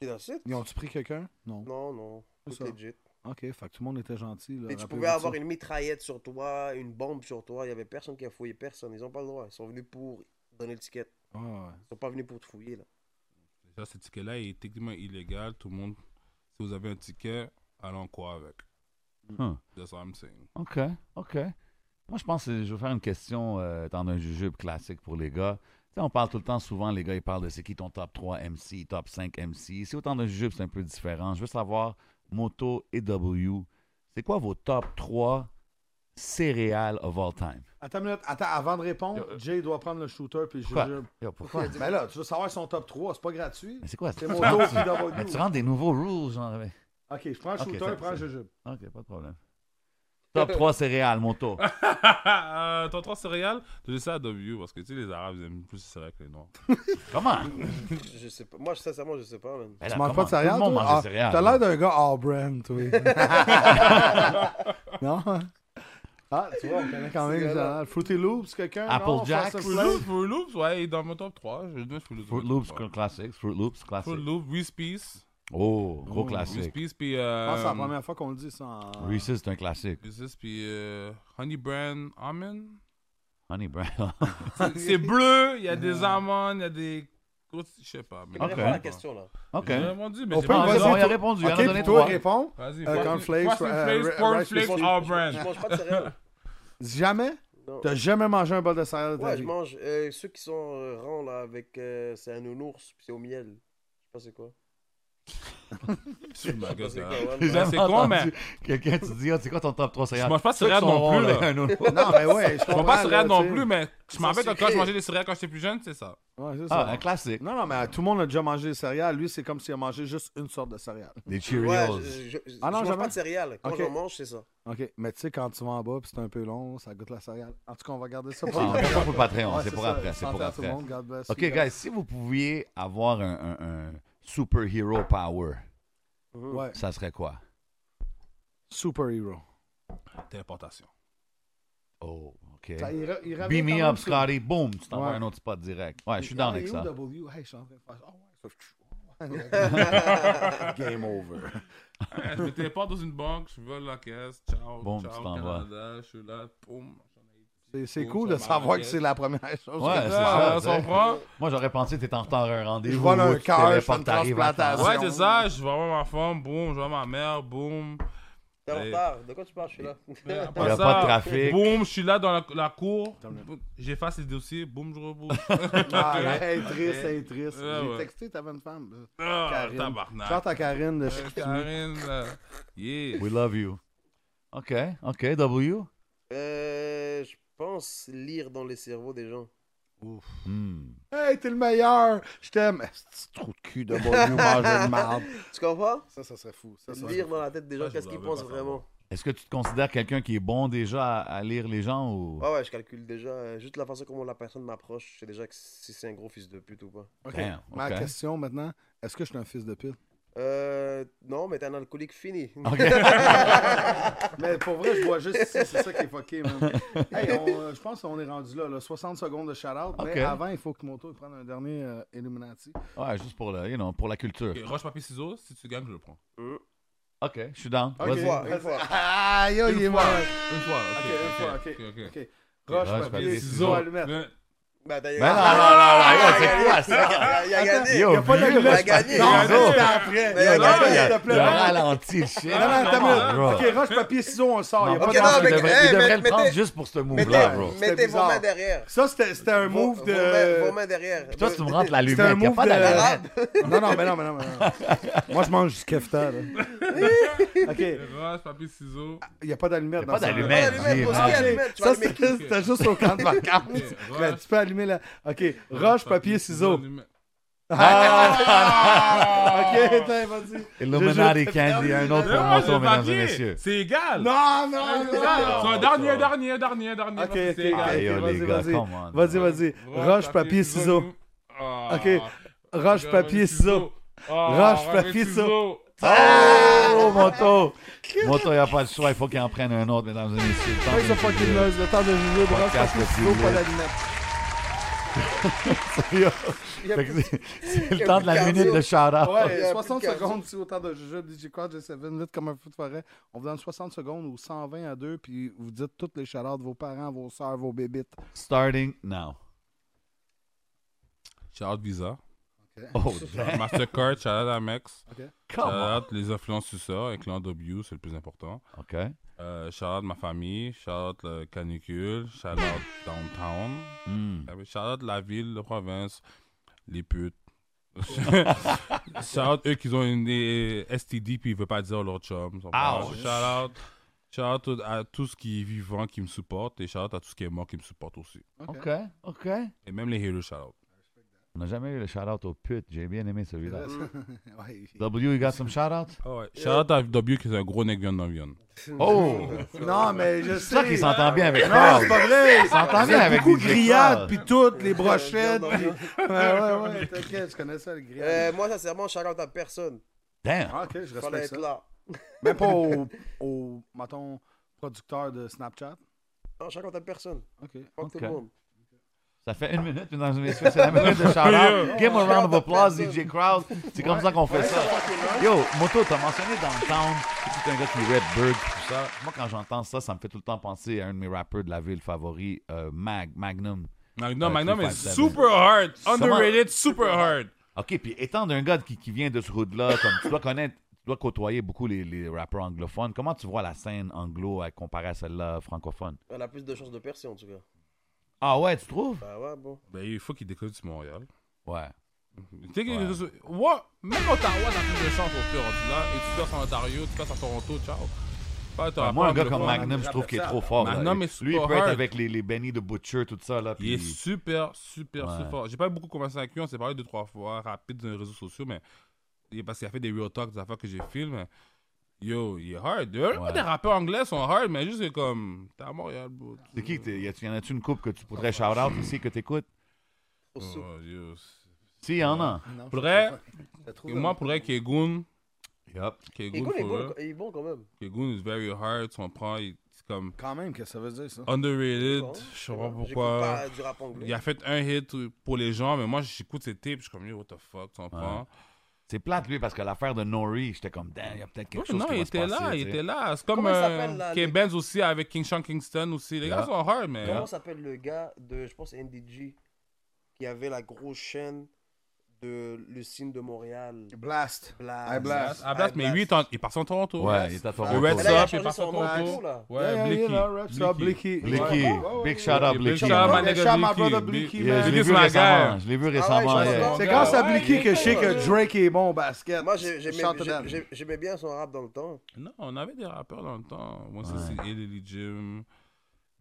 S6: C'est la suite.
S1: Ils ont-tu pris quelqu'un? Non.
S6: Non, non.
S1: C'est
S6: Tout
S1: ça.
S6: legit.
S1: Ok, fait que tout le monde était gentil. là,
S6: Et tu
S1: rappelez-vous
S6: pouvais
S1: de
S6: avoir
S1: ça.
S6: une mitraillette sur toi, une bombe sur toi. Il n'y avait personne qui a fouillé personne. Ils n'ont pas le droit. Ils sont venus pour donner le ticket.
S1: Ah, ouais.
S6: Ils sont pas venus pour te fouiller, là.
S4: Déjà, ce ticket-là est techniquement illégal. Tout le monde, si vous avez un ticket, allez en quoi avec.
S3: Hmm.
S4: That's what I'm saying.
S3: OK, OK. Moi, je pense que je vais faire une question euh, dans un jujube classique pour les gars. Tu sais, on parle tout le temps, souvent, les gars, ils parlent de c'est qui ton top 3 MC, top 5 MC. Si autant d'un jujube, c'est un peu différent. Je veux savoir, Moto et W, c'est quoi vos top 3 céréales of all time?
S1: Attends une minute, attends, avant de répondre,
S3: Yo, euh,
S1: Jay doit prendre le shooter puis je
S3: Quoi?
S1: jure.
S3: Yo, pourquoi?
S1: Ben là, tu veux savoir son top 3, c'est pas gratuit.
S3: Mais c'est quoi?
S1: C'est
S3: tu,
S1: Moto
S3: rentres,
S1: puis W.
S3: mais tu rentres des nouveaux rules, genre. avec-
S1: Ok, je prends le
S3: Ok,
S1: shooter,
S3: ça-
S1: prends le
S3: ça-
S1: jujube.
S3: OK, pas de problème. Top 3 céréales, mon taux.
S4: euh, ton trois céréales, je laisse ça à W parce que tu sais, les Arabes ils aiment plus les céréales que les Noirs.
S3: Comment?
S6: Je sais pas. Moi, sincèrement, je sais pas, man.
S3: Ben là,
S1: Tu
S3: comment?
S1: manques pas de céréales?
S3: Tout le monde
S1: toi?
S3: mange
S1: Ah,
S3: des céréales.
S1: T'as l'air d'un gars all-brand, toi. non? hein? Ah, tu vois, on connaît quand même les céréales. Fruity Loops, quelqu'un?
S3: Apple
S1: non?
S3: Jacks.
S1: Frosted
S4: Fruit
S1: Flakes?
S4: Loops, Fruit Loops, ouais, il est dans mon top 3. Je donne Fruit Loops.
S3: Fruit Loops cl- classique. Fruit Loops classique.
S4: Fruit Loops, Reese Peace.
S3: Oh, gros
S4: Reese
S3: classique.
S4: Peace, puis.
S1: Je
S4: Euh,
S1: pense que Ah, c'est la première fois qu'on le dit, ça. en-
S3: Reese's, c'est un classique.
S4: Reese's, puis euh, Honey Brand Almond.
S3: Honey Brown.
S4: C'est- C'est bleu, il y a des amandes, il y a des. Je sais pas. Mais
S6: Je
S3: Ok.
S6: réponds à la question, là.
S3: OK.
S4: J'ai répondu, mais
S1: On
S4: j'ai
S1: peut
S4: pas
S1: y
S3: Ah,
S1: vas-y,
S3: non, il
S4: raison.
S3: a
S1: toi-
S3: répondu. Il en
S1: Ok,
S3: a
S1: puis
S3: donné
S1: toi,
S3: trois.
S1: réponds.
S4: Vas-y,
S1: Euh, cornflakes,
S4: Frosted
S1: euh,
S4: Flakes,
S1: ri-
S4: Corn
S1: rice
S4: Flakes,
S1: krispies.
S4: All
S6: Je
S4: Brand.
S6: mange pas de céréales.
S1: Jamais?
S6: Non.
S1: T'as jamais mangé un bol de céréales de ta
S6: Ouais, je
S1: vie?
S6: mange euh, ceux qui sont euh, ronds, là, avec. euh, c'est un nounours, puis c'est au miel. Je sais pas c'est quoi.
S4: Je me gueule,
S6: C'est
S4: hein.
S6: quoi, ouais,
S3: J'ai
S6: ouais.
S4: Ben,
S3: jamais
S4: c'est con,
S3: entendu Quelqu'un, tu dis, ah, c'est quoi ton top 3 céréales?
S4: Je mange pas de
S3: Ceux qui
S4: céréales
S3: sont
S4: non plus,
S3: ronds,
S4: là.
S3: non, non.
S1: Non, mais ouais, je
S4: Je
S1: comprends.
S4: mange pas
S1: là,
S4: de céréales non
S1: tu sais.
S4: plus, mais je me
S6: sont
S4: rappelle que quand je
S6: sucrés.
S4: mangeais des céréales quand j'étais plus jeune, c'est ça.
S1: Ouais, c'est ça.
S3: Ah, un classique.
S1: Non, non, mais euh, tout le monde a déjà mangé des céréales. Lui, c'est comme s'il a mangé juste une sorte de céréales.
S3: Des
S6: Ouais,
S3: Cheerios.
S6: je, je- je-
S1: Ah non,
S6: je mange
S1: jamais.
S6: pas de céréales. Quand
S1: Ok.
S6: j'en mange, c'est ça.
S1: OK, mais tu sais, quand tu vas en bas, puis c'est un peu long, ça goûte la céréale. En tout cas, on va garder ça
S3: Ah,
S1: pour
S3: on fait ça pour le Patreon,
S1: Ouais,
S3: c'est pour
S1: ça.
S3: après, c'est
S1: Santé
S3: pour
S1: à tout le
S3: après.
S1: monde, God bless
S3: OK,
S1: you,
S3: guys, si vous pouviez avoir un, un, un superhero power,
S6: Mhm.
S1: Ouais,
S3: ça serait quoi?
S1: super hero.
S4: Téléportation.
S3: Oh, OK.
S1: Ça, il re- il revient
S3: Beam me
S1: quand même
S3: up,
S1: sur-
S3: Scotty. Boom, tu t'envoies
S1: Ouais.
S3: un autre spot direct. Ouais, je suis down avec ça.
S1: W, hey, je suis en train de faire. Oh, Ah ouais, ça- Oh, Game over.
S4: Ouais, je me téléporte dans une banque, je vole la caisse, ciao,
S3: Boum, tu
S4: ciao,
S3: t'en vas.
S4: Canada, je suis là, boum.
S1: C'est- C'est cool de savoir que c'est la première chose.
S3: Ouais,
S1: que-
S3: c'est ça.
S4: Ah, on s'en
S3: c'est-
S4: prend.
S3: Moi, j'aurais pensé que t'es en retard à un rendez-vous.
S1: Je vole un
S3: ou tu te
S1: cœur, je
S3: téléportes,
S1: fais une
S3: t'arrives à temps.
S1: transplantation.
S4: Ouais, c'est ça, je vais voir ma femme, boum, je vois ma mère, boum.
S6: T'es en
S4: Ouais.
S6: retard. De quoi tu parles? Je suis là.
S3: Il n'y a pas de trafic.
S4: Boum, je suis là dans la, la cour, j'efface les dossiers, boum, je rebouche.
S1: Ah, elle est triste, elle est triste.
S4: Ouais,
S1: J'ai
S4: ouais.
S1: texté, t'avais une femme.
S4: Ah,
S1: Karine.
S4: tabarnak.
S1: Chante à Karine de
S4: Euh,
S1: Chicoutimi.
S4: Karine, euh, yeah.
S3: We love you. OK, OK, W.
S6: Euh, je pense lire dans les cerveaux des gens.
S3: Hmm.
S1: Hey, t'es le meilleur! Je t'aime! Eh, C'est trou de cul de bon vieux manger de marde.
S6: Tu comprends?
S1: Ça, ça serait fou. Ça, ça serait
S6: Lire dans la tête des
S4: Ça,
S6: gens,
S4: je
S6: qu'est-ce
S4: vous
S6: qu'ils
S4: l'avais
S6: pensent
S4: pas
S6: vraiment?
S3: Est-ce que tu te considères quelqu'un qui est bon déjà à, à lire les gens ou.
S6: Ouais, ouais, je calcule déjà. euh, juste la façon comment la personne m'approche, je sais déjà que si c'est un gros fils de pute ou pas.
S1: OK.
S3: Damn,
S1: Ma
S3: ok.
S1: question maintenant, est-ce que je suis un fils de pute?
S6: Euh, non, mais t'es un alcoolique fini.
S1: Mais pour vrai, je vois juste ici, c'est ça qui est fucké, man. Hey, on, euh, je pense qu'on est rendu là, là, 60 secondes de shout-out,
S3: Ok.
S1: mais avant, il faut que Moto prenne un dernier euh, Illuminati.
S3: Ouais, juste pour, le, you know, pour la culture.
S4: Ok, Roche, papier, ciseaux, si tu gagnes, je le prends.
S3: OK, je suis down.
S1: Ok.
S6: Une
S3: Vas-y.
S6: fois, une fois.
S1: Ah, yo, il est mort!
S4: Une fois,
S1: Ok, une fois, ok.
S4: ok, ok.
S1: Ok. Roche,
S3: Roche,
S1: papier,
S3: papier,
S1: ciseaux, allumettes.
S4: Mais-
S6: Ben, t'as Ah,
S3: Ben non, non, non, non, yo, c'est quoi
S6: Il
S3: ça?
S6: a, Ah, il a gagné.
S3: Yo,
S6: Il a pas
S3: vieux,
S6: d'allumette, il a
S3: là,
S6: gagné.
S3: je pense-
S6: Non,
S3: Ciseaux.
S1: après!
S6: Mais il a
S1: Non,
S6: gagné,
S1: s'il
S3: il
S1: te
S3: a
S1: plaît.
S3: le ralenti le shit.
S1: Ah, Non, non, t'as
S4: Non,
S3: bro.
S1: mieux. Ok, roche, papier, ciseaux, on le sort. il y a
S3: Non,
S1: pas
S6: Ok,
S1: de
S6: non,
S1: danger.
S3: il
S6: mais-
S3: devrait, il
S6: hey,
S3: devrait le
S6: mettez-
S3: prendre juste pour ce move-là,
S6: Mettez,
S3: bro.
S6: mettez vos
S1: bizarre.
S6: mains derrière.
S1: Ça, c'était c'était un
S6: Vos-
S1: move
S6: Vos, mains, vos
S1: de...
S6: mains derrière.
S3: Toi, tu me rentres la
S1: C'était un
S3: lumière. Il a
S1: move
S3: pas d'allumette.
S1: de... Non, non, mais non, mais non, mais non. Moi, je mange du kefta, là. OK,
S4: eh, Roche, papier, ciseaux.
S1: il n'y a pas d'allumette
S3: Il a
S1: dans
S3: pas
S1: ça.
S3: d'allumette.
S6: Pas d'allumette,
S3: Merde,
S6: aussi,
S3: merde.
S6: allumette, tu vas
S1: Ça,
S6: allumer qui?
S1: c'était c'était juste au camp de vacances.
S4: Ok,
S1: Mais
S4: roche,
S1: tu peux allumer la... OK, roche, papier, ciseaux.
S4: allumettes.
S3: Ah!
S1: OK, t'as pas dit.
S3: Illuminati Candy, un autre
S4: Mais
S3: pour
S4: moi, j'ai
S3: Monto, mesdames et
S4: papier.
S3: messieurs.
S4: C'est
S1: Non,
S4: égal. C'est
S3: Ah,
S1: non, non.
S4: égal. C'est un
S3: non,
S4: dernier,
S3: ça.
S4: dernier, dernier, dernier.
S1: OK,
S4: parce que
S1: OK,
S4: c'est égal.
S1: ok,
S3: Aïe, yo,
S1: vas-y,
S3: les gars,
S1: vas-y.
S3: come on.
S1: Vas-y, vas-y. Roche, papier, ciseaux.
S4: Ah.
S1: Ok, Roche, papier, ciseaux.
S4: Ah,
S1: Roche, papier, ciseaux.
S3: Oh, Monto! Monto, il a pas le choix. Il faut qu'il en prenne un autre, mesdames et messieurs. Le temps
S1: Thanks
S3: de
S1: a fucking
S3: jouer.
S1: buzz. Le temps de jouer. de Roche,
S3: Podcast
S1: papier,
S3: de
S1: ciseaux, pas
S3: Gillette.
S1: d'allumette.
S3: Fait que c'est- C'est le
S6: a
S3: temps
S6: plus
S3: de
S6: de
S3: la
S6: cardio.
S3: minute de shout-out.
S1: Ouais,
S6: y a
S1: 60
S6: plus de cardio.
S1: secondes, si autant de jeux DJ Quad, G7, vite comme un fou de forêt. On vous donne 60 secondes ou 120 à 2, puis vous dites toutes les chaleurs de vos parents, vos soeurs, vos bébites.
S3: Starting now.
S4: Shout out Visa.
S3: Oh, damn.
S4: Mastercard, shout out Amex. Shout
S3: Come
S1: Uh.
S3: on.
S4: out les influenceurs avec l'un W, c'est le plus important.
S3: OK.
S4: Euh, shout out ma famille. Shout out le canicule. Shout out downtown.
S3: Hmm.
S4: Ah oui, Shout out la ville, la province, les putes. shout out eux qui ont une euh, STD puis ils veulent pas dire leur chum. Ils sont pas-
S3: Ouch.
S4: Shout out. Shout out à tout ce qui est vivant qui me supporte et shout out à tout ce qui est mort qui me supporte aussi.
S3: OK, OK.
S4: Et même les heroes shout out.
S3: On n'a jamais eu le shout-out aux putes. J'ai bien aimé celui-là.
S1: Ouais.
S3: W, you got some shout-out?
S4: Ah ouais. Shout out à W qui est un gros nec viande dans viande.
S3: Oh!
S1: Non, mais je sais.
S3: C'est ça qu'il s'entend bien avec
S1: Non,
S3: Carl.
S1: c'est pas vrai.
S3: s'entend bien avec
S1: Beaucoup
S3: les
S1: grillades,
S3: écoles.
S1: puis toutes, les brochettes.
S6: Viande
S1: puis- Ouais, ouais, Ah, ouais, t'inquiète, je connais ça, les grillades.
S6: Euh, moi, sincèrement, shout-out à personne.
S3: Damn!
S1: Ah, ok, je
S6: Fallait
S1: respecte
S6: être
S1: ça.
S6: là.
S1: Même pas au, au, mettons, producteur de Snapchat.
S6: Non, shout-out à personne.
S1: Ok.
S6: Fuck tout le
S3: Ok.
S6: monde.
S3: Ça fait une minute, mesdames et messieurs, c'est la minute de shout-out. Give him a round of applause, DJ Crowd. C'est comme ça qu'on fait ça. Yo, Moto, t'as mentionné Downtown, c'est un gars qui rap Bird, tout ça. Moi, quand j'entends ça, ça me fait tout le temps penser à un de mes rappeurs de la ville favori, euh, Mag, Magnum.
S4: Magnum,
S3: Euh,
S4: Magnum est
S3: 357.
S4: super hard. Underrated, super hard.
S3: OK, puis étant d'un gars qui, qui vient de ce hood-là, comme tu dois connaître, tu dois côtoyer beaucoup les, les rappeurs anglophones, comment tu vois la scène anglo à comparer à celle-là francophone?
S6: On a plus de chances de percer, en tout cas.
S3: Ah ouais, tu trouves?
S6: Bah ouais, bon.
S4: Ben, il faut qu'il décolle du Montréal.
S3: Ouais.
S4: Tu sais, que- ouais, même Ottawa, t'as plus de chance au pire rendu là. Et tu passes en Ontario, tu passes à Toronto, ciao. Pas à
S3: Ouais,
S4: Toronto,
S3: Bah, moi, un gars
S4: anglophone.
S3: comme Magnum, je trouve qu'il est trop fort. là.
S4: Magnum est
S3: Lui, il
S4: super
S3: peut être
S4: hard.
S3: avec les, les Benny de Butcher, tout ça. Là,
S4: Il est
S3: puis-
S4: super, super,
S3: Ouais.
S4: super fort. J'ai pas beaucoup conversé avec lui, on s'est parlé deux, trois fois, rapide dans les réseaux sociaux, mais il est parce qu'il a fait des real talks, des affaires que j'ai filmées. Yo, il est hard. Les
S3: Ouais.
S4: rappeurs anglais sont hard, mais juste que comme. T'es à Montréal, bro.
S1: Oh,
S3: C'est qui que t'es- y a- y en a-tu une coupe que tu pourrais shout-out ici que t'écoutes?
S6: Au
S3: Hmm.
S4: Oh,
S6: sou-
S4: yo.
S3: Si, y en a.
S1: Non,
S4: Pour vrai,
S1: je te trouve-
S4: moi, pour vrai, Kegun.
S6: Il
S3: Yup.
S6: est
S4: Kegun,
S6: bon, il est
S4: for
S6: bon,
S4: real.
S6: il est bon quand même.
S4: Kegun is very hard, tu comprends? il- C'est comme
S1: Quand même, qu'est-ce que ça veut dire, ça?
S4: underrated,
S6: Bon,
S4: je
S6: c'est
S4: sais pas
S6: bon. hein. J'écoute
S4: pourquoi.
S6: pas euh, du rap anglais.
S4: Il a fait un hit pour les gens, mais moi j'écoute ses tapes, je suis comme yo, what the fuck, tu comprends?
S3: C'est plate, lui, parce que l'affaire de Nori, j'étais comme, damn, y a peut-être quelque
S4: Ouais,
S3: chose
S4: non,
S3: qui va
S4: il
S3: se
S4: était
S3: passer,
S4: là, il
S3: tu sais.
S4: était là. C'est comme
S6: Comment il
S4: euh,
S6: s'appelle, là,
S4: Ken
S6: le-
S4: Benz aussi avec King Sean Kingston aussi. Les
S3: Yeah.
S4: gars sont hard, mais. hein.
S6: Comment s'appelle le gars de, je pense, NDG, qui avait la grosse chaîne de le signe de Montréal
S1: Blast.
S6: Blast.
S1: I Blast.
S4: Ah, Blast, mais lui, il est en- il est parti en Toronto.
S3: Ouais, il était à Toronto.
S4: Le
S6: Mais
S4: Red
S6: là, il a
S4: Sox, il est
S6: changé
S4: parti en
S6: son nom et tout,
S4: Toronto.
S6: là.
S1: Yeah, yeah,
S4: Ouais,
S1: yeah, no, rap, ça,
S4: Blicky.
S1: Blicky.
S3: Blicky.
S1: Ouais, ouais, ouais,
S3: Big
S1: ouais.
S3: shout out,
S4: Big
S3: Blicky.
S4: shout out, my
S3: Yeah,
S1: Big
S4: nigga
S1: shout out, my
S4: Blicky.
S1: brother
S4: Big-
S1: Blicky,
S3: Je
S1: man.
S3: l'ai
S4: Blicky,
S3: vu
S4: c'est ma
S3: récemment.
S4: guy. Ah
S3: Je l'ai vu récemment.
S6: ouais, je
S3: yeah.
S6: suis
S1: C'est
S6: Ouais,
S1: grâce à
S6: ouais,
S1: Blicky
S6: ouais,
S1: que je sais
S6: ouais.
S1: que Drake est bon au basket.
S6: Moi, j'ai- j'aimais
S1: Shout to
S6: j'ai-
S1: them.
S6: j'ai- j'aimais bien son rap dans le temps.
S4: Non, on avait des rappeurs dans le temps. Moi, ça, c'est Ellie Jim,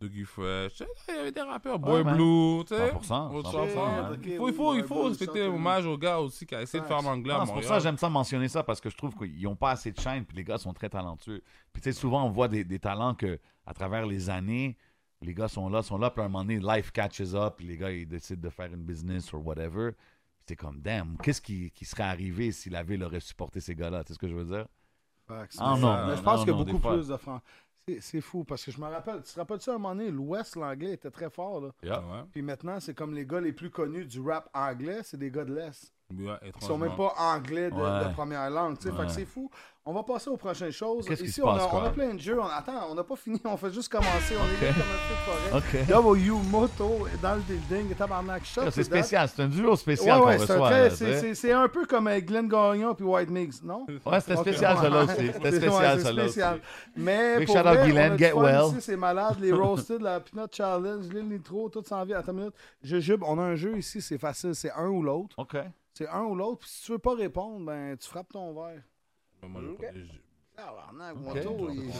S4: Dougie Fresh. Il y avait des rappeurs. Boy
S3: Ouais, man.
S4: Blue, tu sais.
S3: 100%,
S4: Autre
S3: 100%,
S4: chanson.
S1: ouais.
S4: Il faut, il faut, il faut
S1: Ouais,
S4: respecter
S1: Blue,
S4: hommage au gars aussi qui a essayé de faire l'anglais
S3: Non,
S4: à
S3: c'est pour ça que
S4: Montréal.
S3: j'aime ça mentionner ça parce que je trouve qu'ils n'ont pas assez de chaînes puis les gars sont très talentueux. Puis tu sais, souvent on voit des, des talents que à travers les années, les gars sont là, sont là, puis à un moment donné, life catches up, puis les gars ils décident de faire une business ou whatever. Puis C'est comme damn, qu'est-ce qui, qui serait arrivé si la ville aurait supporté ces gars-là? Tu sais ce que je veux dire?
S1: Facts.
S3: Ah
S1: Mais-
S3: non,
S1: mais je
S3: non,
S1: pense
S3: non,
S1: que
S3: non, des
S1: beaucoup
S3: fois.
S1: plus de Français. C'est fou parce que je me rappelle, tu te rappelles-tu à un moment donné, l'Ouest, l'anglais était très fort. Là.
S4: Ouais.
S1: Puis maintenant, c'est comme les gars les plus connus du rap anglais, c'est des gars de l'Est.
S4: Ouais,
S1: Ils sont
S4: étrangement.
S1: même pas anglais de, de
S3: Ouais.
S1: première langue. tu sais. Fait
S3: Ouais.
S1: que c'est fou. On va passer aux prochaines choses.
S3: Qu'est-ce qui
S1: Ici,
S3: se
S1: on, a,
S3: passe,
S1: on a
S3: Carl?
S1: plein de jeux. On- attends, on n'a pas fini. On fait juste commencer. On est libre
S3: Ok.
S1: comme un feu de forêt.
S3: OK.
S1: W Moto dans le building, tabarnak. Shot
S3: C'est
S1: to that.
S3: spécial, c'est un duo
S1: Ouais,
S3: spécial
S1: ouais,
S3: qu'on
S1: c'est un
S3: reçoit.
S1: très-
S3: là, tu
S1: c'est-
S3: sais.
S1: c'est- c'est un peu comme euh, Glenn Gagnon puis White Mix, non?
S3: Ouais, c'était
S1: Ok.
S3: spécial celle-là aussi. C'était
S1: C'est- ouais,
S3: spécial
S1: c'est
S3: celle-là aussi.
S1: spécial. Mais
S3: Big
S1: pour
S3: shout out
S1: vrai,
S3: Guylaine,
S1: on a du
S3: get
S1: fun
S3: well.
S1: ici, c'est malade. Les roasted, la peanut challenge, les nitro, tout s'en vient. Attends une minute. Jujube, on a un jeu ici, c'est facile. C'est un ou l'autre.
S3: OK.
S1: C'est un ou l'autre. Puis si tu veux pas répondre, ben tu frappes ton verre.
S4: Moi, j'ai pas des-
S1: Ah, Arnaque,
S3: Ok.
S1: Moto, il...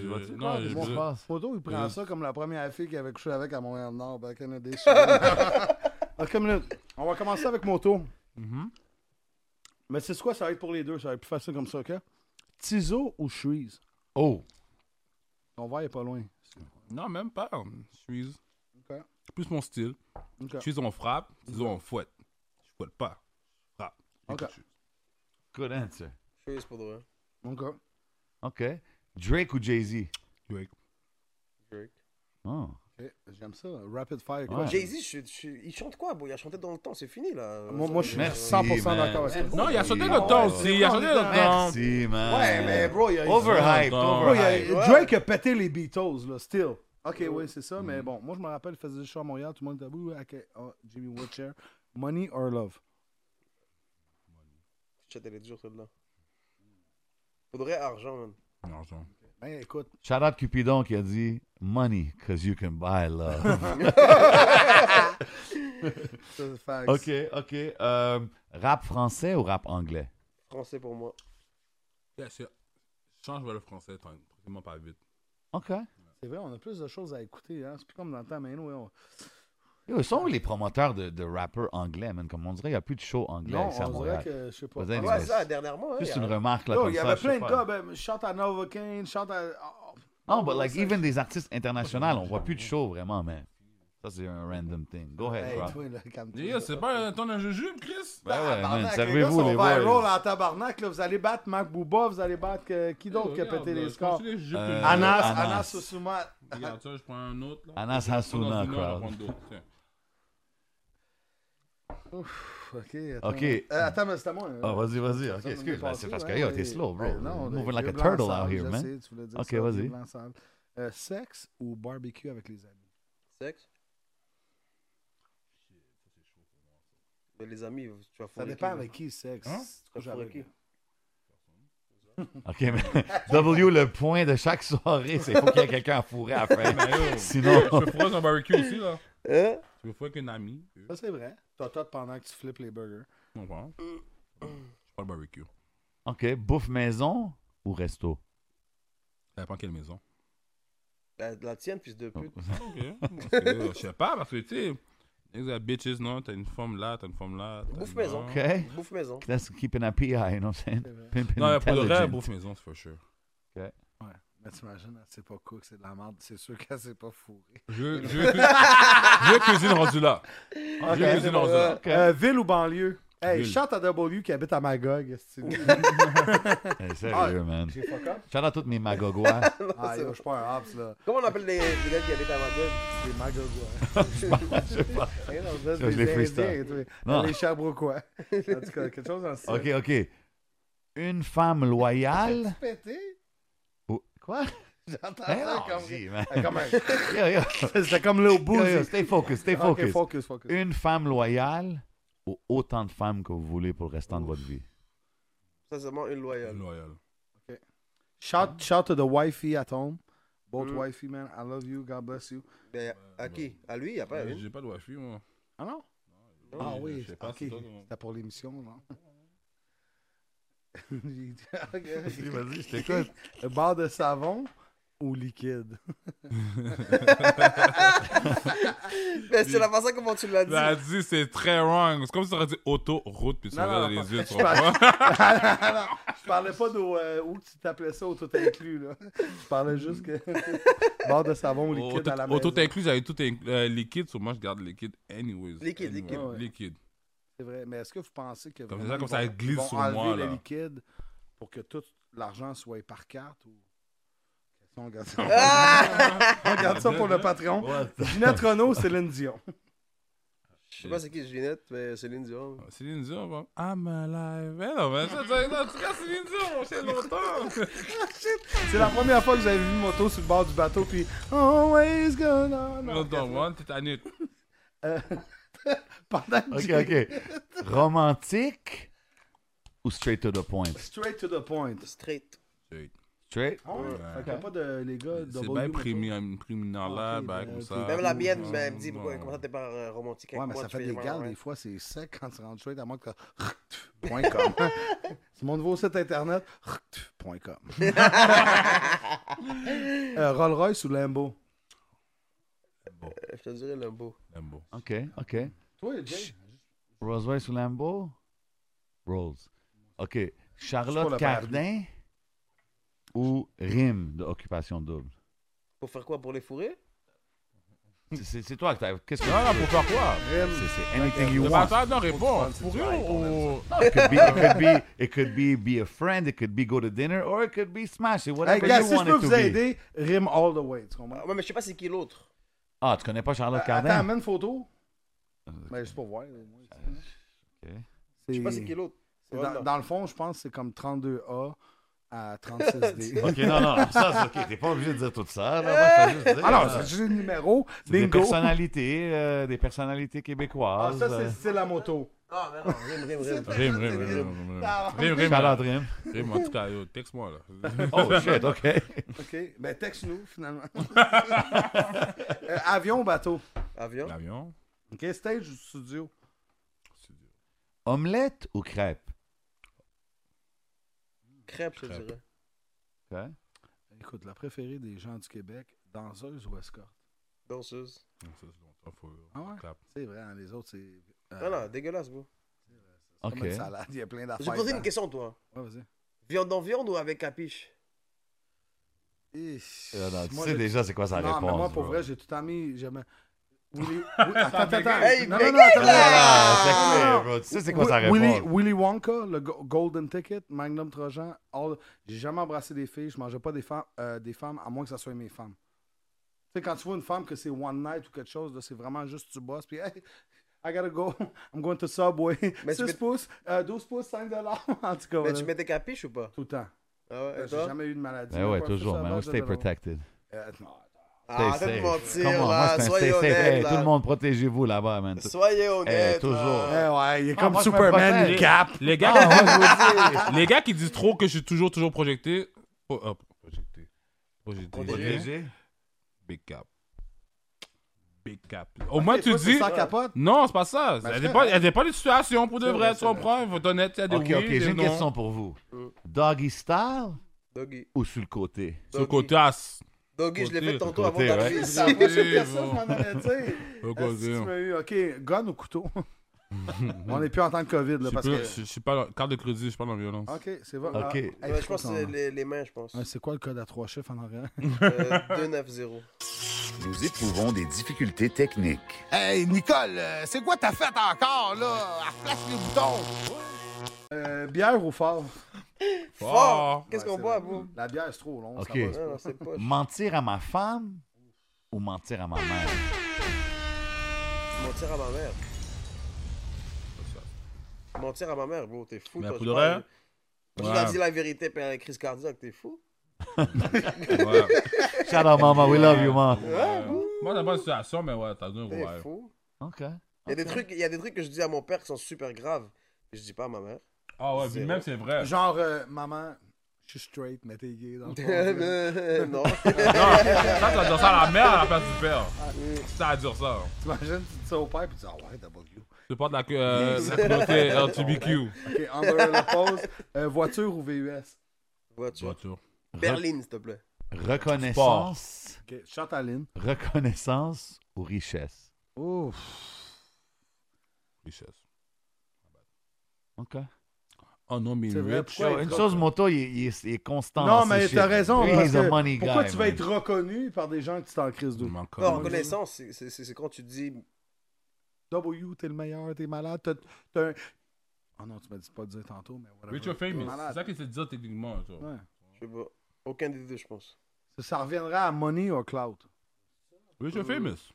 S4: Tu
S3: vas-tu
S4: Non,
S3: voir,
S4: j'ai-
S3: mon frère?
S1: Moto, il
S3: Euh.
S1: prend ça comme la première fille qu'il avait couché avec à Montréal-Nord, back in the day. Ok, une minute. On va commencer avec Moto.
S3: Mm-hmm.
S1: Mais c'est quoi, ça va être pour les deux, ça va être plus facile comme ça, ok? Tizo ou Shreeze?
S3: Oh,
S1: Ton verre est pas loin.
S4: Non, même pas. Je suis.
S1: Ok.
S4: Plus mon style.
S1: Ok.
S4: Je suis on frappe, disons on fouette. Je fouette pas. Je frappe.
S1: Ok.
S4: Écoute, je-
S3: good answer.
S6: Je suis pour de vrai.
S1: Ok.
S3: OK. Drake ou Jay-Z?
S4: Drake.
S6: Drake.
S3: Oh.
S1: Ok, J'aime ça. Rapid fire. quoi.
S3: Ouais.
S6: Jay-Z, je- je- il chante quoi, bro Il a chanté dans le temps, c'est fini, là.
S1: Ah, Moi, moi, je suis
S3: Merci,
S1: 100% d'accord avec ça.
S3: man.
S4: Non, il a sauté
S3: Oui.
S4: le temps aussi. hein, Il a sauté le temps.
S3: Merci, man.
S1: Ouais, mais bro, il y a-
S3: Overhyped,
S4: Attends.
S1: Bro, il y a-
S3: overhyped.
S6: Ouais.
S1: Drake a pété les Beatles, là, still. Ok, oui, c'est ça,
S3: Mm.
S1: mais bon, moi, je me rappelle, il faisait des shows à Montréal, tout le monde était ouh, ok, oh, Jimmy Woodshare. Money or love?
S6: Chat, elle est dure, celle-là. Faudrait argent, man.
S4: Non, genre.
S1: Ben, écoute,
S3: Shout out Cupidon qui a dit Money, cause you can buy love.
S1: ça, c'est facts.
S3: ok, ok. Euh, rap français ou rap anglais
S6: Français pour moi.
S4: Yeah, c'est- Change vers le français, tant- tranquillement pas vite.
S3: Ok.
S1: C'est vrai, on a plus de choses à écouter, hein. C'est plus comme dans le temps, mais anyway, on-
S3: Yo, Ils sont où les promoteurs de, de rappeurs anglais, man? Comme on dirait, il n'y a plus de show anglais
S1: Non,
S3: ici Ben, à
S1: on dirait
S3: Montréal.
S1: que, je sais pas.
S3: Vas-y,
S1: Ouais,
S6: Ouais, ça, dernièrement. hein,
S3: Juste
S6: il y
S3: une
S6: a-
S3: remarque, là,
S1: Yo,
S3: comme
S1: il y
S3: ça,
S1: avait
S3: je sais
S1: plein de
S3: pas.
S1: gars, ben, shout à Novocaine, shout à... oh,
S3: Non, but like,
S1: ça-
S3: even des artistes internationaux, on voit plus de show, vraiment, man. Ça, c'est un random thing. Go ahead,
S1: Hey,
S3: bro.
S1: ben, toi, là, calme-toi.
S4: Yo, c'est pas un ton de jujube, Chris?
S3: Ben ouais,
S1: Tabarnak,
S3: man,
S1: les
S3: servez-vous,
S1: gars
S3: les
S1: sont viral
S3: boys.
S1: en tabarnak, là. Vous allez battre Mac Bouba, vous allez battre euh, qui d'autre qui a pété les scores?
S3: Euh,
S1: Anas,
S3: Anas.
S1: Anas Susuma.
S4: Regarde ça, je prends un autre. là.
S3: Anas
S4: Je prends
S3: Hassouna,
S4: dans une heure,
S3: crowd.
S4: je prends d'autres, tiens.
S1: Ok, attends.
S3: Ok.
S1: Euh, attends, mais c'est à moi. hein.
S3: Oh, vas-y, vas-y.
S1: Ça,
S3: Ok,
S1: ça m'est
S3: excuse, ben,
S1: passé,
S3: c'est parce que,
S1: ouais,
S3: yo,
S1: ouais.
S3: t'es slow, bro.
S1: Ben non,
S3: Moving
S1: les
S3: like a
S1: blancs
S3: turtle out
S1: ensemble,
S3: here,
S1: je
S3: man.
S1: sais, tu voulais dire
S3: Ok,
S1: ça, les
S3: vas-y.
S1: blancs ensemble. Euh, sexe ou barbecue avec les amis?
S6: Sexe Mais Euh, les amis, tu vas
S1: Ça
S6: fourrer
S1: dépend
S6: qui,
S1: avec qui, sexe.
S6: Tu vas fourrer qui
S3: OK, mais W, le point de chaque soirée, c'est faut qu'il y ait quelqu'un à fourrer à la fin.
S4: Ben, yo,
S3: Sinon,
S4: Je peux fourrer un barbecue aussi, là.
S6: Hein
S4: Tu peux fourrer qu'une amie.
S1: Ça, c'est vrai. Totote pendant que tu flippes les burgers.
S4: Je comprends. Je prends le barbecue.
S3: OK, bouffe maison ou resto?
S4: Ça dépend quelle maison.
S6: La, la tienne, fils de pute.
S4: Ok. Parce que, euh, Je sais pas, parce que tu sais, les euh, bitches, non, t'as une femme là, t'as une femme là. t'as
S6: Bouffe
S4: une
S6: maison.
S4: là.
S3: OK?
S6: Bouffe maison.
S3: That's keeping a PI, you know what I'm saying?
S1: C'est vrai.
S3: Pimping
S4: Non, mais pour le reste,
S3: intelligent.
S4: bouffe maison, c'est for sure.
S1: Ouais. Mais t'imagines, hein, c'est pas cook, c'est de la merde. C'est sûr qu'elle s'est pas fourrée.
S4: Je, je, je cuisine rendu là. je cuisine rendu là.
S3: OK.
S1: Euh, ville ou banlieue? Hey,
S4: Ville.
S1: shout à W qui habite à Magog. est-ce que tu-
S3: Hey, sérieux, man.
S1: J'ai fuck up?
S3: Shout out à toutes mes magogois.
S1: Ah, yo, je suis pas un hops, là.
S6: Comment on appelle les les gars qui habitent à Magog
S1: C'est Magog, ouais.
S3: Je sais pas.
S1: Hey, Eh non, vous êtes
S3: Je l'ai
S1: des
S3: freestyle.
S1: Indiens, toi.
S3: Non.
S1: Les Sherbrookeois. En tout cas, quelque chose dans le style.
S3: OK, OK. Une femme loyale
S1: Pété?
S3: ou... Quoi?
S1: J'entends
S3: Hey,
S1: ça
S3: Oh. Ben non, dis,
S1: comme...
S3: man.
S1: Hey, comme un-
S3: Yo, yo,
S1: C'était comme le
S3: yo,
S1: bouge.
S3: yo, stay focused, stay
S1: Ok,
S3: focused.
S1: focus, focus.
S3: Une femme loyale ou autant de femmes que vous voulez pour le restant de votre vie?
S6: Ça, c'est vraiment une loyale.
S4: Loyal.
S1: Shout, shout to the wifey at home. Both wifey, man. I love you. God bless you.
S6: Ben, à qui À lui, après.
S4: Euh,
S6: Hein?
S4: J'ai pas de wifi, moi.
S1: Ah non? Ah oui,
S4: je sais pas,
S1: ok.
S4: c'est toi, non?
S1: C'était pour l'émission, non? J'ai dit, ok.
S3: Vas-y, je t'écoute.
S1: Barre de savon ou liquide?
S6: Ben, c'est la façon comment tu l'as dit.
S4: T'as dit, c'est très wrong. C'est comme si t'aurais dit autoroute, puis tu
S1: Non, non,
S4: regardes
S1: non,
S4: les yeux, tu
S1: Je parlais,
S4: comprends?
S1: Non, je parlais pas d'où où tu t'appelais ça au tout inclus, là. Je parlais juste que barre de savon ou liquide
S4: Auto-
S1: à la maison.
S4: Auto inclus, j'avais tout inc- euh, liquide, sur moi je garde liquide anyways.
S6: Liquide,
S4: Anyway,
S6: liquide.
S1: Ouais, ouais.
S4: Liquide.
S1: C'est vrai, mais est-ce que vous pensez que
S4: Comme
S1: vraiment,
S4: ça, comme
S1: ils
S4: ça,
S1: vont-
S4: elle glisse
S1: ils vont
S4: sur
S1: enlever
S4: moi,
S1: le
S4: là.
S1: liquide pour que tout l'argent soit par carte ou... On regarde ça,
S4: Ah!
S1: Ah! on regarde ça pour le Patreon. Ginette Renault, Céline Dion.
S6: Je sais pas c'est qui Ginette, mais Céline Dion.
S4: Céline Dion, bon. I'm alive. Mais non, mais ça, ça, ça, tu casses Céline Dion, mon chien, longtemps.
S1: C'est la première fois que j'avais vu une moto sur le bord du bateau, puis Always gonna. Non,
S4: Longtemps,
S1: regarde ça.
S4: moi, Titanic.
S1: Pendant que
S3: OK,
S1: tu-
S3: OK. Romantique ou straight to the point?
S1: Straight to the point.
S6: Straight.
S3: Straight?
S1: Ah ouais? Fait qu'il y a pas de. Les gars,
S4: C'est
S1: W,
S4: bien
S1: mettons.
S4: préminent là,
S1: Ok,
S4: ben
S1: ben,
S4: comme
S1: ok.
S4: ça.
S6: Même la mienne,
S4: Ouais,
S6: mais elle me dit
S4: ouais.
S6: pourquoi, comment ça t'es pas euh, romantique avec
S1: Ouais, mais
S6: moi
S1: ça
S6: tu
S1: fait
S6: fais
S1: des
S6: vraiment,
S1: gars,
S6: ouais.
S1: des fois, c'est sec quand tu rentres straight, à moins que. Point com. C'est mon nouveau site internet. Point com. Euh, Rolls Royce ou Lambo
S6: Euh, Je te dirais Lambo.
S4: Lambo.
S3: OK, OK.
S1: Toi, Jay.
S3: Rolls Royce ou Lambo? Rolls. OK.
S1: C'est pas
S3: Charlotte
S1: la Barbie.
S3: Cardin ou Rime de Occupation Double?
S6: Pour faire quoi Pour les fourrer
S3: C'est- C'est c'est toi que t'as... Qu'est-ce que
S4: Non, non, pour faire quoi?
S3: C'est c'est anything you
S4: Le
S3: want.
S4: bâtard, non, réponds. Pour rire ou.
S3: It could be, it could be, it could be be a friend, it could be go to dinner, or it could be smash it,
S1: Hey,
S3: whatever
S1: gars,
S3: you
S1: si je
S3: want
S1: peux
S3: it to
S1: vous
S3: be.
S1: aider, rime all the way. Tu comprends
S6: Ah, Ouais, mais je sais pas c'est qui l'autre.
S3: Ah, tu connais pas Charlotte
S1: Attends,
S3: Cardin? Euh,
S1: amène une photo. Mais juste pour voir.
S6: Je sais pas c'est qui l'autre.
S1: C'est Dans, dans le fond, je pense que c'est comme 32A à 36D.
S3: Ok, non, non, ça, c'est ok. T'es pas obligé de dire tout ça. Là. Moi, je peux juste dire,
S1: Alors,
S3: euh,
S1: c'est juste le numéro.
S3: des
S1: Bingo.
S3: personnalités, euh, des personnalités
S1: Ah,
S3: québécoises.
S1: ça, c'est style à moto.
S6: Ah, mais non, rime, rime, rime.
S4: Rime, rime, rime.
S1: Ah.
S4: Rime,
S3: euh,
S4: rime.
S3: Charlotte Rim.
S4: Rime, en tout cas, yo, texte-moi là.
S3: Oh shit, ok.
S1: OK. Ben, texte-nous, finalement. Euh, avion ou bateau?
S6: Avion.
S4: L'avion.
S1: OK, stage ou studio?
S3: Omelette ou crêpe?
S6: Crêpe, je te
S4: Crêpe.
S6: dirais.
S3: Ok.
S1: Écoute, la préférée des gens du Québec, danseuse ou escorte?
S6: danseuse.
S4: Ça, c'est longtemps, faut- euh,
S1: Ah ouais?
S4: clap.
S1: C'est vrai, hein, les autres, c'est. euh,
S6: Ah Non, non, dégueulasse, bro.
S1: c'est comme
S3: Ok.
S1: une salade, il y a plein
S6: J'ai
S1: d'affaires.
S6: posé
S1: dedans.
S6: une question, toi.
S1: Ouais, vas-y.
S6: Viande en viande ou avec capiche
S1: Et-
S3: Euh, non, tu
S1: Moi,
S3: sais
S1: j'ai-
S3: déjà c'est quoi sa
S1: non,
S3: réponse.
S1: mais moi, pour
S3: bro.
S1: vrai, j'ai tout aimé. J'aime. Willy... Wi- attends, attends, attends.
S6: Hey,
S1: non, non,
S6: vegan,
S1: non, attends,
S3: Ah,
S1: attends, attends.
S3: c'est clair, bro. Tu sais c'est quoi sa
S1: Wi- Willy,
S3: réponse.
S1: Willy Wonka, le go- Golden Ticket, Magnum Trojan. all- J'ai jamais embrassé des filles, je mangeais pas des, femmes, euh, des femmes, à moins que ça soit mes femmes. Tu sais, quand tu vois une femme que c'est one night ou quelque chose, là, c'est vraiment juste tu bosses, puis hey, I gotta go, I'm going to Subway.
S6: Mais tu
S1: 6
S6: mets-
S1: pouces, euh, 12 pouces, 5 dollars. en tout cas,
S6: Mais
S1: voilà.
S6: tu mettais capiche ou pas
S1: tout le temps.
S6: Ah ouais, et
S1: J'ai
S6: toi
S1: jamais eu de maladie.
S3: Mais Ben ouais,
S1: Quoi,
S3: toujours,
S1: ça,
S3: man.
S1: là,
S3: We
S1: je
S3: stay
S1: devrais-
S3: protected.
S1: Euh, non,
S6: Ah, arrête de
S3: Stay safe.
S6: mentir,
S3: Come on, moi,
S6: là,
S3: c'est un
S6: soyez
S3: stay safe. Hey,
S6: honnête,
S3: tout le
S6: là.
S3: monde, protégez-vous là-bas, man.
S6: Soyez honnête,
S3: toujours.
S6: là.
S1: Eh ouais, il est comme
S3: moi, je me
S1: Superman,
S3: protège.
S1: il cap.
S4: Les gars,
S1: Ah,
S4: les gars qui disent trop que je suis toujours, toujours projecté. Oh, oh, projecté. Projecté. Big cap. Big cap. Au moins, tu
S1: Toi,
S4: dis.
S1: Sans capote.
S4: Non, c'est pas ça.
S1: Ben,
S4: Elle
S1: c'est
S4: dépend, elle dépend des situations pour de
S1: C'est vrai,
S4: vrai. Tu
S1: c'est vrai.
S4: comprends? Il faut être honnête. Il y a des
S3: Ok,
S4: oui,
S3: ok,
S4: des
S3: j'ai une
S4: non.
S3: question pour vous.
S8: Euh.
S3: Doggy style
S6: Doggy.
S3: ou sur le côté?
S4: Ce côté as.
S6: Doggy, je l'ai
S4: Côté-
S6: fait tantôt avant
S3: côté,
S6: d'arriver
S3: ouais.
S6: ici.
S1: La prochaine
S4: Oui,
S1: question,
S4: bon.
S1: je m'en allais, tu sais.
S4: Au
S1: Est-ce que
S4: côté. hein.
S1: tu m'as eu? OK, gun ou couteau? On n'est plus en temps de COVID, là,
S4: Je suis
S1: parce
S4: plus-
S1: que...
S4: Je je suis pas. dans- Carte de crédit, je suis pas dans la violence.
S1: OK, c'est bon.
S3: Ok.
S1: Ah, hey,
S6: Ouais, je pense que c'est
S1: qu'on-
S6: les, les mains, je pense.
S1: Ah, C'est quoi le code à trois chiffres en arrière?
S6: Euh, 2-9-0.
S7: Nous éprouvons des difficultés techniques.
S8: Hey, Nicole, euh, c'est quoi ta fête encore, là? Elle flash les boutons.
S1: Euh, bière ou fort?
S6: Fort! Qu'est-ce
S1: Ouais,
S6: qu'on
S1: c'est
S6: boit,
S1: vrai.
S6: bro
S1: La bière, c'est trop long.
S3: OK.
S1: ça va,
S6: Non,
S1: c'est pas-
S6: non, c'est pas.
S3: Mentir à ma femme ou mentir à ma mère?
S6: Mentir à ma mère. Mentir à ma mère, bro, t'es fou.
S4: Mais
S6: toi,
S4: pour
S6: je
S4: de
S6: parle.
S4: vrai?
S6: Tu
S4: Ouais.
S6: l'as dit la vérité, puis elle a une crise cardiaque, t'es fou.
S4: Ouais.
S3: Shout out, mama. We love you, mom.
S4: Ouais. Moi, t'as pas une situation, mais ouais, t'as donné
S6: T'es
S4: ouais.
S6: fou.
S3: OK.
S6: Il y, a des trucs, il y a des trucs que je dis à mon père qui sont super graves. Je dis pas à ma mère.
S4: Ah ouais, puis
S6: Zéro.
S4: même c'est vrai.
S1: Genre, euh, maman, je suis straight, mais t'es gay. Dans le fond.
S6: Euh, non.
S4: Non, ça, tu vas dire ça à la mère à la place du père. C'est à dire ça.
S1: T'imagines, tu dis ça au père, puis tu dis, ah ouais, t'as pas cul.
S4: Tu portes la, euh, la communauté LGBTQ.
S1: OK, on va la pause. Euh, voiture ou VUS?
S6: Voiture.
S4: Voiture.
S6: Berline, s'il te plaît.
S3: Reconnaissance.
S1: OK, Chantaline.
S3: Reconnaissance ou richesse?
S1: Ouf.
S4: Richesse.
S3: OK.
S4: Oh non, mais
S1: C'est vrai,
S4: rich.
S1: pourquoi
S3: Une chose, Moto, il, il est- il est constant.
S1: Non,
S3: dans ses
S1: mais
S3: Ah, shit.
S1: t'as raison.
S3: Lui,
S1: parce
S3: he's a
S1: que
S3: money
S1: pourquoi
S3: guy,
S1: tu vas
S3: man.
S1: être reconnu par des gens qui sont en crise d'eau?
S4: Non,
S6: Non,
S1: moi,
S6: reconnaissance, c'est- c'est c'est- c'est quand tu dis.
S1: W, t'es le meilleur, t'es malade, t'as t'as un. Ah non, tu m'as dit pas de dire tantôt, mais whatever.
S4: Rich or
S1: T'es
S4: famous. C'est
S1: malade.
S4: ça qu'il se dit techniquement. tu vois.
S1: Ouais.
S6: Je sais pas. Aucun des deux, je pense.
S1: Ça, ça reviendra à money ou cloud.
S4: Rich or famous.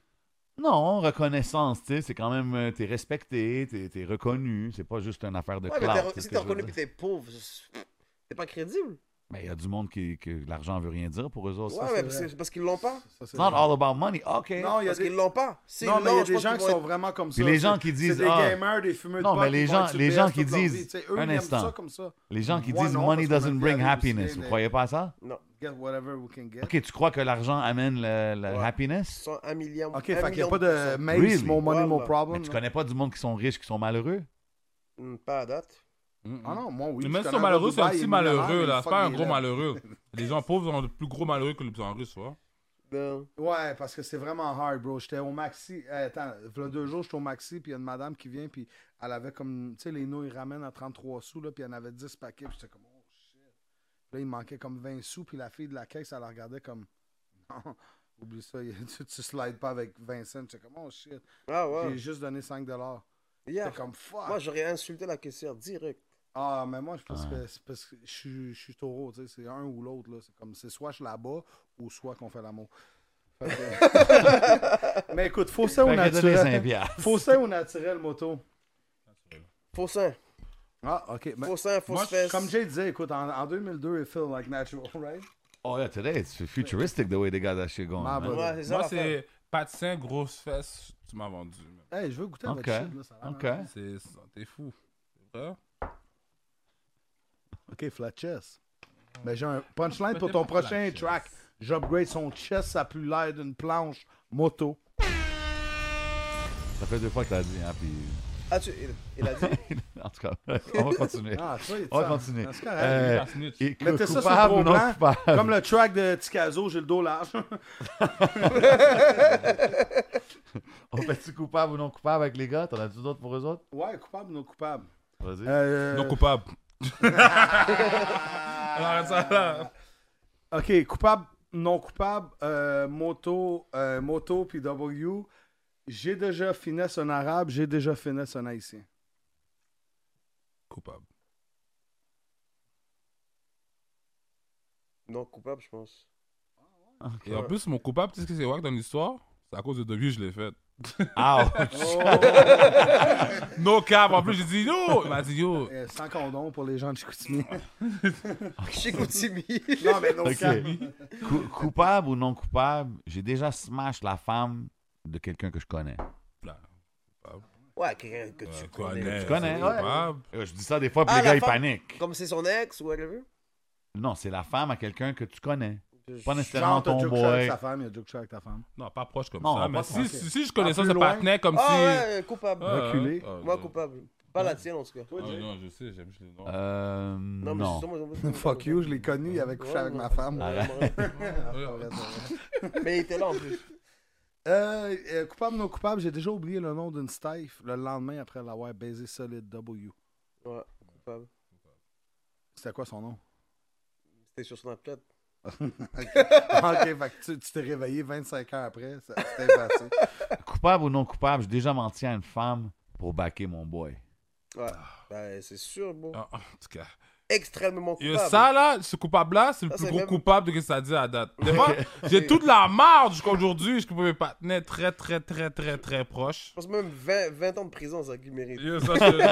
S3: Non, reconnaissance, tu sais, c'est quand même, euh, t'es respecté, t'es t'es reconnu, c'est pas juste une affaire de
S6: Ouais, mais
S3: classe.
S6: t'es-
S3: c'est ce
S6: si
S3: que
S6: t'es
S3: je veux
S6: reconnu
S3: dire.
S6: puis t'es pauvre, c'est- t'es pas crédible.
S3: Mais il y a du monde qui, que l'argent veut rien dire pour eux autres.
S6: ouais,
S3: ça,
S6: mais
S3: c'est-
S6: parce,
S1: vrai.
S6: que- parce qu'ils l'ont pas.
S1: Ça, c'est
S3: It's not all about money, ok.
S1: Non, il y a
S6: Parce
S1: des,
S6: qu'ils l'ont pas. S'ils
S1: non, mais il y
S6: l'ont,
S1: a
S6: je
S1: des
S6: pense
S1: gens
S6: qu'ils
S1: qui
S6: vont
S1: sont
S6: être-
S1: vraiment comme ça.
S3: Puis les
S1: c'est-
S3: gens qui disent,
S1: C'est des
S3: ah,
S1: gamers, des fumeurs de
S3: Non,
S1: pot
S3: mais les
S1: qui vont
S3: gens-
S1: être sur
S3: les
S1: BS
S3: gens qui
S1: toute leur vie.
S3: disent-
S1: Tu sais, eux,
S3: un
S1: ils aiment
S3: instant.
S1: ça comme ça.
S3: les gens qui
S1: Moi,
S3: disent
S1: non, parce
S3: money
S1: que
S3: doesn't
S1: ma
S3: bring
S1: vie arrive aussi,
S3: happiness, vous
S1: mais-
S3: croyez pas à ça?
S6: Non.
S1: Get whatever we can get.
S3: Ok, tu crois que l'argent amène le, le
S6: Ouais.
S3: happiness?
S6: Ils sont un million.
S1: Ok, fait
S6: un
S1: qu'il n'y a
S6: million
S1: pas de
S6: pourcent.
S1: mace,
S3: Really?
S1: mon money,
S6: Ouais,
S1: mon
S6: ouais.
S1: problem.
S3: Mais tu
S1: là.
S3: connais pas du monde qui sont riches, qui sont malheureux?
S6: Hmm, Pas à date.
S1: Ah non, moi, oui.
S4: Mais
S1: je
S4: même si
S1: connais
S4: sont malheureux, c'est un
S1: Dubaï, il
S4: petit
S1: est millionnaire,
S4: malheureux,
S1: mais
S4: là.
S1: il
S4: C'est pas un
S1: fuck les
S4: gros
S1: lettres.
S4: malheureux. Les gens pauvres sont le plus gros malheureux que les gens russes, tu vois.
S6: Non.
S1: Ouais, parce que c'est vraiment hard, bro. J'étais au maxi. euh, attends, il deux jours, j'étais au maxi, puis il y a une madame qui vient, puis elle avait comme. Tu sais, les noix, ils ramènent à 33 sous, là, puis elle en avait 10 paquets, puis j'étais comme, oh shit. Puis là, il manquait comme 20 sous, puis la fille de la caisse, elle la regardait comme, non, oublie ça, tu, tu slides pas avec 20 cents. J'étais comme, oh shit.
S6: Ah
S1: J'ai
S6: ouais.
S1: juste donné 5 dollars.
S6: Yeah.
S1: J'étais comme, ah. fuck.
S6: Moi, j'aurais insulté la caissière direct.
S1: Ah, mais moi, je pense que c'est parce que je suis- je suis taureau, tu sais, c'est un ou l'autre, là. C'est comme, c'est soit je la bats ou soit qu'on fait l'amour. Fait que- mais écoute, faut ça au
S3: Fait que donner cinq
S1: naturel.
S3: piastres.
S1: Faut ça au naturel, moto.
S6: Faux sein.
S1: Ah, ok. mais
S6: Faux sein, fausse
S4: moi,
S6: fesse.
S1: comme Jay disait, écoute, en, en 2002, it feel like natural, right?
S3: Oh yeah, today it's futuristic the way they got that shit going,
S1: Ma
S3: man.
S1: bonne.
S6: Ouais, c'est ça.
S4: Moi,
S6: l'affaire.
S4: c'est pas de seins, grosses fesses, tu m'as vendu. man.
S1: Hey, je veux goûter à
S3: Ok,
S1: votre shit, là, ça a l'air
S3: ok.
S1: nice.
S4: C'est. c'est- T'es fou. C'est vrai?
S1: Ok, flat chest. Mais j'ai un punchline pour ton prochain track. J'upgrade son chest, ça a plus l'air d'une planche moto.
S3: Ça fait deux fois que t'as dit, hein, puis
S6: Ah, tu... il, il a dit
S3: en tout cas, on va continuer.
S1: Ah, tu sais,
S3: Eh. On va
S1: ça-
S3: continuer.
S1: c'est correct.
S3: Euh,
S4: Last minute.
S3: et cou-
S1: Mettez ça sur
S3: coupable
S1: le
S3: ou
S1: gros
S3: non
S1: blanc,
S3: coupable?
S1: comme le track de Ticazo, j'ai le dos large.
S3: On fait-tu coupable ou non coupable avec les gars? T'en as-tu d'autres pour eux autres?
S1: ouais, coupable ou non coupable?
S3: Vas-y.
S1: Euh,
S4: Non coupable. On arrête ça là.
S1: OK, coupable, non coupable, euh, moto, euh, moto puis W. J'ai déjà finesse un arabe, j'ai déjà finesse un haïtien.
S4: Coupable.
S6: non coupable, je pense.
S4: Et en plus, mon coupable, tu sais ce que c'est wack dans l'histoire C'est à cause de Devu, je l'ai fait.
S3: Ah,
S1: Oh,
S4: No cap, en plus, j'ai dit yo Il m'a dit yo
S1: Euh, sans condom pour les gens de Chicoutimi.
S6: Chez Koutimi.
S1: non, mais non,
S3: OK. Cou- coupable ou non coupable, j'ai déjà smash la femme de quelqu'un que je connais.
S6: ouais, quelqu'un que tu connais.
S3: Tu connais,
S4: c'est
S3: ouais.
S4: coupable.
S3: Euh, Je dis ça des fois, puis
S6: Ah,
S3: les gars,
S6: la
S3: ils
S6: femme-
S3: paniquent.
S6: Comme c'est son ex ou whatever.
S3: Non, c'est la femme à quelqu'un que tu connais.
S6: Je-
S3: Pas nécessairement
S1: Genre, t'as
S3: ton
S1: joke shot avec
S3: boy.
S1: ta femme, il y a joke shot avec ta femme.
S4: Non, pas proche comme
S3: Non,
S4: ça.
S3: pas
S4: Mais
S3: proche.
S4: si, si, si je connais
S1: Ah,
S4: ça,
S1: plus
S4: ça
S1: loin.
S4: partenaire comme si.
S6: Ah ouais, coupable.
S4: Ah,
S1: Reculé.
S4: ah, ah,
S6: Moi,
S4: ah.
S6: coupable. Ah, Pas la tienne, en tout cas.
S4: Ah, non, je sais, j'aime les noms.
S3: Euh, non.
S6: mais c'est ça, moi, j'en veux-
S1: Fuck you, je l'ai connu, il avait couché
S6: Ouais,
S1: avec
S6: non.
S1: ma femme.
S6: Ouais, ouais.
S4: Ouais.
S6: Mais il était là en plus.
S1: Euh, euh, coupable, non coupable, j'ai déjà oublié le nom d'une stife le lendemain après l'avoir baisé solide W.
S6: Ouais, coupable.
S1: C'était quoi son nom?
S6: C'était sur Snapchat.
S1: ok, fait que tu tu t'es réveillé 25 heures après, ça- c'était passé.
S3: Coupable ou non coupable, j'ai déjà menti à une femme pour baquer mon boy.
S6: Ouais. Ben, c'est sûr, bon.
S4: Ah, En tout cas.
S6: Extrêmement
S4: Yo,
S6: coupable.
S4: ça là, ce coupable là, c'est le
S6: Ça,
S4: plus
S6: c'est
S4: gros
S6: même-
S4: coupable de que ça dit à date. Des fois, j'ai toute la marge jusqu'à aujourd'hui, je peux mes partenaires très très très très très proches.
S6: Je pense même 20, 20 ans de prison, ça qui mérite.
S4: Yo, ça, je- ouais,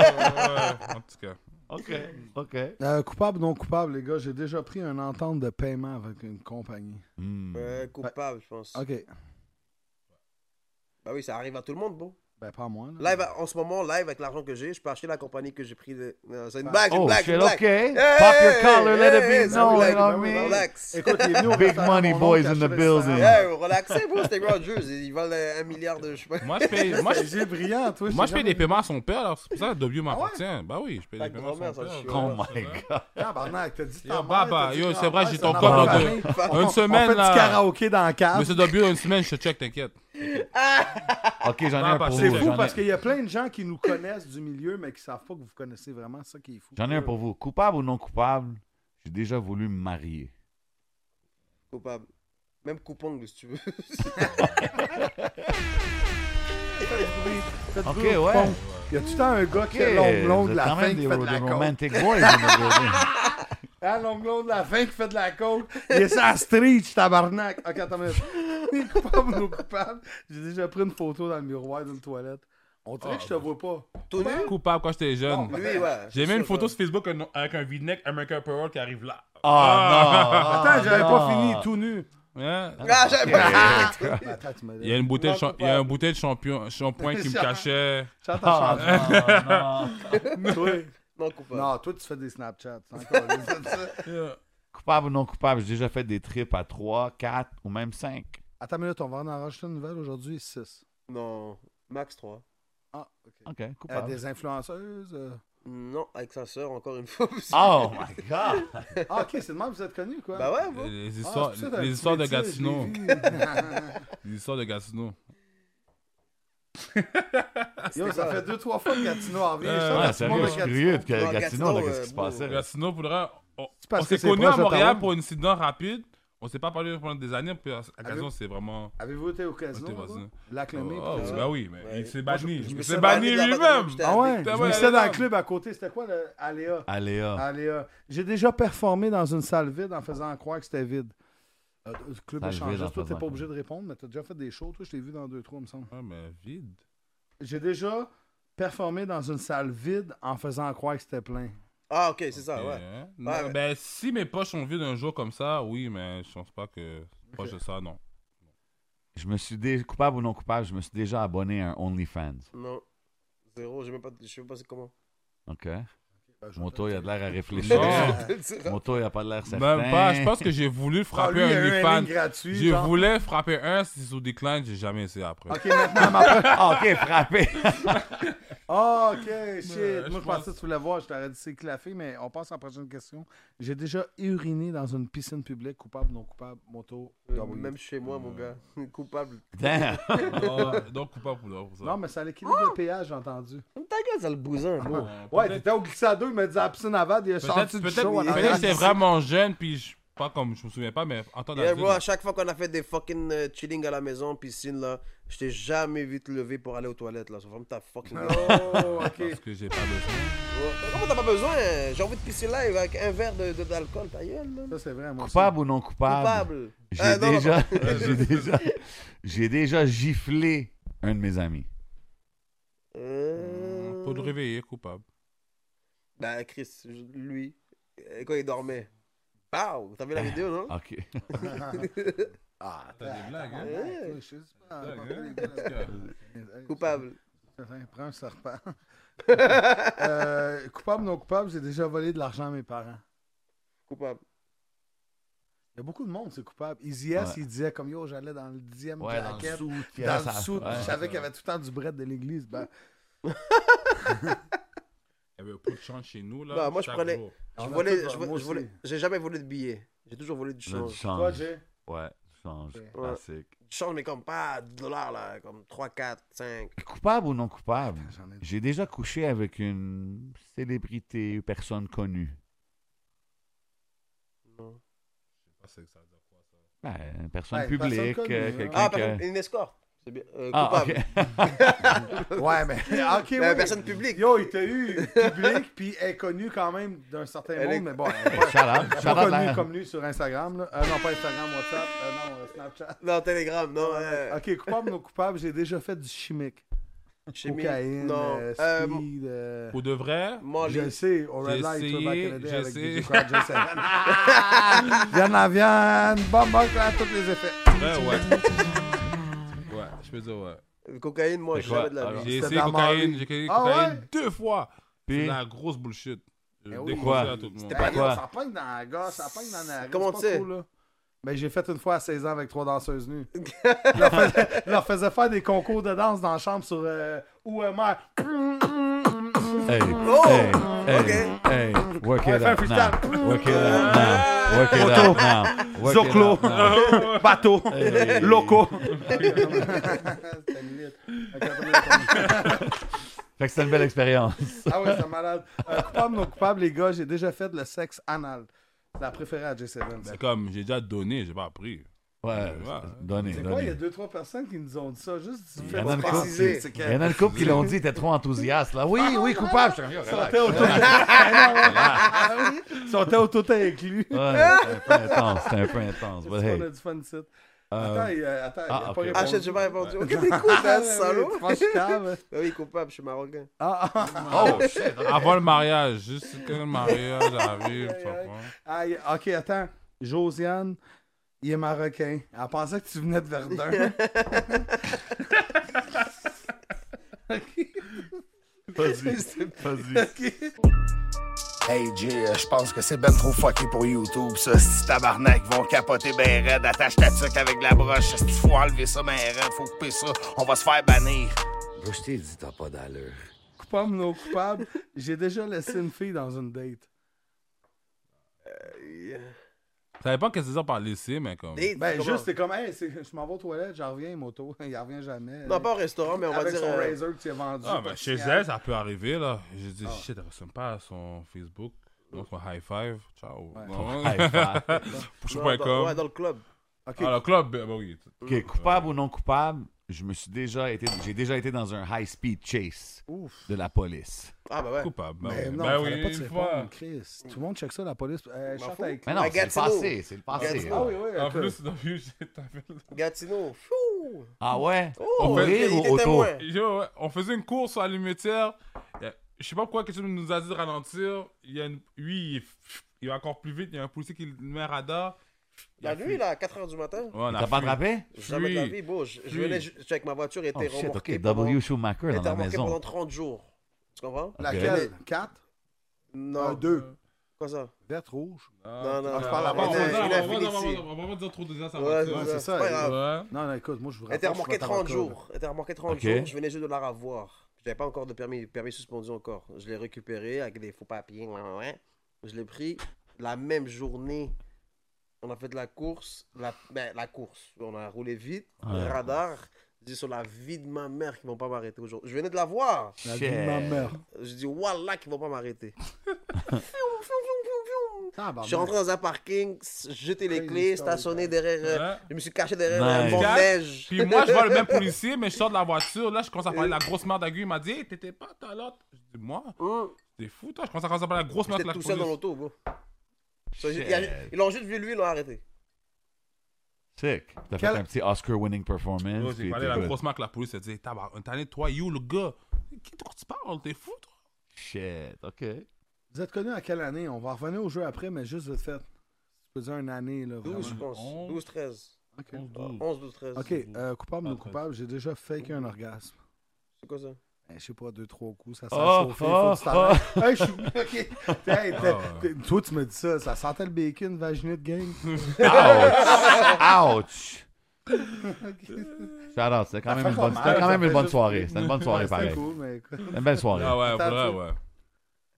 S4: en tout cas.
S3: OK. OK.
S1: Euh, coupable, non coupable, les gars, j'ai déjà pris une entente de paiement avec une compagnie.
S3: Hmm.
S6: Ouais, coupable, je pense.
S1: Ok,
S6: Bah oui, ça arrive à tout le monde, bon.
S1: ben pas moi. Là.
S6: Live, à- en ce moment, live avec l'argent que j'ai, je peux acheter la compagnie que j'ai pris. De... Non, c'est une
S4: Ah.
S6: blague, c'est une
S3: Oh,
S6: blague, c'est
S3: shit,
S6: une
S3: OK.
S6: blague.
S3: Pop your
S6: hey,
S3: collar, let it
S6: hey,
S3: be known,
S6: hey,
S3: you know what I
S1: hey,
S3: mean?
S6: Relax.
S1: Écoute, il est venu au
S3: Big
S1: restaurant,
S3: money
S1: mon
S3: boys
S1: oncle,
S3: in the
S1: acheter le restaurant.
S3: building.
S6: Hey, relaxez, bon, c'était Rogers. Ils valent euh, un milliard de. Je sais pas.
S4: Moi je paye, moi, je-
S1: J'ai brillant, toi.
S4: moi, je
S1: j'ai
S4: paye des
S1: jamais-
S4: paiements à son père, alors c'est pour ça que
S1: Ah
S4: W m'appartient. Bah oui, je paye
S6: Ta
S4: des paiements à
S6: grand-mère,
S4: son
S6: ça,
S4: père.
S6: je suis-
S3: Oh my God.
S1: Tabarnak, t'as dit ta
S4: Yo,
S1: mère,
S4: Baba,
S1: t'as dit
S4: yo,
S1: ta
S4: c'est vrai,
S1: mère,
S4: j'ai
S1: ça
S4: ton
S1: n'a pas
S4: corps dans
S1: donné.
S4: deux-
S1: On-
S4: Une
S1: On
S4: semaine
S1: fait
S4: là.
S1: du karaoké dans le cadre.
S4: Monsieur W, une semaine, je te check, t'inquiète.
S3: OK, j'en ai
S4: Ah,
S3: un
S4: bah,
S3: pour
S4: c'est
S1: C'est
S3: vous.
S4: Ouais,
S1: fou
S3: j'en ai-
S1: parce qu'il y a plein de gens qui nous connaissent du milieu, mais qui savent pas que vous connaissez vraiment ça qui est fou.
S3: J'en ai un pour vous. Coupable ou non coupable, j'ai déjà voulu me marier.
S6: Coupable. Même coupable, si tu veux.
S3: OK,
S1: bruit au
S3: ouais.
S1: fond. Il y a tout le temps un gars qui
S3: OK,
S1: est long, long de
S3: vous êtes
S1: la
S3: quand
S1: fin
S3: même
S1: qui
S3: des,
S1: fait de
S3: des
S1: la coke.
S3: romantic boys. in the building.
S1: Ah, long, long de la fin qui fait de la coke. Il est sur la street, tabarnak. Ok, attends une minute. Coupable ou non coupable, j'ai déjà pris une photo dans le miroir d'une toilette. On dirait que je te vois pas.
S6: Tout nu
S4: Coupable quand j'étais jeune.
S6: Lui, ouais.
S4: J'ai mis
S6: même
S4: une photo sur Facebook un- avec un vide-neck American Apparel qui arrive là.
S3: Oh, Ah, non.
S1: Attends, j'avais pas
S3: non.
S1: fini, tout nu. Ah.
S4: Hein?
S6: Ah, j'aime pas.
S1: Attends, tu m'as
S4: Il y a
S1: dit.
S4: une bouteille de,
S6: Non,
S4: champ- il y a une bouteille de champion- shampoing qui me cachait.
S1: Chante ta
S3: Ah,
S1: chanson.
S3: non, non.
S1: Toi.
S6: Non, coupable.
S1: Non, toi, tu fais des Snapchats. c'est encore mieux.
S3: Coupable ou non coupable, j'ai déjà fait des trips à 3, 4 ou même 5.
S1: Attends une minute, on va en enregistrer une nouvelle aujourd'hui, Euh, 6.
S6: Non. Max 3.
S1: Ah, OK.
S3: OK,
S1: Euh,
S3: coupable.
S1: des influenceuses. euh.
S6: Non, avec sa sœur, encore une fois. aussi.
S3: Oh my God!
S1: Ah, OK, c'est de même que vous êtes connus, quoi.
S6: Bah ouais, bon.
S4: Les
S1: Ah,
S4: histoires,
S1: c'est pour ça, t'as un
S4: les
S1: petit
S4: histoires de
S1: métier, je l'ai
S4: Gatineau.
S1: vu.
S4: Les histoires de Gatineau.
S1: Yo, ça fait deux, trois fois que Gatineau en vient.
S4: Euh,
S1: Je
S3: Ah,
S1: sens que tout le monde est
S3: sérieux, je suis
S1: Gatineau.
S3: curieux de
S6: Ouais,
S3: Gatineau, de
S6: Gatineau,
S3: qu'est-ce qui se
S6: euh,
S3: passait. là.
S4: Gatineau, pour le reste, on,
S1: C'est parce
S4: on
S1: que
S4: s'est
S1: c'est
S4: connus
S1: proche
S4: à
S1: d'Ottawa.
S4: Montréal pour un incident rapide. On s'est pas parlé pendant des années, puis à
S1: Ah,
S4: à Gatineau, c'est vraiment.
S1: Avez-vous été au
S4: J'étais
S1: casino?
S4: voisin.
S1: L'acclamé.
S4: Oh,
S6: puis-
S4: bah oui, mais
S6: Ouais.
S4: il s'est
S6: Moi,
S4: banni.
S6: je- je
S4: Il
S6: me
S4: s'est
S6: suis
S4: banni
S6: banni de la
S4: lui-même.
S6: banane, j'étais
S1: Ah ouais,
S4: Putain,
S1: je
S4: ouais,
S1: me suis dans
S4: là. Ah.
S1: le club à côté. C'était quoi le Aléa?
S3: Aléa.
S1: Aléa. J'ai déjà performé dans une salle vide en faisant croire que c'était vide. Euh, Le club
S3: Salle
S1: a changé.
S3: vide en
S1: Toi, t'es
S3: faisant
S1: pas obligé de répondre, mais t'as déjà fait des shows. Toi, je t'ai vu dans deux, trois, il me semble.
S4: Ah, mais vide.
S1: J'ai déjà performé dans une salle vide en faisant croire que c'était plein.
S6: Ah, ok, c'est ça, ouais.
S4: Hein?
S6: Ouais,
S4: Non,
S6: ouais.
S4: Ben, si mes poches sont vides un jour comme ça, oui, mais je pense pas que proche de ça, non.
S3: Je me suis dé... coupable ou non coupable, je me suis déjà abonné à un OnlyFans.
S6: Non. Zéro, je sais même pas, je sais même pas c'est comment.
S3: OK? Moto, il a de l'air à réfléchir.
S4: Non.
S3: Moto, il a pas de l'air certain.
S4: Même pas. Je pense que j'ai voulu
S1: Ah, lui,
S4: frapper
S1: il y a eu
S4: un
S1: un
S4: fan.
S1: ligne gratuit.
S4: Je
S1: genre.
S4: voulais frapper un, si sous décline, j'ai jamais essayé après.
S1: Ok, maintenant, ma pre-
S3: Ah, OK, frappé.
S1: Ah, ok, shit.
S4: Euh, je
S1: Moi, je
S4: pense-
S1: pensais que tu voulais voir, je t'aurais dit c'est claffé, mais on passe à la prochaine question. J'ai déjà uriné dans une piscine publique, coupable, non coupable, moto,
S6: Euh,
S1: W.
S6: Même chez moi, mon gars. Coupable.
S3: Damn.
S4: Ah, donc, coupable pour là, pour ça.
S1: Non, mais ça l'équilibre le péage, j'ai entendu.
S6: Ta gueule, ça le bousin, bro.
S4: Euh,
S1: Ouais,
S4: peut-être-
S1: t'étais au glissado, il m'a dit à la piscine avant, il a sorti
S4: Peut-être
S1: du
S4: peut-être-
S1: show. en
S4: peut-être
S1: arrière.
S4: que j'étais vraiment jeune, puis je. Pas comme, je me souviens pas, mais en temps
S6: Yeah,
S4: d'adulte.
S6: bro, à chaque fois qu'on a fait des fucking euh, chilling à la maison, piscine, là, je t'ai jamais vu te lever pour aller aux toilettes, là. So, Ferme ta fucking gueule.
S1: Oh, ok.
S4: Parce que j'ai pas besoin.
S6: Ouais. Comment t'as pas besoin? J'ai envie de pisser live avec un verre de- de- d'alcool, ta gueule, man.
S1: Ça, c'est vrai, moi. aussi.
S3: Coupable ou non coupable?
S6: Coupable.
S3: J'ai
S6: Euh, non, non,
S3: déjà, j'ai déjà, j'ai déjà giflé un de mes amis. Mm,
S6: Euh,
S4: Faut le réveiller, coupable.
S6: Ben, Chris, je- lui, euh, quand il dormait. Pow! T'as vu la vidéo, non?
S3: Ok.
S1: Ah,
S4: T'as des blagues, hein?
S1: ouais, je sais pas,
S4: Ouais,
S1: pas
S4: hein?
S1: très intéressant.
S6: Coupable.
S1: Putain, Prends un serpent. Euh, coupable, non coupable, j'ai déjà volé de l'argent à mes parents.
S6: Coupable.
S1: Il y a beaucoup de monde, c'est coupable. Easy S,
S3: Ouais.
S1: il disait comme yo, j'allais dans le dixième
S3: Ouais, dans le
S1: claquette.
S3: sous. puis
S1: Dans
S3: ça-
S1: le sous,
S3: ouais.
S1: je savais qu'il y avait tout le temps du bret de l'église. Ben,
S4: Il y avait pas de chance chez nous, là.
S6: Non, moi, je
S4: chaque
S6: prenais-
S4: jour.
S1: on
S6: Je
S1: a
S6: volais,
S1: tout- moi
S6: je volais, je
S1: aussi.
S6: volais- j'ai jamais volé de billets. J'ai toujours volé du
S3: Là, du
S6: change.
S3: change.
S1: Toi, Jay?
S3: Ouais, du change.
S1: Ouais.
S3: Classique.
S6: Du change, mais comme pas 10 dollars, là, comme 3, 4, 5.
S3: Coupable ou non coupable?
S1: J'en ai-
S3: J'ai déjà couché avec une célébrité, une personne connue.
S6: Non.
S4: Ah, c'est que ça veut dire quoi, ça?
S3: Ben, une personne
S1: Ouais, une personne
S3: publique,
S1: connue,
S3: euh,
S1: hein.
S3: quelqu'un
S6: Ah,
S3: que-
S6: par contre, une escorte. C'est bien. Euh,
S3: Ah,
S6: coupable.
S3: ok.
S1: Ouais, mais. Ok,
S6: Euh,
S1: oui.
S6: Personne publique.
S1: Yo, il t'a eu public, puis elle est connue quand même d'un certain
S6: Elle
S1: monde,
S6: est-
S1: mais bon, elle est
S3: Shout out,
S1: pas,
S3: shout out hein.
S1: pas
S3: la-
S1: connue comme lui sur Instagram. Là. Euh, non, pas Instagram, WhatsApp, euh, non, euh, Snapchat.
S6: Non, Telegram,
S1: Ah,
S6: non. euh,
S1: Ok, coupable, non coupable, j'ai déjà fait du chimique.
S6: chimie,
S1: Cocaïne,
S6: non.
S1: euh,
S6: euh,
S1: speed. euh,
S4: Pour de vrai,
S6: Molly.
S1: Je le sais, au Red
S4: J'ai
S1: Light, toi, back in the day,
S4: essayé,
S1: avec
S4: j'ai
S1: DJ Crowd, Jay Seven. Viens la viande, bombe, bombe, clap, tous les effets.
S4: ouais, ouais. ouais, je peux dire, ouais.
S6: Euh, Cocaïne, moi,
S3: C'est
S6: jamais
S3: quoi? Ah,
S6: de la
S3: Alors,
S6: vie.
S4: J'ai
S1: C'était
S4: essayé
S1: dans
S4: cocaïne,
S1: Marie.
S4: j'ai essayé
S1: Ah
S4: cocaïne
S1: ouais?
S4: deux fois. C'est
S3: Puis,
S4: de la grosse bullshit. Je
S1: Eh oui.
S4: déconseille à tout le monde.
S3: pas-
S1: Ben,
S3: quoi?
S1: yo, Ça pogne dans la gosse, ça pogne dans la
S6: Comment tu sais?
S1: Mais Ben, j'ai fait une fois à 16 ans avec trois danseuses nues. Je leur faisais, je leur faisais faire des concours de danse dans la chambre sur euh, OMR.
S3: hey,
S6: Oh!
S3: hey, hey,
S6: Ok.
S3: hey, work
S1: Ouais,
S3: it
S1: fais un
S3: out
S1: freestyle.
S3: now, work it out now, work it out now, work it out
S1: Zoclo.
S3: now.
S1: Bateau.
S3: Hey.
S1: Loco. C'était limite.
S3: Fait que c'était une belle expérience.
S1: Ah ouais, c'est malade. Euh, coupable, non coupable, les gars, j'ai déjà fait le sexe anal. C'est la préférée à Ben, J7.
S4: C'est comme, j'ai déjà donné, j'ai pas appris.
S3: Ouais,
S4: Ouais.
S3: donnez,
S1: C'est quoi, il y a
S3: donnez.
S1: deux, trois personnes qui nous ont dit ça. Juste du
S3: y
S1: fait
S3: en a
S1: de
S3: une
S1: préciser.
S6: couple.
S1: c'est
S3: Il y en
S1: que-
S3: a le couple qui l'ont dit, était trop enthousiaste. Là. Oui, oui, coupable. Je suis comme, yo, relax.
S1: Sortait au tout- Ah oui, Sortait au tout inclus.
S3: Ouais, c'était un peu intense, c'était un peu intense.
S1: On
S3: But hey,
S1: a du fun site. Attends,
S3: euh,
S1: il, euh, attends, il a
S3: ah,
S1: pas
S3: ok.
S1: répondu.
S6: Ah, shit, j'ai pas répondu. Ok, t'es cool, hein,
S3: Ah,
S6: salaud.
S1: Franchement, je suis cave.
S6: Ben oui, coupable, je suis marocain.
S1: Ah, ah,
S3: oh, shit.
S4: Avant le mariage, juste que le mariage arrive, tu
S1: Aïe,
S4: comprends?
S1: ah, il- ok, attends. Josiane, il est marocain. Elle pensait que tu venais de Verdun.
S3: Vas-y, vas-y.
S8: Hey Jay, euh, je pense que c'est ben trop fucké pour YouTube, ça. Si tabarnak vont capoter ben raide, attache ta tuque avec la broche. Si faut enlever ça ben raide, faut couper ça, on va se faire bannir.
S7: Là, je t'ai dit, t'as pas d'allure.
S1: coupable, non coupable. J'ai déjà laissé une fille dans une date.
S4: Ça dépend qu'est-ce qu'ils ont par laisser, mais comme.
S6: Date,
S1: Ben,
S6: comment?
S1: juste, c'est comme, hey, c'est- je m'en vais aux toilettes, j'en reviens, moto. Il en revient jamais.
S6: Non, pas au restaurant, mais on va
S1: Avec
S6: dire.
S1: son
S6: euh,
S1: razor que tu as vendu.
S4: Ah, ben, chez elle, ça peut arriver, là. Je dis, shit, elle ressemble pas à son Facebook. Donc, son high five, ciao. Non.
S3: High five.
S6: non,
S4: Push.com.
S6: dans- Ouais, dans le club.
S1: Ok,
S4: Ah, le club, ben ben oui.
S3: Ok, coupable ou non coupable, je me suis déjà été, j'ai déjà été dans un high speed chase
S1: Ouf.
S3: de la police.
S6: Ah, bah ouais.
S4: Coupable. Ben,
S1: Mais
S4: oui.
S1: non,
S4: ben
S1: fallait
S4: oui,
S1: pas te
S4: une fois.
S1: répondre, Chris. Tout le monde check ça, la police. Euh,
S6: M'en
S1: chante
S6: fous.
S1: avec
S3: Mais non,
S6: Ah,
S3: c'est le
S6: Gatineau.
S3: passé, c'est le passé.
S6: Gatineau.
S1: Ah
S3: là.
S1: oui, oui.
S4: En
S1: ok.
S4: plus, dans le vieux, j'ai tapé le-
S6: Gatineau. Fou!
S3: Ah ouais?
S6: Oh,
S3: Au rire
S6: il
S3: ou
S6: était
S3: au taux?
S6: témoin.
S4: Yo, ouais, on faisait une course à l'humetière. Eh, Je sais pas pourquoi quelqu'un nous a dit de ralentir. Il y a une... Lui, il... il va encore plus vite. Il y a un policier qui le met un radar. Il
S6: La
S4: a
S6: nuit,
S4: fui.
S6: là, à 4 h du matin.
S4: Ouais, on a
S3: T'as pas
S4: fui.
S3: attrapé?
S6: Jamais de la
S4: Fui.
S6: vie, bro. Je, je
S4: Fui.
S6: venais ju- avec ma voiture, était
S3: Oh shit, ok,
S6: remorquée.
S3: W Schumacher dans
S6: était
S3: la
S6: remorquée pendant
S3: maison.
S6: 30 jours. Tu comprends?
S1: Laquelle 4
S6: Non.
S1: 2.
S6: Quoi ça?
S1: Verte rouge.
S6: Non, non,
S1: Ah, je
S6: non.
S1: parle
S4: On
S1: avant,
S4: va
S1: on
S4: pas
S1: va dire,
S6: Elle est-
S4: dire- on
S6: elle
S4: va
S6: est
S4: pas dire- on va
S6: finie,
S4: pas- on va pas dire trop de gens, ça
S6: Ouais,
S4: va.
S6: c'est
S1: Ah, Ouais,
S6: ça.
S1: c'est ça.
S6: C'est pas grave.
S4: Ouais.
S1: Non, non, écoute, moi je vous
S6: Elle
S1: raconte.
S6: était remorquée
S1: je suis pas
S6: 30
S1: avocat, là.
S6: jours. Elle était remorquée 30
S3: Ok.
S6: jours. Je venais juste de la revoir. J'avais pas encore de permis, permis suspendu encore. Je l'ai récupéré avec des faux papiers. ouais, ouais. Je l'ai pris la même journée. On a fait de la course. La, ben, la course. On a roulé vite.
S3: Ouais.
S6: Le radar. Je dis sur la vie de ma mère qu'ils vont pas m'arrêter aujourd'hui. Je venais de la voir.
S1: La vie de ma mère.
S6: Je dis, Wallah, qu'ils vont pas m'arrêter.
S3: Ah,
S6: Je suis
S1: Tabarnak.
S6: rentré dans un parking, s- jeté les
S1: Crazy
S6: clés,
S1: story,
S6: stationné derrière. euh,
S4: Hein?
S6: Je me suis caché derrière
S3: Nice.
S6: un banc de
S4: Quatre.
S6: neige.
S4: Puis moi, je vois le même policier, mais je sors de la voiture. Là, je commence à parler de la grosse merde à Guy. Il m'a dit, hey, t'étais pas à l'autre. Je dis, moi,
S6: Hum.
S4: t'es fou, toi. Je commence à commencer à parler de la grosse merde à
S6: J'étais
S4: la
S6: tout seul dans
S4: police.
S6: l'auto, bro. So, il y a- Ils l'ont juste vu, lui, ils l'ont arrêté.
S3: Sick. T'as
S1: Quel-
S3: fait un petit Oscar-winning performance.
S4: Bro,
S3: puis
S4: J'ai parlé de la
S3: t'es good.
S4: grosse merde à la police. Elle dit, tabar, un tanné de toi, you, le gars. Qui toi tu parles? T'es fou, toi?
S3: Shit, ok.
S1: Vous êtes connu à quelle année On va revenir au jeu après, mais juste vite fait. Tu peux dire une année, là. vraiment.
S6: 12, je pense.
S4: Onze.
S6: 12, 13.
S1: Ok.
S6: 11, 12, 13.
S1: Ok, euh, coupable ou
S4: Ah,
S1: coupable, j'ai déjà fake un orgasme.
S6: C'est quoi ça?
S1: Ben, je sais pas, deux, trois coups, ça sent
S4: Ah,
S3: Oh,
S1: chauffé,
S3: oh,
S1: faut du talent. Hey, je suis... ok. Hey, t'es- t'es- Toi, tu me dis ça, ça sentait le bacon, vaginite gang.
S3: Ouch! Ouch! Shout out, c'était quand
S1: Ça
S3: même
S1: fait
S3: une
S1: pas
S3: bonne,
S1: mal,
S3: c'était quand
S1: ça
S3: même une
S1: fait
S3: bonne
S1: juste-
S3: soirée. C'était une bonne soirée,
S1: Ouais,
S3: pareil.
S1: c'était cool, mais écoute.
S3: Une belle soirée.
S4: Ah ouais,
S1: Attends,
S4: vrai,
S1: tu-
S4: ouais.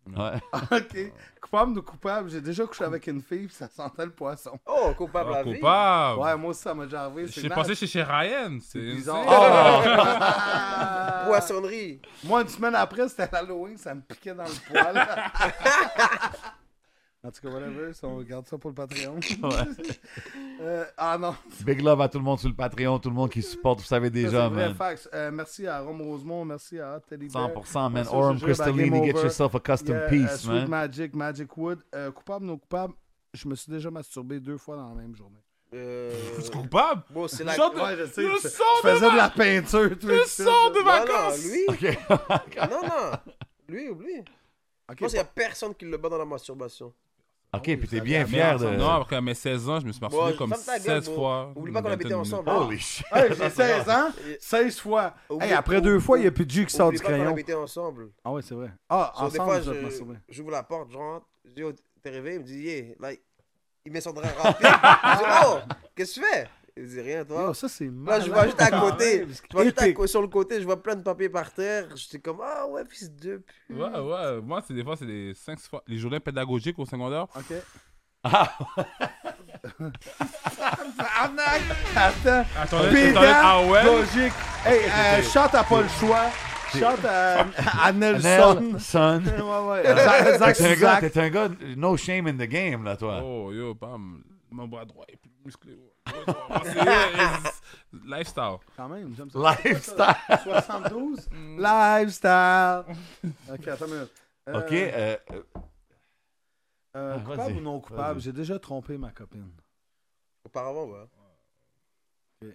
S3: Ouais.
S1: Ok. Coupable ou coupable, j'ai déjà couché avec une fille, puis ça sentait le poisson.
S6: Oh, coupable
S4: Ah,
S6: la vie.
S4: Coupable.
S1: Ouais, moi aussi, ça m'a déjà arrivé. c'est
S4: J'ai
S1: nice.
S4: passé chez, chez Ryan. C'est Ah,
S1: bizarre.
S6: Ah, Poissonnerie.
S1: Moi, une semaine après, c'était l'Halloween, ça me piquait dans le poil. en tout cas, whatever, ça, on regarde ça pour le Patreon. Euh, ah non,
S3: Big love à tout le monde sur le Patreon, tout le monde qui supporte, vous savez
S1: ça, c'est
S3: déjà,
S1: vrai
S3: man.
S1: fax. Euh, merci à Rome Rosemont, merci à Teddy Bear.
S3: 100%, man.
S1: Merci au
S3: Orm
S1: jeu, bah,
S3: Crystallini,
S1: game
S3: get
S1: over.
S3: yourself a custom
S1: Yeah, euh,
S3: piece,
S1: Sweet
S3: man.
S1: Magic, Magic Wood. Euh, coupable, non coupable, je me suis déjà masturbé deux fois dans la même journée.
S6: Euh...
S4: Coupable.
S6: Bon, c'est la...
S4: Genre de- Ouais,
S1: je
S4: sais, Le je- sang
S1: je
S4: je de
S1: faisais
S4: faisais
S1: de
S4: de
S1: la
S4: la
S1: peinture.
S4: Tu sors de
S6: Non, non,
S4: vacances.
S6: lui.
S3: Ok.
S6: Non, non. Lui, oublie. Je pense qu'il y a personne qui le bat dans la masturbation.
S3: Ok, puis t'es
S1: ça
S3: bien
S1: fait
S3: fier de.
S4: Non, après mes 16 ans, je me suis masturbé
S6: Bon,
S4: comme
S6: ferme ta
S4: 16
S6: gueule, bro.
S4: fois.
S6: Oublie pas qu'on
S4: Une
S6: habitait
S4: vingtaine de
S6: ensemble.
S4: minutes.
S6: hein.
S3: Holy shit.
S1: J'ai 16 ans, 16 fois.
S6: Oublie-
S1: Ah, Hey, après deux fois, il n'y a plus de jus qui sort
S6: Oublie
S1: du
S6: pas qu'on
S1: crayon.
S6: habitait ensemble.
S1: Ah ouais, c'est vrai. Ah,
S6: So, des
S1: ensemble,
S6: fois,
S1: je dois te
S6: je-
S1: masturber.
S6: j'ouvre la porte, je rentre, je dis, oh, t'es réveillé? Il me dit, yeah, like, il met son drap rempli. je dis, oh, qu'est-ce que tu fais? Il me dit, rien, toi.
S1: Yo, ça, c'est
S6: Ah. Là,
S1: malade.
S6: je
S1: Ah
S6: vois juste à côté. Je vois juste à
S1: Épique.
S6: côté, sur le côté, je vois plein de papiers par terre. J'étais comme, ah ouais, fils de pute.
S4: Ouais, ouais. Moi, c'est des fois, c'est des 5 fois. Les journées pédagogiques au secondaire.
S1: Ok.
S3: Ah
S1: Arnaque! Attends!
S4: Attendez,
S1: Pédant,
S4: attendez. Ah ouais.
S1: logique. Hey, euh, chante à pas le choix. Chante à, à Nelson.
S3: Nel, son.
S1: ouais, ouais. Zach, Zach,
S3: T'es un gars,
S1: Zach.
S3: t'es un gars, no shame in the game, là, toi.
S4: Oh yo, bam. Mon bras droit est plus musclé. Ouais, ouais, ouais, c'est- it's Lifestyle.
S1: Quand même, j'aime ça.
S3: Lifestyle.
S1: 72? Lifestyle. Ok, attends une minute. Euh,
S3: Ok, euh,
S1: euh,
S3: ah,
S1: coupable
S3: vas-y,
S1: ou non coupable,
S3: vas-y.
S1: j'ai déjà trompé ma copine.
S6: Auparavant, ouais.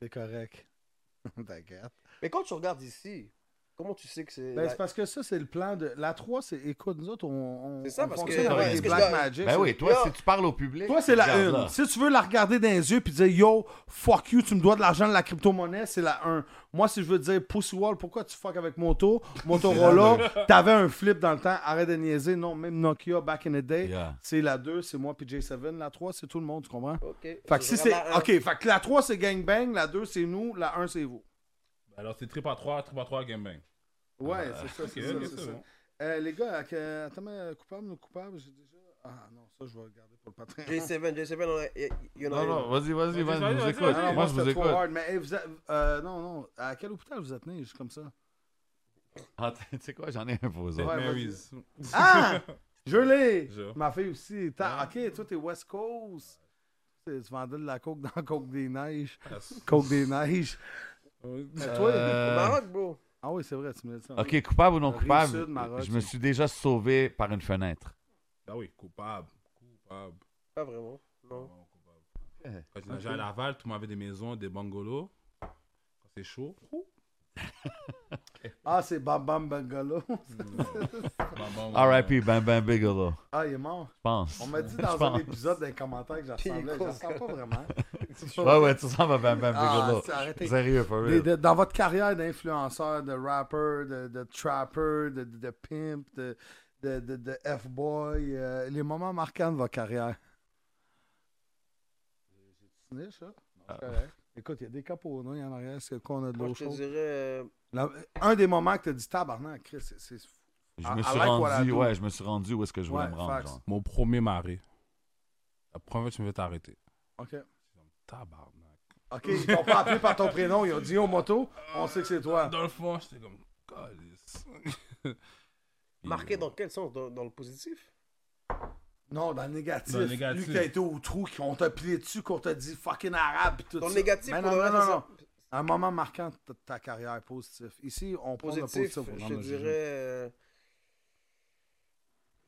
S1: C'est correct. T'inquiète.
S6: Mais quand tu regardes ici, comment tu sais que c'est.
S1: Ben,
S6: la-
S1: c'est parce que ça, c'est le plan de. La 3, c'est. Écoute, nous autres, on. on-
S6: C'est ça,
S1: on
S6: parce que-
S1: fonctionne
S3: ouais,
S1: avec
S3: est-ce
S1: des
S3: que
S1: Black
S6: je dois-
S1: Magic.
S3: ben oui, toi,
S6: Yo.
S3: si tu parles au public.
S1: Toi, c'est la
S3: regarde, là.
S1: 1. Si tu veux la regarder dans les yeux puis dire Yo, fuck you, tu me dois de l'argent de la crypto-monnaie, c'est la 1. Moi, si je veux dire Pussy Wall, pourquoi tu fuck avec mon tour Motorola, t'avais un flip dans le temps, arrête de niaiser. Non, même Nokia back in the day,
S3: Yeah.
S1: c'est la 2, c'est moi puis J7. La 3, c'est tout le monde, tu comprends
S6: Ok.
S1: Fait que si
S6: Je
S1: c'est.
S6: regarde la un.
S1: Ok, fait que la 3, c'est gangbang, la 2, c'est nous, la 1, c'est vous.
S4: Bah, Alors, c'est trip à 3, trip à 3, game bang.
S1: Ouais, c'est ça, c'est ça,
S4: ok,
S1: c'est
S4: c'est
S1: ça.
S4: bon.
S1: Euh, les gars, avec, euh, attends, mais coupable ou coupable, j'ai déjà. Ah non, ça, je vais regarder pour le patron.
S6: J7, J7, on a- il y en a
S3: Non, non,
S6: une.
S3: vas-y, vas-y,
S4: Vas-y,
S3: vas-y,
S4: vas-y,
S3: je vous
S4: vas-y,
S3: écoute.
S4: vas-y.
S1: Ah non,
S3: Moi,
S1: moi,
S3: je vous
S1: c'était trop
S3: écoute.
S1: hard, mais hey, vous êtes- euh, non, non. À quel hôpital vous êtes né? Juste comme ça.
S3: Ah, Tu sais quoi, j'en ai un pour vous
S1: Ouais,
S3: autres.
S1: vas-y.
S4: Mary's.
S1: Ah! Je l'ai!
S4: Je.
S1: Ma fille aussi. Ta- Ok, toi, t'es West Coast. Tu tu vendais de la coke dans Coke des Neiges. Coke des Neiges. Mais toi,
S6: Au
S3: Euh,
S6: Maroc, bro.
S1: Ah oui, c'est vrai, tu me dis ça.
S3: Ok, coupable ou non
S1: Rive
S3: coupable,
S1: sud, Maroc,
S3: je me
S1: c'est-
S3: suis déjà sauvé par une fenêtre.
S4: Ah oui, coupable. Coupable.
S6: Pas vraiment. Non.
S4: Quand j'ai à Laval, tout le monde avait des maisons, des bungalows. Quand c'est chaud, ouh,
S1: Ah, c'est Bam Bam Bangalo.
S4: bam, bam, bam.
S3: R.I.P. Bam Bam Bigelow, je
S1: Ah, il est mort.
S3: pense.
S1: On m'a dit
S3: Je
S1: dans un
S3: pense.
S1: épisode d'un commentaire que j'assemblais. Je sens pas vraiment.
S3: Ouais, ouais, tu sens ma Bam Bam
S1: Ah,
S3: Bigelow.
S1: c'est- arrêtez.
S3: Sérieux, for
S1: Des-
S3: real.
S1: de- dans votre carrière d'influenceur, de rapper, de, de trapper, de, de- de pimp, de, de, de- de F-boy, euh, les moments
S4: Ah.
S1: marquants de votre carrière. J'ai du snitch, là? Non, c'est correct. Écoute, il y a des caponaux, il y en a rien, c'est qu'on a de
S6: Moi,
S1: l'eau
S6: je te
S1: chaude.
S6: dirais. euh,
S1: La- un des moments que tu as dit tabarnak, Chris, c'est- c'est
S3: Je
S1: I-
S3: me
S1: I
S3: suis
S1: like what I
S3: rendu,
S1: do.
S3: ouais, je me suis rendu où est-ce que je voulais
S1: Ouais,
S3: me rendre.
S1: facts.
S3: genre.
S4: Mon premier mari. La première fois que je me vais t'arrêter.
S1: OK.
S4: Tabarnak.
S1: OK, ils t'ont pas appelé par ton prénom, ils ont dit au moto, on sait que c'est toi.
S4: Dans le fond, j'étais comme. Calice.
S6: Marqué dans quel sens Dans, dans le positif
S1: Non, dans le négatif.
S4: Dans le négatif.
S1: Lui qui a été au trou, qu'on t'a plié dessus, qu'on t'a dit fucking arabe pis tout
S6: Dans le
S1: ça.
S6: négatif,
S1: Mais
S6: pour
S1: non,
S6: le
S1: non,
S6: reste,
S1: non,
S6: c'est
S1: non.
S6: ça.
S1: Un moment marquant de ta- ta carrière positif. Ici, on prend le
S6: Positif,
S1: positif. au
S6: je
S1: nom
S6: te
S1: de Jésus.
S6: dirais. euh,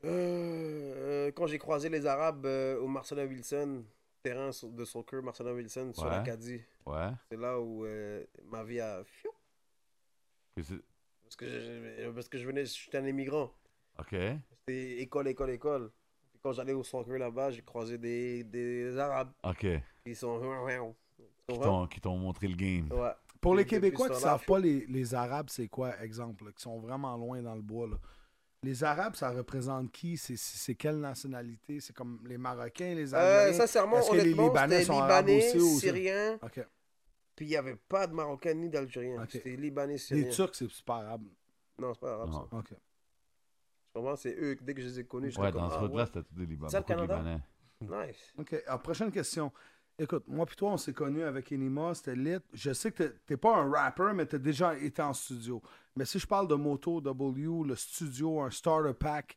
S6: euh, euh, quand j'ai croisé les Arabes euh, au Marcelin Wilson, terrain so- de soccer Marcelin Wilson sur
S3: Ouais.
S6: l'Acadie,
S3: Ouais.
S6: c'est là où euh, ma vie a. Fiou
S3: Puis c'est-
S6: Parce que, je, parce que je venais, j'étais un immigrant.
S3: Ok.
S6: C'était école, école, école. Puis quand j'allais au soccer là-bas, j'ai croisé des, des Arabes.
S3: Ok.
S6: Ils sont.
S3: Qui t'ont- qui t'ont montré le game.
S6: Ouais.
S1: Pour les
S6: Depuis
S1: Québécois
S6: ce
S1: qui ne
S6: temps-là,
S1: savent pas les, les Arabes, c'est quoi, exemple, là, qui sont vraiment loin dans le bois, là. Les Arabes, ça représente qui? C'est- C'est c'est quelle nationalité? C'est comme les Marocains, les
S6: Euh,
S1: Algériens?
S6: sincèrement,
S1: Est-ce que les
S6: honnêtement,
S1: Libanais
S6: c'était
S1: sont arabes
S6: Libanais,
S1: aussi ou-
S6: Syriens,
S1: OK.
S6: puis il n'y avait pas de Marocains ni d'Algériens.
S1: Ok.
S6: C'était Libanais,
S1: Les
S6: Syriens.
S1: Turcs, c'est super arabe.
S6: Non, c'est pas arabe,
S3: Non.
S6: ça.
S1: OK.
S6: Je comprends, c'est eux, dès que je les ai connus, j'étais
S3: Ouais,
S6: comme,
S3: dans ce
S6: ah,
S3: route-là, c'était tout des Libanais.
S6: Ça, le
S3: beaucoup de
S6: Canada?
S3: Libanais.
S6: ouais, nice.
S1: OK. Alors, prochaine question. Écoute, moi puis toi, on s'est connus avec Enima, c'était lit. Je sais que t'es- t'es pas un rapper, mais t'as déjà été en studio. Mais si je parle de Moto W, le studio, un starter pack,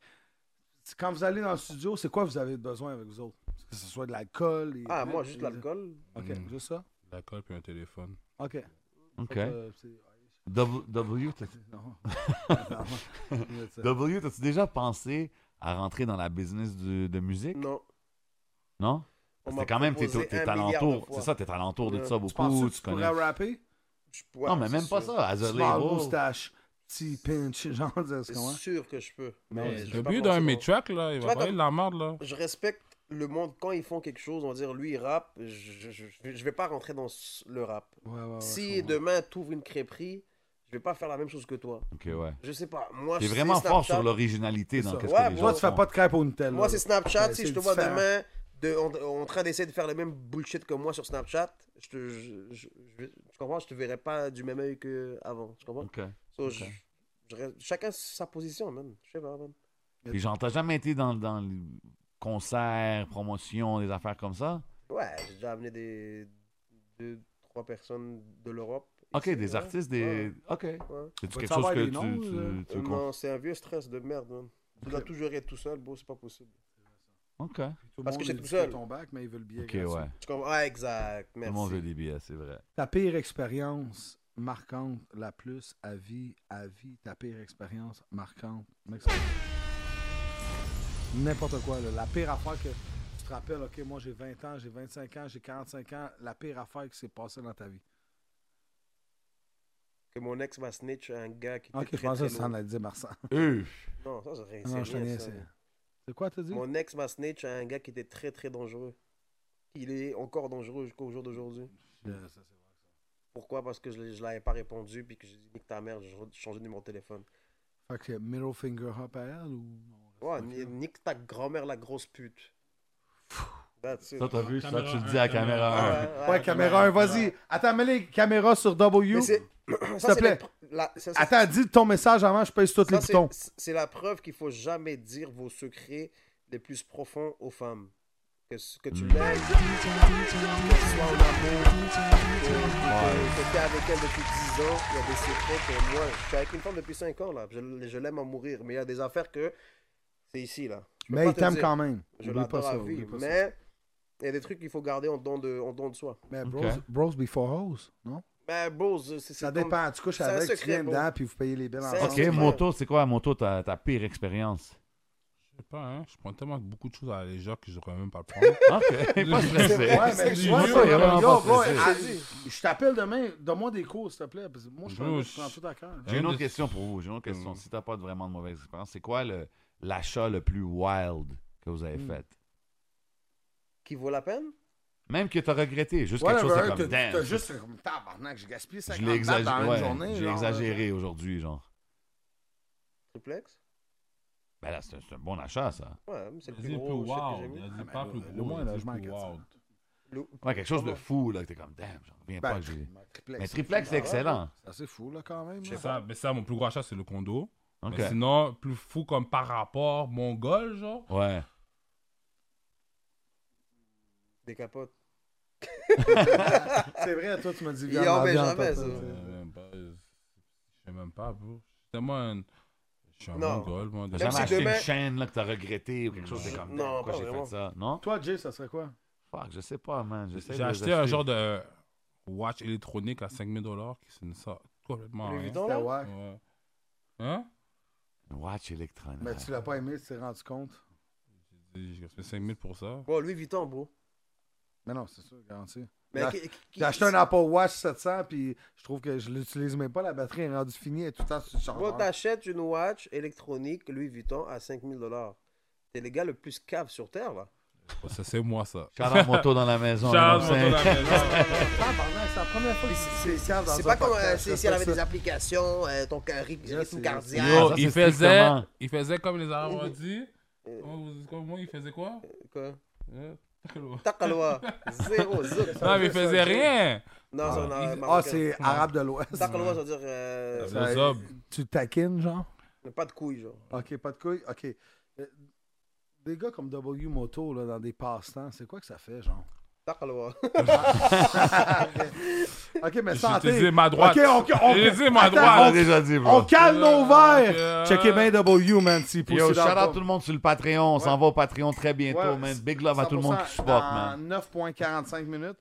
S1: c'est- quand vous allez dans le studio, c'est quoi vous avez besoin avec vous autres? Que ce soit de l'alcool? des
S6: Ah,
S1: drinks,
S6: moi, juste
S1: des-
S6: l'alcool.
S1: OK,
S3: Mm.
S1: juste ça?
S4: La colle puis un téléphone.
S1: OK.
S3: Ok.
S1: Euh, c'est-
S3: W, W, t'as-
S1: non. Non. C'est ça.
S3: W, t'as-tu déjà pensé à rentrer dans la business du- de musique?
S6: Non.
S3: Non?
S6: On
S3: Parce
S6: m'a
S3: que quand même, t'es
S6: proposé
S3: t'es
S6: un milliard de
S3: alentour.
S6: fois.
S3: C'est ça, t'es alentour de
S6: Ouais.
S3: ça
S1: tu penses
S3: beaucoup.
S1: que
S3: Tu
S1: tu pourrais
S3: connais. Oh.
S1: rapper?
S6: Je- ouais,
S3: Non, mais
S6: c'est
S3: même pas
S6: sûr.
S3: ça. As a
S1: Small
S3: label.
S1: moustache, petit pinch, genre, dire ce
S6: C'est
S1: qu'on
S6: sûr que je peux.
S1: ouais,
S6: Mais je
S4: J'ai
S6: vais pas
S4: oublié dans un de
S6: penser
S4: mes
S6: non.
S4: tracks, là.
S6: Tu
S4: Il va
S6: vois,
S4: parler de la merde, là.
S6: Je respecte le monde quand ils font quelque chose, on va dire, lui, il rappe. Je, je, je- je vais pas rentrer dans ce- le rap.
S1: Ouais, Ah ouais, ouais, je
S6: si
S1: comprends.
S6: demain, t'ouvres une crêperie, je vais pas faire la même chose que toi.
S3: Ok, ouais.
S6: Je sais pas. Moi,
S3: T'es
S6: c'est
S3: vraiment fort
S6: Snapchat.
S3: sur l'originalité dans
S1: ça.
S3: qu'est-ce
S6: Ouais,
S3: que les
S1: Toi,
S3: gens
S1: tu fais
S3: font.
S1: pas de crêpes au Nutella.
S6: Moi, c'est Snapchat.
S1: Ben,
S6: si
S1: c'est
S6: je te vois
S1: différent.
S6: demain de, en, en train d'essayer de faire le même bullshit que moi sur Snapchat, je te, je, je- je- tu comprends, je te verrai pas du même œil qu'avant. Tu comprends?
S3: Ok.
S6: So, je- je reste- chacun sa position, man. Je sais pas, man.
S3: Puis genre, t'as jamais été dans, dans les concerts, promotions, des affaires comme ça?
S6: Ouais, j'ai déjà amené des deux, trois personnes de l'Europe.
S3: Ok,
S6: ici,
S3: des
S6: ouais.
S3: artistes, des.
S6: Ouais.
S3: Ok.
S6: Ouais.
S3: C'est-tu
S1: Faut
S3: quelque chose
S1: savoir
S3: que
S1: les noms,
S3: tu-
S1: euh.
S3: tu. tu con-
S6: Non, c'est un vieux stress de merde, man. Tu dois toujours être tout seul, bro, c'est pas possible.
S3: Ok.
S1: Tout le
S6: Parce
S1: monde
S6: que j'ai
S1: est
S6: tout
S1: dit qu'il y a
S6: seul.
S1: ton bac, mais il veut le billet.
S3: Ok,
S1: gratuit.
S3: ouais.
S6: Tu comprends? Ah, exact,
S3: Tout le monde veut
S6: merci.
S3: des billets, c'est vrai.
S1: Ta pire expérience marquante, la plus à vie, à vie, ta pire expérience marquante. Mec, ça- N'importe quoi, là. la pire affaire que tu te rappelles, ok, moi j'ai 20 ans, j'ai 25 ans, j'ai 45 ans, la pire affaire qui s'est passée dans ta vie.
S6: Que mon ex m'a snitch à un gars qui était
S1: Ok, je
S6: très, très
S1: pensais que ça en
S6: lourd.
S1: a dit Marsan.
S3: Uf!
S6: Non, ça, c'est rien,
S1: Non, je
S6: c'est
S1: te
S6: rien,
S1: niaise,
S6: ça.
S1: c'est- C'est quoi, t'as dit?
S6: Mon ex m'a snitch à un gars qui était très très dangereux. Il est encore dangereux jusqu'au jour d'aujourd'hui.
S1: Euh, ça, c'est-
S6: Pourquoi Parce que je ne l'avais pas répondu puis que j'ai dit nique ta mère, je changeais de numéro de téléphone.
S1: Fait que middle finger up à elle ou.
S6: Ouais, ni- nique ta grand-mère la grosse pute. That's it.
S3: Ça, t'as vu, ça,
S4: Caméra
S3: tu le
S4: un,
S3: dis à
S4: caméra
S3: caméra 1.
S1: Ouais, caméra 1, vas-y. Attends, mets les caméras sur W.
S6: Mais c'est-
S1: te
S6: ça, c'est
S1: plaît.
S6: la pr- la- ça, c'est-
S1: Attends, dis ton message avant, je pèse tous
S6: ça,
S1: les
S6: c'est-
S1: boutons.
S6: c'est- C'est la preuve qu'il faut jamais dire vos secrets les plus profonds aux femmes. Que, ce- que
S1: Hmm.
S6: tu l'aimes, que tu sois en amour, que tu es avec elle depuis 10 ans, il y a des secrets que moi, je suis avec une femme depuis 5 ans, là. Je, je l'aime à mourir, mais il y a des affaires que c'est ici, là. Je peux
S1: Mais
S6: pas
S1: il
S6: te
S1: t'aime
S6: dire.
S1: quand même.
S6: Je
S1: Oublie pas
S6: l'adore
S1: ça.
S6: à
S1: oublie
S6: vie,
S1: pas ça.
S6: mais il y a des trucs qu'il faut garder en don de, en don de soi.
S1: Mais
S3: Ok.
S1: bros, bros before hoes, non?
S6: Ben, bro, c'est c'est
S1: Ça
S6: comme-
S1: dépend. Tu couches
S6: c'est un
S1: avec, tu
S6: secret,
S1: viens
S6: bro.
S1: dedans, puis vous payez les billes
S6: C'est un
S1: ensemble.
S3: Ok,
S6: Ouais.
S3: moto, c'est quoi, moto, ta, ta pire expérience?
S4: Je sais pas, hein. Je prends tellement beaucoup de choses à la légère que je devrais même pas le prendre.
S3: Ok, pas stressé.
S1: Ouais, mais tu
S4: du
S1: vois
S4: vieux,
S1: ça,
S3: il y a vraiment
S1: yo,
S3: pas
S1: bro,
S3: stressé.
S1: ah, je t'appelle demain, donne-moi des cours, s'il te plaît, parce que moi, je
S4: Bro,
S1: prends- je prends
S4: je-
S1: tout à cœur.
S3: J'ai une
S4: Un
S3: autre
S4: de-
S3: question pour vous. J'ai une autre question.
S4: Mm.
S3: Si t'as pas de- vraiment de mauvaise expérience, c'est quoi le- l'achat le plus wild que vous avez
S1: Mm.
S3: fait?
S6: Qui vaut la peine
S3: Même que t'as regretté, juste quelque chose
S1: Whatever,
S3: de comme
S1: t'as t'as
S3: damn.
S1: juste fait comme tabarnak, j'ai gaspillé
S3: Je l'ai
S1: 50 balles dans une
S3: exagéré, ouais,
S1: journée.
S3: j'ai
S1: genre, là.
S3: exagéré aujourd'hui, genre.
S6: Triplex
S3: Ben là, c'est un- c'est un bon achat, ça.
S6: Ouais, mais c'est le
S4: Il a dit
S6: plus
S4: un peu
S6: gros shit que
S4: wow.
S6: j'ai mis.
S4: Il a dit
S1: Ah, mais
S4: pas
S1: le-
S4: plus
S1: le
S4: gros,
S1: moins,
S4: il
S1: là,
S4: a dit
S1: je m'en
S4: plus
S1: garde ça.
S4: wow.
S6: Lou-
S3: Ouais, quelque chose de fou, là, que t'es comme, damn, j'en reviens pas. que j'ai-
S1: Triplex.
S3: Mais triplex, c'est excellent.
S1: Ben, C'est assez fou, là, quand même. là.
S4: Ça, mais ça, mon plus gros achat, c'est le condo.
S3: Ok.
S4: Mais sinon, plus fou comme par rapport mongol, genre.
S3: Ouais.
S6: Des capotes.
S1: C'est vrai, toi, tu m'as dit
S6: Yo,
S1: viande la
S6: mais
S1: viande,
S6: jamais,
S1: toi,
S6: ça.
S1: toi,
S4: Je
S1: toi.
S4: sais même pas, Euh, bah, je sais même pas, bro. Je suis tellement un. Je suis un
S6: Non.
S4: mongol, moi.
S3: T'as
S4: déjà.
S6: Même
S3: jamais
S6: si
S3: acheté
S6: demain-
S3: une chaîne là, que t'as regretté ou quelque chose, t'es comme,
S6: Non,
S3: damn, pourquoi
S6: pas
S3: j'ai fait
S6: vraiment.
S3: ça? Non?
S1: Toi, Jay, ça serait quoi?
S3: Fuck, je sais pas, man. j'essaie de
S4: J'ai
S3: les
S4: acheté un
S3: acheter.
S4: genre de watch électronique à 5000 dollars qui c'est ça complètement.
S6: Louis
S4: rien.
S6: Vuitton,
S1: C'était
S6: là?
S1: wack.
S4: Ouais. Hein?
S3: Watch hein. électronique.
S1: Mais Ben, tu l'as pas aimé, tu t'es rendu compte.
S4: J'ai gasté 5000 pour ça.
S6: Bon, Louis Vuitton, bro.
S1: Mais non, c'est sûr, garanti.
S6: Mais
S1: J'ai-
S6: qui- qui-
S1: J'ai acheté un Apple Watch 700, puis je trouve que je l'utilise même pas. La batterie est rendue finie, elle est tout le temps sur le
S6: Bon,
S1: chargeur.
S6: t'achètes une watch électronique Louis Vuitton à 5000 dollars. T'es le gars le plus cave sur Terre, là.
S4: Ouais, Oh, Ça c'est moi ça.
S3: Charles moto dans la maison.
S4: Charles,
S3: là,
S4: mon
S3: on
S4: tour
S3: sait.
S4: dans la maison.
S1: Tabarnak, c'est la première fois que tu dis dans
S6: C'est
S1: un
S6: pas comme
S1: podcast,
S6: euh, si,
S1: je
S6: si elle avait
S1: fais
S6: des
S1: ça.
S6: applications, euh, ton car- rythme
S1: Je sais,
S6: rythme
S1: je
S6: cardiaque.
S1: sais.
S4: Yo,
S3: ça,
S4: il
S3: c'est
S4: faisait,
S3: strictement-
S4: il faisait comme les Arabes ont dit. Comment vous- Comment il faisait quoi?
S6: Quoi?
S4: Hein?
S6: Takalwa. Zéro, zéro.
S4: Non, mais il faisait rien.
S6: Non, c'est
S4: Ah,
S6: un
S4: il-
S1: Ah, c'est
S6: euh,
S1: arabe de l'Ouest.
S6: Takalwa, ça veut dire. euh,
S4: Le zob.
S1: Tu taquines, genre?
S6: Pas de couilles, genre.
S1: OK, pas de couilles. OK. Euh, Des gars comme W Moto, là, dans des passe-temps, c'est quoi que ça fait, genre?
S6: Takalwa.
S1: OK, mais
S4: Je
S1: santé.
S4: te dis ma droite.
S1: OK, OK, on-
S4: Je te dis ma
S1: Attends,
S3: On l'a
S4: droite.
S3: déjà dit,
S1: On
S3: bro.
S1: calme nos verres.
S4: Euh,
S1: Checkez bien W, man. Si
S3: Yo, shout out tout le monde sur le Patreon. On s'en va au Patreon très bientôt,
S1: Ouais,
S3: man. Big love à tout le monde qui supporte, man.
S1: 9.45 minutes.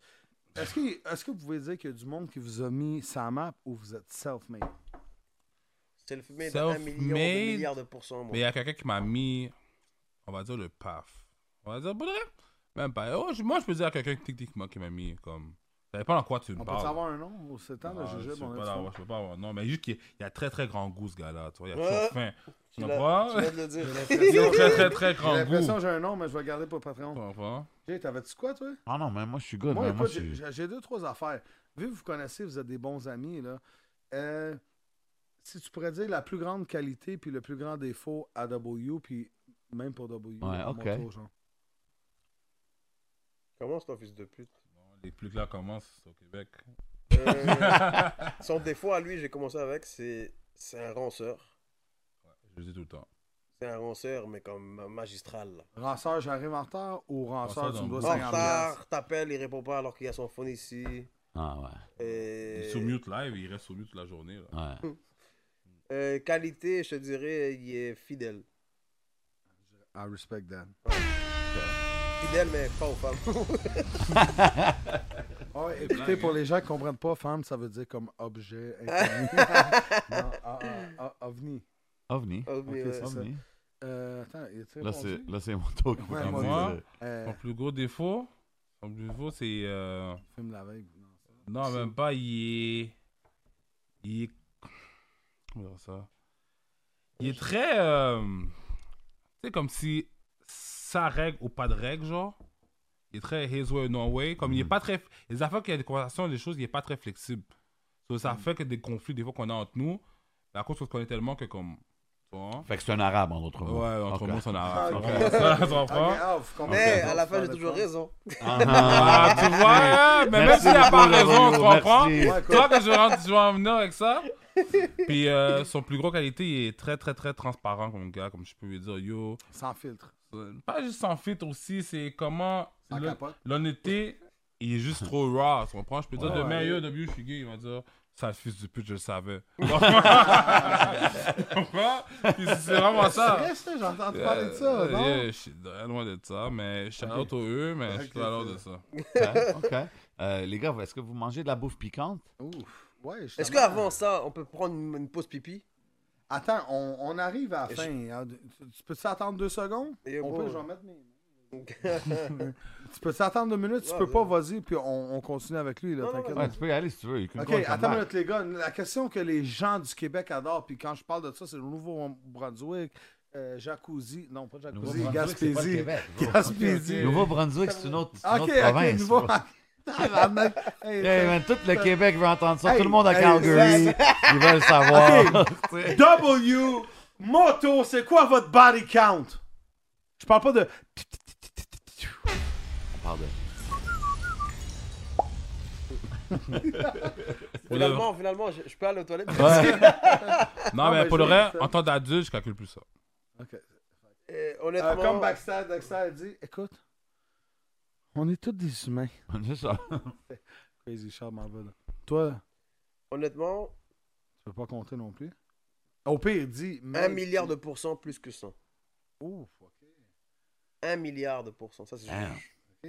S1: Est-ce que, est-ce que vous pouvez dire qu'il y a du monde qui vous a mis sa map ou vous êtes self-made?
S6: C'est le fumé de 1 million, de
S4: Self-made.
S6: milliards de pourcents, moi.
S4: Mais il y a quelqu'un qui m'a mis, on va dire, le paf. On va dire, pour de vrai, même pas. Oh, je- moi, je peux dire à quelqu'un techniquement qui m'a mis comme. Ça dépend en quoi tu me
S1: On peut
S4: parles.
S3: Bah.
S1: savoir un nom Oh, au 7 ans,
S4: Ah,
S1: le
S4: je
S1: jujube?
S4: peux
S1: on
S4: pas
S1: a du
S4: l'avoir, je peux pas avoir. Non, mais juste qu'il y a très très grand goût ce gars-là. tu vois, Il a
S6: Ouais.
S4: toujours faim. Tu
S6: Tu l'as-
S4: comprends
S6: tu viens de le dire.
S4: Il a très très très
S1: fun.
S3: Ah,
S1: J'ai
S4: grand goût.
S1: l'impression que j'ai un nom, mais je vais le garder pour le
S4: Tu
S1: Patreon.
S4: comprends
S1: Jay, t'avais-tu quoi, toi?
S3: Ah non, mais moi, je suis good,
S1: Moi,
S3: man. Moi,
S1: écoute,
S3: je suis.
S1: j'ai- j'ai deux, trois affaires. Vu que vous connaissez, vous êtes des bons amis, là. euh, si tu pourrais dire la plus grande qualité puis le plus grand défaut à W, puis même pour W,
S3: Ouais,
S1: à mon
S3: ok.
S1: tour, genre.
S6: Comment c'est ton fils de pute?
S4: Les plus là commencent au Québec.
S6: Euh, son défaut à lui, j'ai commencé avec, c'est c'est un ranceur.
S4: Je le dis tout le temps.
S6: C'est un ranceur, mais comme magistral. là.
S1: Ranceur, j'arrive en retard ou ranceur,
S4: Ranceur
S1: tu me dois
S4: dans-
S6: En
S1: 50 piastres?
S6: retard, t'appelles, il répond pas alors qu'il y a son phone ici.
S3: Ah ouais.
S4: Il est
S6: Et,
S4: sous mute live, il reste sous mute toute la journée. là.
S3: Ouais.
S6: euh, qualité, je te dirais, il est fidèle.
S1: I respect that.
S6: Fidèle, mais pas aux femmes. Oh,
S1: Ah, écoutez, pour les gens qui comprennent pas, femme, ça veut dire comme objet inconnu. non, ah, ah, ah, ovni.
S3: OVNI.
S6: Ah, mais,
S1: Ok,
S6: ouais.
S1: Oh, c'est ça.
S3: OVNI.
S1: Euh, attends, y a-t-il
S3: Là,
S1: répondu?
S3: c'est là, c'est mon tour qui
S1: Ouais,
S3: va
S1: moi,
S3: dire.
S4: moi.
S1: Euh,
S4: Son plus gros défaut, son plus gros, c'est. euh,
S1: fume la veille. Non.
S4: Non, même pas. Il est. Il est. Comment dire ça Il est très. euh, Tu sais, comme si sa règle ou pas de règle, genre. Il est très his way or no way. Comme il est pas très. Les affaires qu'il y a des conversations, des choses, il est pas très flexible. So, ça fait que des conflits, des fois, qu'on a entre nous, la cause qu'on se connaît tellement que, comme. Tu vois
S3: Fait que c'est un arabe, en d'autres mots.
S4: Ouais, entre
S3: Ok.
S4: nous, on a.
S1: Ah, ok.
S4: Tu comprends?
S1: Ok, ah, vous comprenez.
S6: Mais à la
S1: Vous
S6: fin, j'ai
S1: parlez
S6: toujours
S1: pas.
S6: raison.
S3: Ah,
S4: Ah,
S3: ah,
S4: tu vois, hein? mais même
S3: Merci
S4: s'il n'a pas
S3: beaucoup,
S4: raison, tu
S3: Laurent,
S4: comprends?
S3: merci.
S1: Ouais,
S4: Toi que je rentre, je vais en venir avec ça. Puis euh, son plus gros qualité, il est très, très, très transparent comme gars, comme je peux lui dire, yo.
S1: Sans filtre.
S4: Euh, Pas juste sans filtre aussi, c'est comment
S1: Sans
S4: le-
S1: capote.
S4: l'honnêteté, il est juste trop raw, tu comprends? Je peux dire
S1: Ouais,
S4: demain,
S1: ouais.
S4: yo, W, je suis gay, il va dire, sale fils du pute, je le savais. Tu comprends? Puis C'est vraiment
S1: Ah,
S4: ça.
S1: C'est vrai, ça, j'ai entendu parler de ça,
S4: Euh,
S1: non?
S4: yeah, je suis loin de ça, mais je suis out au eux, mais je suis
S1: Ok,
S4: pas loin
S1: c'est-
S4: de ça.
S3: ok, ah, ok. Euh, les gars, est-ce que vous mangez de la bouffe piquante?
S1: Ouf. Ouais,
S6: Est-ce
S1: justement.
S6: qu'avant ça, on peut prendre une, une pause pipi
S1: Attends, on, on arrive à la
S6: Je-
S1: fin. hein. Tu- Tu peux t'attendre deux secondes?
S6: Et
S1: on
S6: bon,
S1: peut,
S6: ouais.
S1: je vais mettre mes Tu peux t'attendre deux minutes? Tu
S6: Ouais,
S1: peux pas,
S6: ouais.
S1: vas-y, puis on, on continue avec lui, là,
S6: Non, non,
S1: t'inquiète.
S3: Ouais, tu peux y aller si tu veux. You can
S1: Ok,
S3: go and come
S1: attends une
S3: back.
S1: minute, les gars. La question que les gens du Québec adorent, puis quand je parle de ça, c'est le Nouveau-Brunswick, euh, Jacuzzi, non, pas Jacuzzi,
S3: Nouveau-Brunswick, c'est pas le
S1: Gaspésie.
S3: Québec, bro.
S1: Gaspésie.
S3: Nouveau-Brunswick, c'est une autre, c'est une
S1: Ok,
S3: autre
S1: ok,
S3: province.
S1: nouveau.
S3: bro.
S1: Tabarnak. Hey,
S3: Hey, Eh, man, tout le Québec veut entendre ça.
S1: Hey,
S3: Tout le monde à
S1: hey,
S3: Calgary, ils veulent savoir.
S1: W, moto, c'est quoi votre body count? Je parle pas de.
S3: Pardon.
S6: Finalement, finalement, je, je peux aller aux toilettes.
S4: Non, mais
S1: mais
S4: pour le
S1: j'ai-
S4: reste, en tant d'adulte, je calcule plus ça.
S6: Et
S1: Euh,
S6: honnêtement,
S1: comme Baxter, Baxter a dit, écoute, on est tous des humains.
S3: C'est ça.
S1: Crazy Charles Marvel. Toi, tu
S6: honnêtement,
S1: peux pas compter non plus. Au pire, Oh, il dit,
S6: un
S1: mais-
S6: milliard de pourcents plus que 100.
S1: Ouf, ok.
S6: Un milliard de pourcents. Ça, c'est
S3: Damn.
S1: Ok,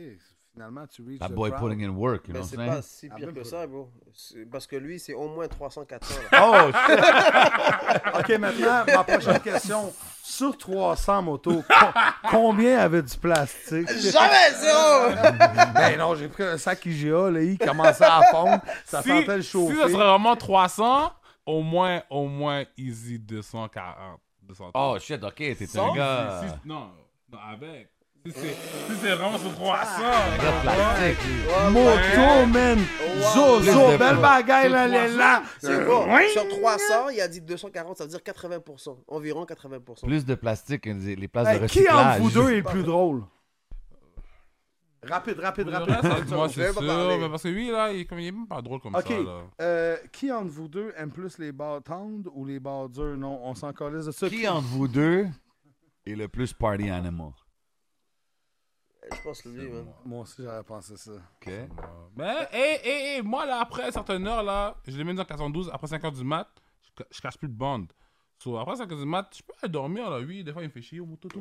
S1: Finalement, tu reaches
S3: That
S1: the
S3: boy
S1: crowd.
S3: putting in work, you
S6: Mais
S3: know what
S6: Ben, c'est
S3: I'm
S6: pas
S3: saying?
S6: si
S1: Ah,
S6: pire
S1: même
S6: que
S1: pas.
S6: ça, bro. C'est- Parce que lui, c'est au moins 300-400. là.
S3: Oh, shit.
S1: Ah, OK, maintenant, ma prochaine question. Sur 300 motos, co- combien avait du plastique?
S6: Jamais zéro!
S1: Ben non, j'ai pris un sac IGA, là, il commençait à fondre, ça
S4: si,
S1: sentait le chauffer.
S4: si ça serait vraiment 300, au moins, au moins, easy 240. 230.
S3: Oh, shit, ok, t'es un
S4: Si-
S3: gars.
S4: si- si- non, non, avec. Si c'est si c'est vraiment sur 300.
S3: gars plastique. lui.
S1: Moto, man!
S3: Plus
S1: Zozo,
S3: de
S1: belle
S3: poids.
S1: bagaille, là, là, là!
S6: C'est bon. Sur 300, il a dit 240, ça veut dire 80%. Environ 80%.
S3: Plus de plastique que les les places de
S1: Hey, qui entre
S3: recyclage.
S1: vous deux est le plus drôle? Rapide, rapide,
S4: Pour le
S1: rapide.
S4: reste, Moi, je
S6: Je vais
S4: suis
S6: pas
S4: sûr,
S6: parler.
S4: mais parce que lui, là, il, est comme- il est même pas drôle comme
S1: OK.
S4: ça. Là.
S1: euh, qui entre vous deux aime plus les bars tendres ou les bars durs? Non, on s'en calisse de ça.
S3: Qui entre vous deux est le plus party animal?
S6: Je pense que lui, man.
S1: Moi aussi, j'avais pensé ça.
S3: Ok.
S4: Mais, hé, hé, hé, moi, là, après une certaine heure, là, je l'ai mis dans 412, après 5 heures du mat, je, ca- je cache plus de bande. So, après 5 heures du mat, je peux aller dormir, là, oui, des fois, il me fait chier au moto, tout.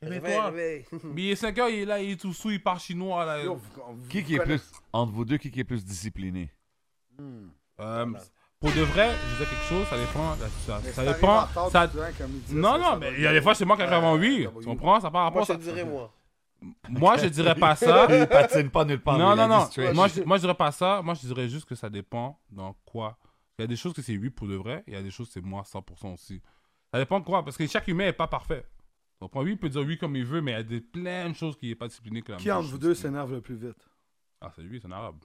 S6: Réveille,
S4: Réveille-toi.
S6: réveille.
S4: Mais il est 5 heures, il est là, il est tout sous, il part chinois, là.
S1: Yo, vous- vous-
S3: Qui, qui est plus. Entre vous deux, qui, qui est plus discipliné?
S4: Euh, pour de vrai, je disais quelque chose, ça dépend. de la situation.
S1: Mais si
S4: ça
S1: t'arrives
S4: dépend.
S1: en retard,
S4: ça-
S1: tu viens comme ils disent,
S4: Non,
S1: ça, ça
S4: non,
S1: doit
S4: mais
S1: être
S4: il y a des fois, c'est moi qui arrive avant lui.
S1: Euh,
S4: Tu comprends, ça part
S6: Moi,
S4: rapport.
S6: je te
S4: ça-
S6: dirais, moi.
S4: Moi, je dirais pas ça.
S3: Il patine pas nulle part.
S4: Non,
S3: il a
S4: non,
S3: dit
S4: non.
S3: straight.
S4: Moi je, moi, je dirais pas ça. Moi, je dirais juste que ça dépend dans quoi. Il y a des choses que c'est 8 pour de vrai. Il y a des choses que c'est moi 100% aussi. Ça dépend de quoi. Parce que chaque humain est pas parfait. Donc, lui, il peut dire oui comme il veut, mais il y a des, plein de choses qui n'est pas discipliné. Que la
S1: Qui
S4: même
S1: entre vous
S4: chose.
S1: deux s'énerve le plus vite?
S4: Ah, c'est lui, c'est un arabe.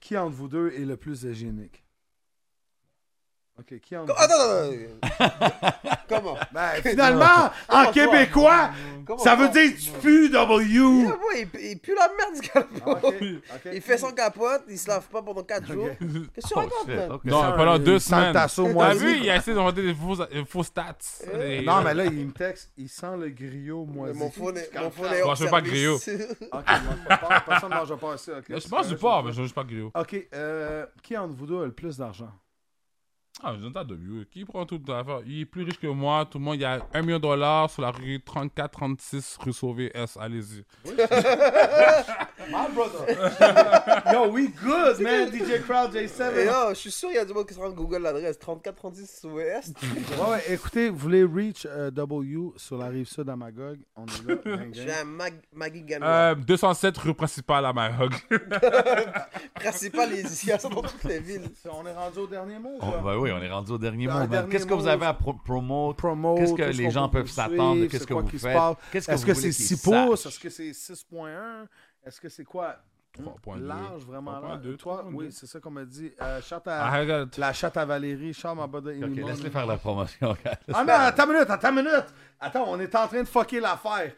S1: Qui entre vous deux est le plus hygiénique? Ok, qui entre
S6: Attends, attends, attends. Comment?
S1: Ben, finalement,
S4: Ah,
S1: en québécois,
S6: Comment
S1: ça veut
S6: ça?
S1: dire
S6: Yeah,
S1: QW!
S6: boy, il, il pue la merde, ce gars
S1: Ah, ok, ok.
S6: Il fait son capote, il se lave pas pendant 4 jours.
S1: Ok.
S6: Qu'est-ce que tu
S3: Oh,
S6: racontes,
S3: shit,
S6: man?
S3: ok.
S4: Non,
S1: Ça,
S4: pendant
S1: il
S4: deux
S1: sent le
S4: semaines.
S1: tasseau
S4: T'as
S1: moisi,
S4: vu,
S1: quoi.
S4: il a essayé de demander des faux, des faux stats. Des-
S1: Euh, Non, mais là, il me texte, il sent le griot moisi.
S6: Mon phone est, mon phone est
S4: Moi,
S6: hors
S4: je veux pas
S6: service.
S1: Ok, moi, pas- personne mange pas ici, ok. Euh,
S4: Je pense du porc, mais je ne pas griot.
S1: Ok, euh, qui entre vous deux a le plus d'argent?
S4: Ah, je donne ça de vieux. Qui prend toute l'affaire Il est plus riche que moi. Tout le monde, il y a 1 million de dollars sur la rue 34-36 rue Sauvé S. Allez-y.
S1: My brother! Yo, we good, man! DJ Crowd
S6: Et
S1: J7!
S6: là, je suis sûr qu'il y a du monde qui se rend Google l'adresse 3436 Ouest.
S1: Ouais, ouais, écoutez, vous voulez reach euh, W sur la rive sud à Magog, on est là. gang, gang.
S6: Je suis un Mag Maggie Ganois.
S4: Euh, 207 rue principale à Mahog.
S6: Principal, les IA sont dans toutes les villes.
S1: on est rendu au dernier mot.
S3: Oh, ben oui, on est rendu au dernier
S1: Un
S3: moment.
S1: dernier
S3: Qu'est-ce que vous
S1: mot.
S3: avez à pro- promote?
S1: Promo,
S3: Qu'est-ce que les gens peuvent s'attendre? Qu'est-ce que vous faites? Qu'est-ce que
S1: Est-ce
S3: vous
S1: que
S3: voulez
S1: c'est
S3: qu'ils
S1: 6 pouces?
S3: sachent?
S1: Est-ce que c'est 6.1? Est-ce que c'est quoi?
S4: 3.2.
S1: Large, vraiment large.
S4: 3.2,
S1: Toi,
S4: 3.2.
S1: oui, c'est ça qu'on m'a dit. Euh, chatte à-
S4: Ah, regarde.
S1: La chatte à Valérie, Charles Mabada
S3: Ok, laisse-les faire la promotion. gars.
S1: Ah non, attends une minute, attends une minute. Attends, on est en train de fucker l'affaire.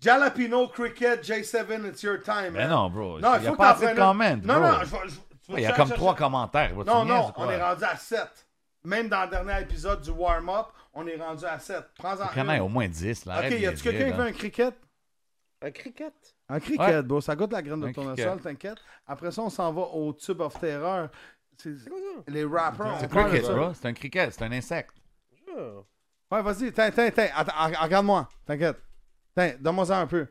S1: Jalapino, Cricket, J7, it's your time.
S3: Mais
S1: hein.
S3: non, bro.
S1: Non,
S3: il n'y a
S1: faut
S3: pas
S1: que
S3: assez de
S1: t'apprennes- Non,
S3: comments. bro.
S1: non, je vais- je- tu veux
S3: Il y a
S1: que
S3: comme
S1: j'aille
S3: trois
S1: chercher-
S3: commentaires. bro, tu
S1: Non,
S3: niaises
S1: non,
S3: ou quoi?
S1: on est rendu à 7. Même dans le dernier épisode du warm-up, on est rendu à 7. Prends-en
S3: Il y en a
S1: une.
S3: au moins 10. Là,
S1: Ok, y a-tu quelqu'un qui veut un cricket?
S6: Un cricket.
S1: Un cricket,
S3: Ouais.
S1: bro. Ça goûte la graine de
S3: Un
S1: tournesol,
S3: cricket.
S1: t'inquiète. Après ça, on s'en va au Tube of Terror. C'est-
S6: Quoi ça?
S1: Les rappers, on
S3: C'est
S1: parle de
S3: cricket,
S1: ça.
S3: bro. C'est un cricket, c'est un insecte.
S6: Ah.
S1: Ouais, vas-y, tiens, tiens, tiens. Attends, re- Regarde-moi, t'inquiète. Tiens, donne-moi ça un peu.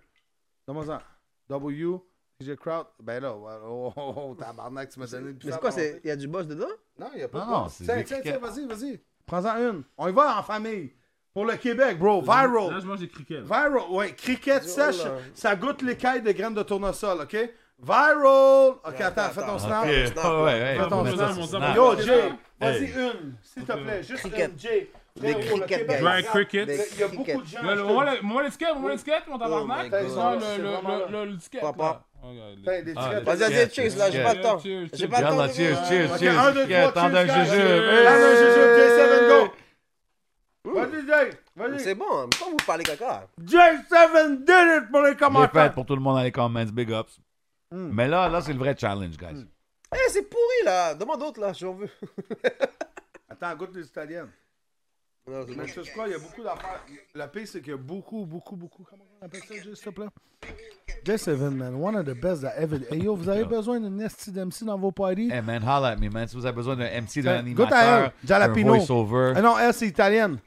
S1: Donne-moi ça. W, TJ Crowd. Ben là, ouais, oh, oh, oh, tabarnak, tu m'as donné le
S6: Mais
S1: puissant
S6: c'est quoi?
S1: à
S6: c'est- Il y a du boss dedans?
S1: Non, il n'y a pas
S3: Non,
S1: de
S3: non,
S1: quoi.
S3: c'est
S1: Tiens,
S3: des
S1: tiens, tiens,
S3: crickets.
S1: vas-y, vas-y. Prends-en une. On y va en famille. Pour le Québec, bro.
S4: Là,
S1: Viral.
S4: je mange des criquets.
S1: Viral. Ouais, cricket
S6: Viral.
S1: sèche. Ça goûte l'écaille de graines de tournesol, OK? Viral. OK, attends, fais ton snap.
S3: Ouais,
S6: snap,
S3: ouais, ouais.
S1: Fais ton
S3: on met ça
S1: snap.
S3: sur
S4: mon
S3: snap.
S1: Yo, Jay, vas-y
S3: Hey.
S1: une, s'il te plaît. Juste
S6: Cricket.
S1: une, Jay.
S6: Des
S1: Frérot, le
S6: cricket,
S1: Québec,
S6: guys.
S4: Dry
S1: regarde.
S4: cricket.
S6: Des-
S1: Il y a beaucoup de gens.
S4: Là, le-
S1: je te
S4: moi, le- moi, le skate, moi, le skate, mon tabarnak.
S6: God.
S4: Ils sont le-
S1: Oh C'est vraiment là.
S4: le- le- le- le skate,
S6: Pas
S4: là.
S6: pas.
S4: Oh, regarde, les-
S1: Putain, Ben, des
S3: Ah,
S1: tickets.
S6: Vas-y, vas-y,
S3: Cricket,
S6: cheers, là, j'ai pas le temps.
S4: Cheers, cheers,
S6: J'ai pas le
S3: Regarde
S6: temps.
S3: là,
S6: de-
S3: cheers, cheers,
S1: Ok,
S3: cheers.
S1: un, deux,
S3: cricket,
S1: trois,
S3: en
S1: cheers,
S3: un
S1: guys.
S3: jujube.
S1: Allez,
S3: Hey.
S1: J7, go! Vas-y, Jay! Vas-y!
S6: Ah, C'est bon, pourquoi vous parlez caca?
S1: J7 did it pour les
S3: J'ai fait
S1: commentaires!
S3: pour tout le monde dans les comments, big ups. Mais là, là, c'est le vrai challenge, guys.
S6: Eh, c'est pourri là. Demande d'autres là, j'en veux.
S1: Attends, goûte les italiennes.
S6: Non, c'est bon.
S1: Mais tu sais quoi, il y a beaucoup d'affaires. Le pire, c'est qu'il y a beaucoup, beaucoup, beaucoup. Comment on appelle ça, Jay, s'il te plaît? Jay Seven, man, one of the best that ever. Hey yo, vous avez besoin d'une nasty d'MC dans vos parties?
S3: Hey man, holla at me, man. Si vous avez besoin d'un MC, d'un
S1: Hey, goûte à elle,
S3: animateur, d'un
S1: Jalapino.
S3: voice-over.
S1: Ah non, elle, c'est italienne.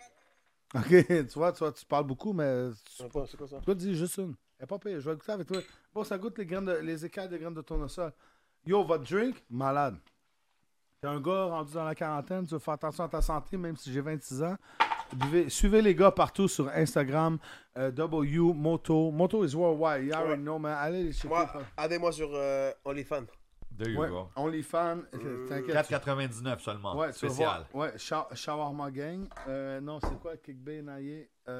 S1: Ok, tu vois, tu vois, tu parles beaucoup, mais tu
S6: C'est quoi- c'est quoi ça?
S1: dois dire juste une. Elle est pas pire, je vais goûter avec toi. Bon, ça goûte les, graines de- les écailles de graines de tournesol. Yo, votre drink, malade. T'es un gars rendu dans la quarantaine, tu veux faire attention à ta santé, même si j'ai 26 ans. Buvez- suivez les gars partout sur Instagram, euh, W Moto. Moto is worldwide, you already know, man. Allez les checker.
S6: Moi, aidez-moi sur euh, OnlyFans.
S3: There you
S1: Ouais,
S3: go. Euh,
S1: OnlyFans, t'inquiète.
S3: 4,99 seulement.
S1: Ouais, tu vas
S3: Spécial.
S1: voir. Ouais, Sha- Shawarma Gang. Euh, non, c'est quoi, Kick Bay, Naye? Euh,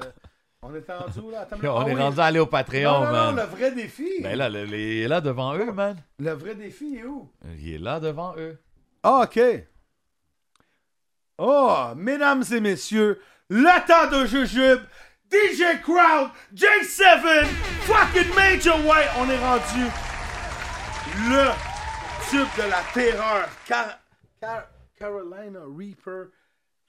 S1: on est rendu où, là? Attends,
S3: Yo, on
S1: ah
S3: est
S1: oui.
S3: rendu à aller au Patreon,
S1: Non, non, non,
S3: man.
S1: le vrai défi.
S3: Ben là, le- le- il est là devant eux, man.
S1: Le vrai défi, il est où?
S3: Il est là devant eux.
S1: Ah, OK. Oh, mesdames et messieurs, le temps de jujube, DJ Crowd, J7, fucking Major White, on est rendu le tube de la terreur. Car- Car- Carolina Reaper,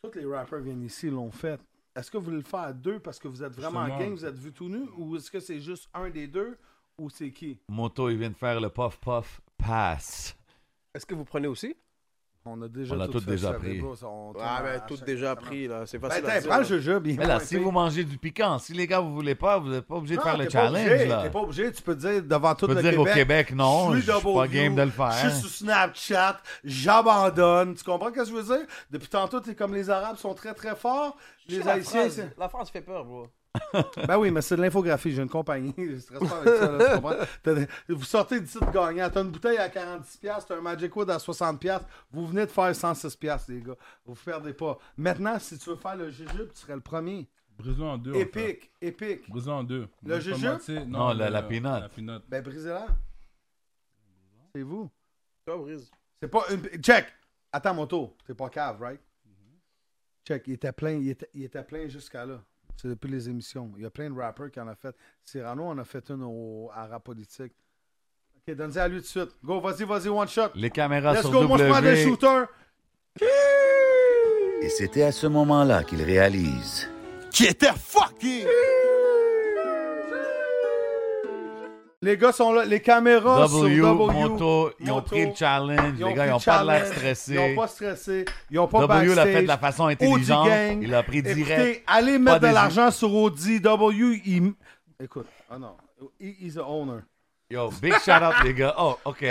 S1: tous les rappers viennent ici, l'ont fait. Est-ce que vous voulez le faire à deux parce que vous êtes vraiment
S4: Justement.
S1: gang, vous êtes vu tout nu, ou est-ce que c'est juste un des deux, ou c'est qui?
S3: Moto, il vient de faire le puff puff pass.
S6: Est-ce que vous prenez aussi?
S1: On a déjà
S3: On l'a
S1: tout
S3: tout
S1: fait
S3: déjà
S1: ça,
S3: pris.
S1: les bros, on tourne
S6: Ah,
S1: à-
S6: ben,
S1: à
S6: tout
S1: chaque-
S6: déjà pris là. C'est
S1: Ben,
S6: facile à
S1: attends,
S6: dire.
S1: prends le
S6: là.
S1: jujube. il est
S3: Mais là,
S1: pas
S3: si
S1: épais.
S3: vous mangez du piquant, si les gars vous voulez pas, vous n'êtes pas obligé de
S1: Non,
S3: faire le
S1: t'es pas
S3: challenge
S1: obligé,
S3: là.
S1: T'es pas obligé, tu peux dire devant tout
S3: Tu peux
S1: le
S3: dire
S1: Québec.
S3: au Québec, non,
S1: suis
S3: je suis
S1: W,
S3: pas game de le faire.
S1: Je suis sur Snapchat, j'abandonne. Tu comprends ce que je veux dire? Depuis tantôt, t'es comme les Arabes sont très très forts. Les
S6: la
S1: Haïtiens.
S6: France, la France fait peur, bro.
S1: c'est- Ben oui, mais c'est de l'infographie. J'ai une compagnie. Je stresse pas avec ça. là, tu comprends? T'as des- Vous sortez d'ici de gagnant. T'as une bouteille à 46$, t'as un Magic Wood à 60$. Vous venez de faire 106$, les gars. Vous perdez pas. Maintenant, si tu veux faire le jujube, tu serais le premier.
S4: Brise-le en deux. on fait.
S1: Épique, épique.
S4: Brise-le en deux.
S1: Le
S4: Laisse pas
S1: jujube?
S4: mentir.
S3: Non, la-
S4: le-
S3: la peanut.
S4: La peanut.
S1: Ben, brisez-la. C'est vous.
S6: Toi, Brise.
S1: C'est pas une. Check! Attends, moto. T'es pas cave, right? Check. Il était plein, il était, il était plein jusqu'à là. C'est depuis les émissions. Il y a plein de rappers qui en ont fait. Cyrano en a fait une au, à Rap Politique. Ok, donne-y à lui tout de suite. Go, vas-y, vas-y, one shot.
S3: Les caméras
S1: Let's
S3: sur
S1: go, moi je prends des
S3: W.
S1: shooters.
S7: Et c'était à ce moment-là qu'il réalise.
S8: Qui était fucké!
S1: Les gars sont là. Les caméras
S3: W,
S1: sur W.
S3: Moto, ils ont
S1: Moto.
S3: pris le challenge.
S1: Ils ont
S3: Les gars,
S1: pris
S3: ils
S1: le
S3: ont pas l'air
S1: challenge. Ils ont
S3: stressés.
S1: pas stressé. Ils ont pas
S3: W l'a fait
S1: backstage.
S3: de la façon
S1: Audi
S3: intelligente.
S1: Gang.
S3: Il l'a pris
S1: Écoutez,
S3: direct.
S1: allez mettre de
S3: des-
S1: l'argent sur Audi. W, il... Écoute, ah non. He- He's the owner.
S3: Yo, big shout out, les gars. Oh, OK.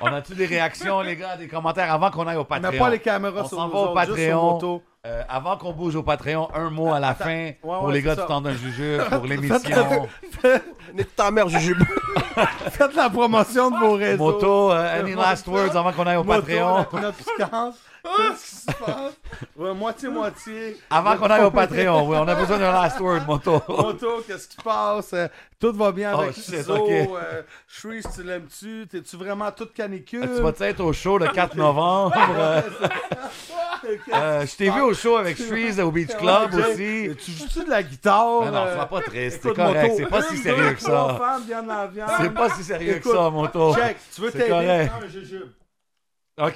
S3: On a-tu des réactions, les gars, des commentaires avant qu'on aille au
S1: On n'a
S3: Patreon?
S1: pas les caméras
S3: On
S1: sur
S3: s'en
S1: nous
S3: va au
S1: autres, juste sur
S3: Patreon.
S1: moto.
S3: Euh, avant qu'on bouge au Patreon, un mot à la fin pour
S1: ouais,
S3: les gars
S1: c'est
S3: du
S1: ça.
S3: temps d'un jugeux, pour l'émission.
S6: Mais ta mère, Jujube.
S1: Faites la promotion de vos réseaux.
S3: Moto, euh, any last words avant qu'on aille au
S1: Moto,
S3: Patreon?
S1: la peanut piquante. Qu'est-ce qui se passe? Ouais, Moitié-moitié.
S3: Avant qu'on aille au Patreon, oui, on a besoin d'un last word, Moto.
S1: Moto, qu'est-ce qui se passe? Euh, tout va bien
S3: Oh,
S1: avec
S3: shit,
S1: Iso.
S3: ok.
S1: Euh, Shreeze, tu l'aimes-tu? T'es-tu vraiment toute canicule?
S3: Ah, Tu vas être au show le 4 novembre. euh, euh, je t'ai vu au show avec Shreeze au Beach Club aussi.
S1: Et Tu joues-tu de la guitare?
S3: Mais non,
S1: Euh,
S3: sois pas triste, c'est
S1: écoute,
S3: correct,
S1: Moto,
S3: c'est pas si
S1: une,
S3: sérieux
S1: deux,
S3: que
S1: trois
S3: ça.
S1: femmes viennent en viande.
S3: C'est pas si sérieux que
S1: Écoute,
S3: ça, Moto.
S1: Check, tu veux
S3: C'est
S1: t'aider?
S3: correct.
S1: Prends un jujube.
S3: OK.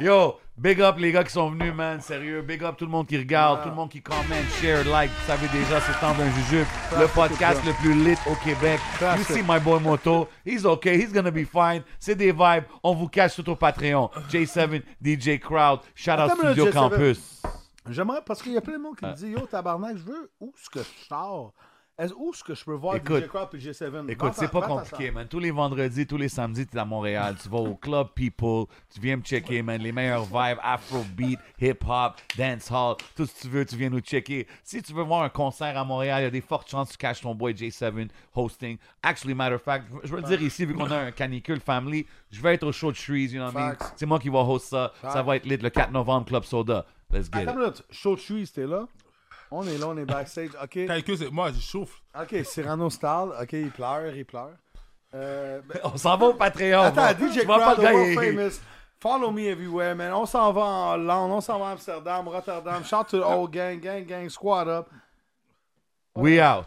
S3: Yo, big up les gars qui sont venus, man. Sérieux, big up tout le monde qui regarde, tout le monde qui commente, share, like. Vous savez déjà, c'est temps d'un jujube. Le podcast le plus lit au Québec. You see my boy Moto. He's okay, he's gonna be fine. C'est des vibes. On vous cache sur au Patreon. J7, DJ Crowd, shout out
S1: Attends une minute,
S3: Studio
S1: J7.
S3: Campus.
S1: J'aimerais, parce qu'il y a plein de monde
S3: Ah.
S1: qui me dit Yo, tabarnak, je veux où est-ce que je sors Est-ce- Où est-ce que je peux voir
S3: Écoute,
S1: DJ Crop et G7
S3: Écoute, c'est
S1: Va-t'en,
S3: pas
S1: va-t'en,
S3: compliqué,
S1: ça.
S3: man. Tous les vendredis, tous les samedis, t'es à Montréal. Tu vas au Club People. Tu viens me checker, man. Les meilleurs vibes, afrobeat, hip-hop, dancehall, tout ce que tu veux, tu viens nous checker. Si tu veux voir un concert à Montréal, il y a des fortes chances que tu caches ton boy J7 hosting. Actually, matter of fact, je veux le dire ici, vu qu'on a un canicule family, je vais être au show de Shrees, you know what I mean?
S1: Facts.
S3: C'est moi qui vais host ça. Ça va être lit le 4 novembre, Club Soda. Let's get
S1: Attends
S3: it.
S1: une minute, Show de Chuis, t'es là On est là, on est backstage. Ok,
S4: Calcul, c'est moi, je chauffe.
S1: ok, Cyrano Style. Ok, il pleure, il pleure. Euh, ben,
S3: On s'en va au Patreon.
S1: Attends,
S3: man.
S1: DJ
S3: Tu vois pas
S1: Crowd,
S3: le
S1: the
S3: gars,
S1: world
S3: il-
S1: famous. Follow me everywhere, man. On s'en va en Hollande, on s'en va à Amsterdam, Rotterdam. Shout to the old gang, gang, gang, squad up.
S3: We out.